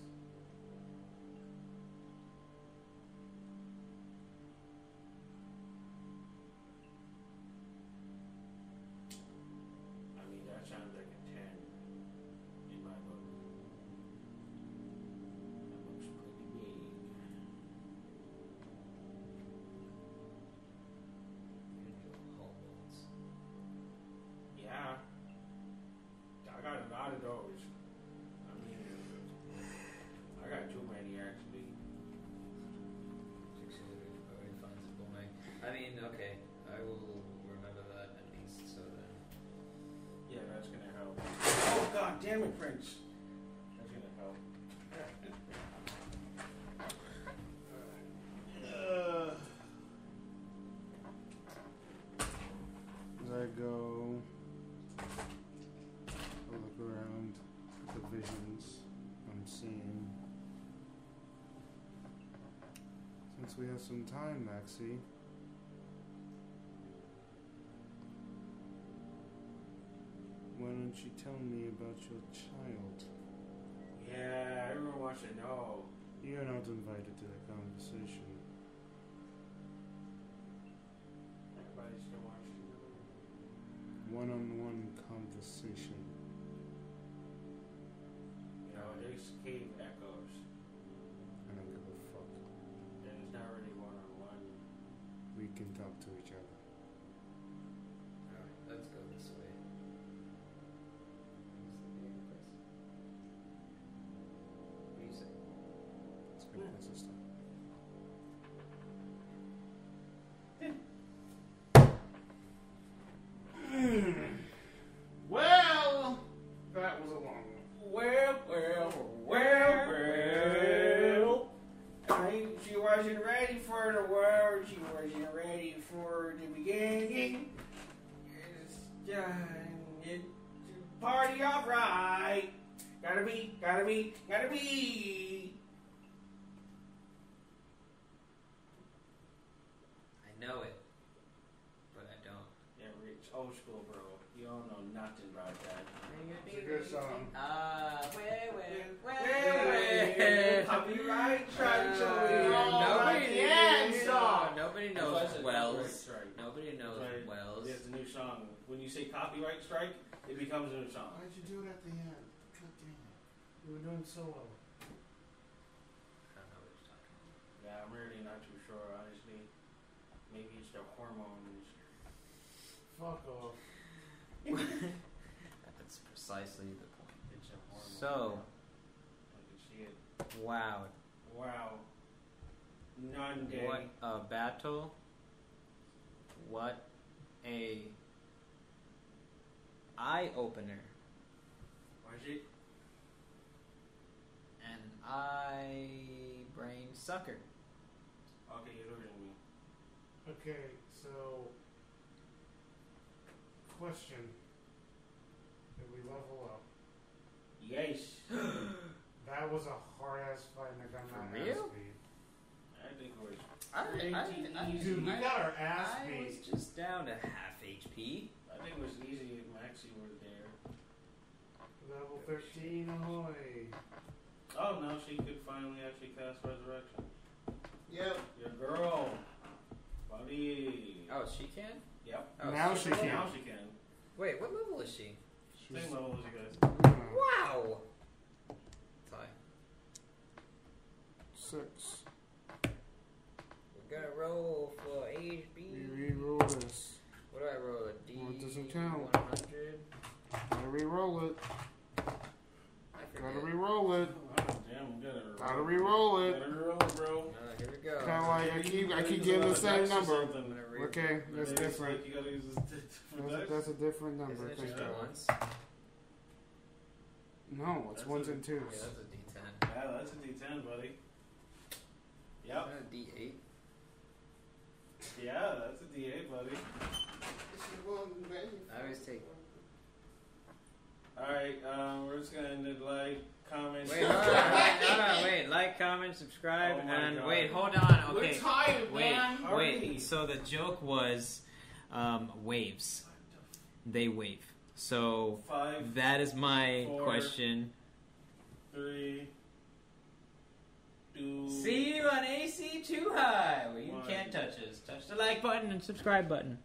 C: I mean, that sounds like a 10 in my book. That looks pretty big.
A: Hormones.
C: Yeah. I got a lot of those. I mean, I got too many actually.
A: Already finds a boomerang. I mean, okay, I will remember that at least. So then,
C: Yeah, that's gonna help. Oh god damn it, Prince! That's gonna help.
B: Uh, I go. I look around at the visions I'm seeing. Since we have some time, Maxie. Why don't you tell me about your child?
C: Yeah, everyone wants to know.
B: You're not invited to the conversation.
C: Everybody's gonna want to know.
B: One on one conversation.
C: You know, there's cave echoes.
B: I don't give a fuck.
C: There's not really one on one.
B: We can talk to each other.
A: all right, let's go this way. What do you say?
B: It's been
C: Yeah.
B: consistent.
X: Well, that was a long one.
C: Well, well, well, well. I mean, she wasn't ready for the world. She wasn't ready for the beginning. It's time to party all right. Gotta be, gotta be, gotta be.
A: I know it, but I don't.
C: Yeah, Rich, old school, bro. You don't know nothing about that.
B: It's a good song.
E: Ah, where, where, where,
C: Copyright strikes over
A: Uh,
C: all
A: nobody
C: right, yeah, Chong. When you say copyright strike, it becomes Una Chong.
Y: Why'd you do it at the end? God damn it. You were doing so well.
E: I don't know what you're talking about.
C: Yeah, I'm really not too sure, honestly. Maybe it's the hormones.
Y: Fuck off.
A: That's precisely the point.
C: It's a hormone.
A: So,
C: I can see it.
A: wow.
C: Wow. None gay.
A: What a battle. What a eye opener.
C: Was it?
A: An eye brain sucker.
C: Okay, you're losing me.
Z: Okay, so question: Did we level up?
C: Yes.
Z: That was a hard ass fight, and I got
A: For
Z: my ass
A: real?
Z: beat.
C: I think we're.
A: I, I, I, I,
Z: Dude, we got our ass
A: I was
Z: beat.
A: just down to half HP.
C: I think it was easy if Maxie were there.
Z: Level thirteen, ahoy!
C: Oh, now she could finally actually cast resurrection.
Y: Yep.
C: Your girl, buddy.
E: Oh, she can?
C: Yep.
E: Oh,
Z: Now
E: she-
Z: she can.
C: Now she can.
E: Wait, what level is she?
C: Same level as you guys.
E: Wow! Tie.
B: Six.
E: We're gonna roll for
B: We
E: HB.
B: re-roll this.
E: What do I roll? A D?
B: Well, it doesn't count.
E: 100?
B: Gotta re-roll it.
E: I
B: Gotta
E: forget.
B: re-roll it.
C: Oh, damn, I'm gonna roll.
B: Gotta re-roll it.
C: Gotta roll, bro.
E: Uh, here we go.
B: Kinda like I keep, I keep getting the same number. Okay, that's
C: Maybe it's
B: different.
C: Like you gotta use this different
B: That's a,
C: dice.
B: that's a different number.
E: Isn't it
B: Thank
E: just
B: God.
E: once?
B: No, it's
C: That's
B: ones
C: a-
B: and
E: Yeah,
B: twos.
E: that's a D10.
C: Yeah, that's a D10, buddy. Yep.
E: Isn't it a D8?
C: Yeah, that's a D8, buddy.
E: I always take.
C: Alright, um, we're just gonna end it like, comment.
E: Wait, hold on, hold on, wait. Like, comment, subscribe,
C: Oh my
E: and
C: God.
A: Wait, hold on.
Y: We're
A: Okay.
Y: tired,
A: Wait,
Y: man.
C: Already.
A: wait. So the joke was um, waves. They wave. So
C: Five,
A: that is my
C: Four.
A: question.
C: three, two.
A: See you on AC Too High, where you
C: One.
A: can't touch us. Touch the like button and subscribe button.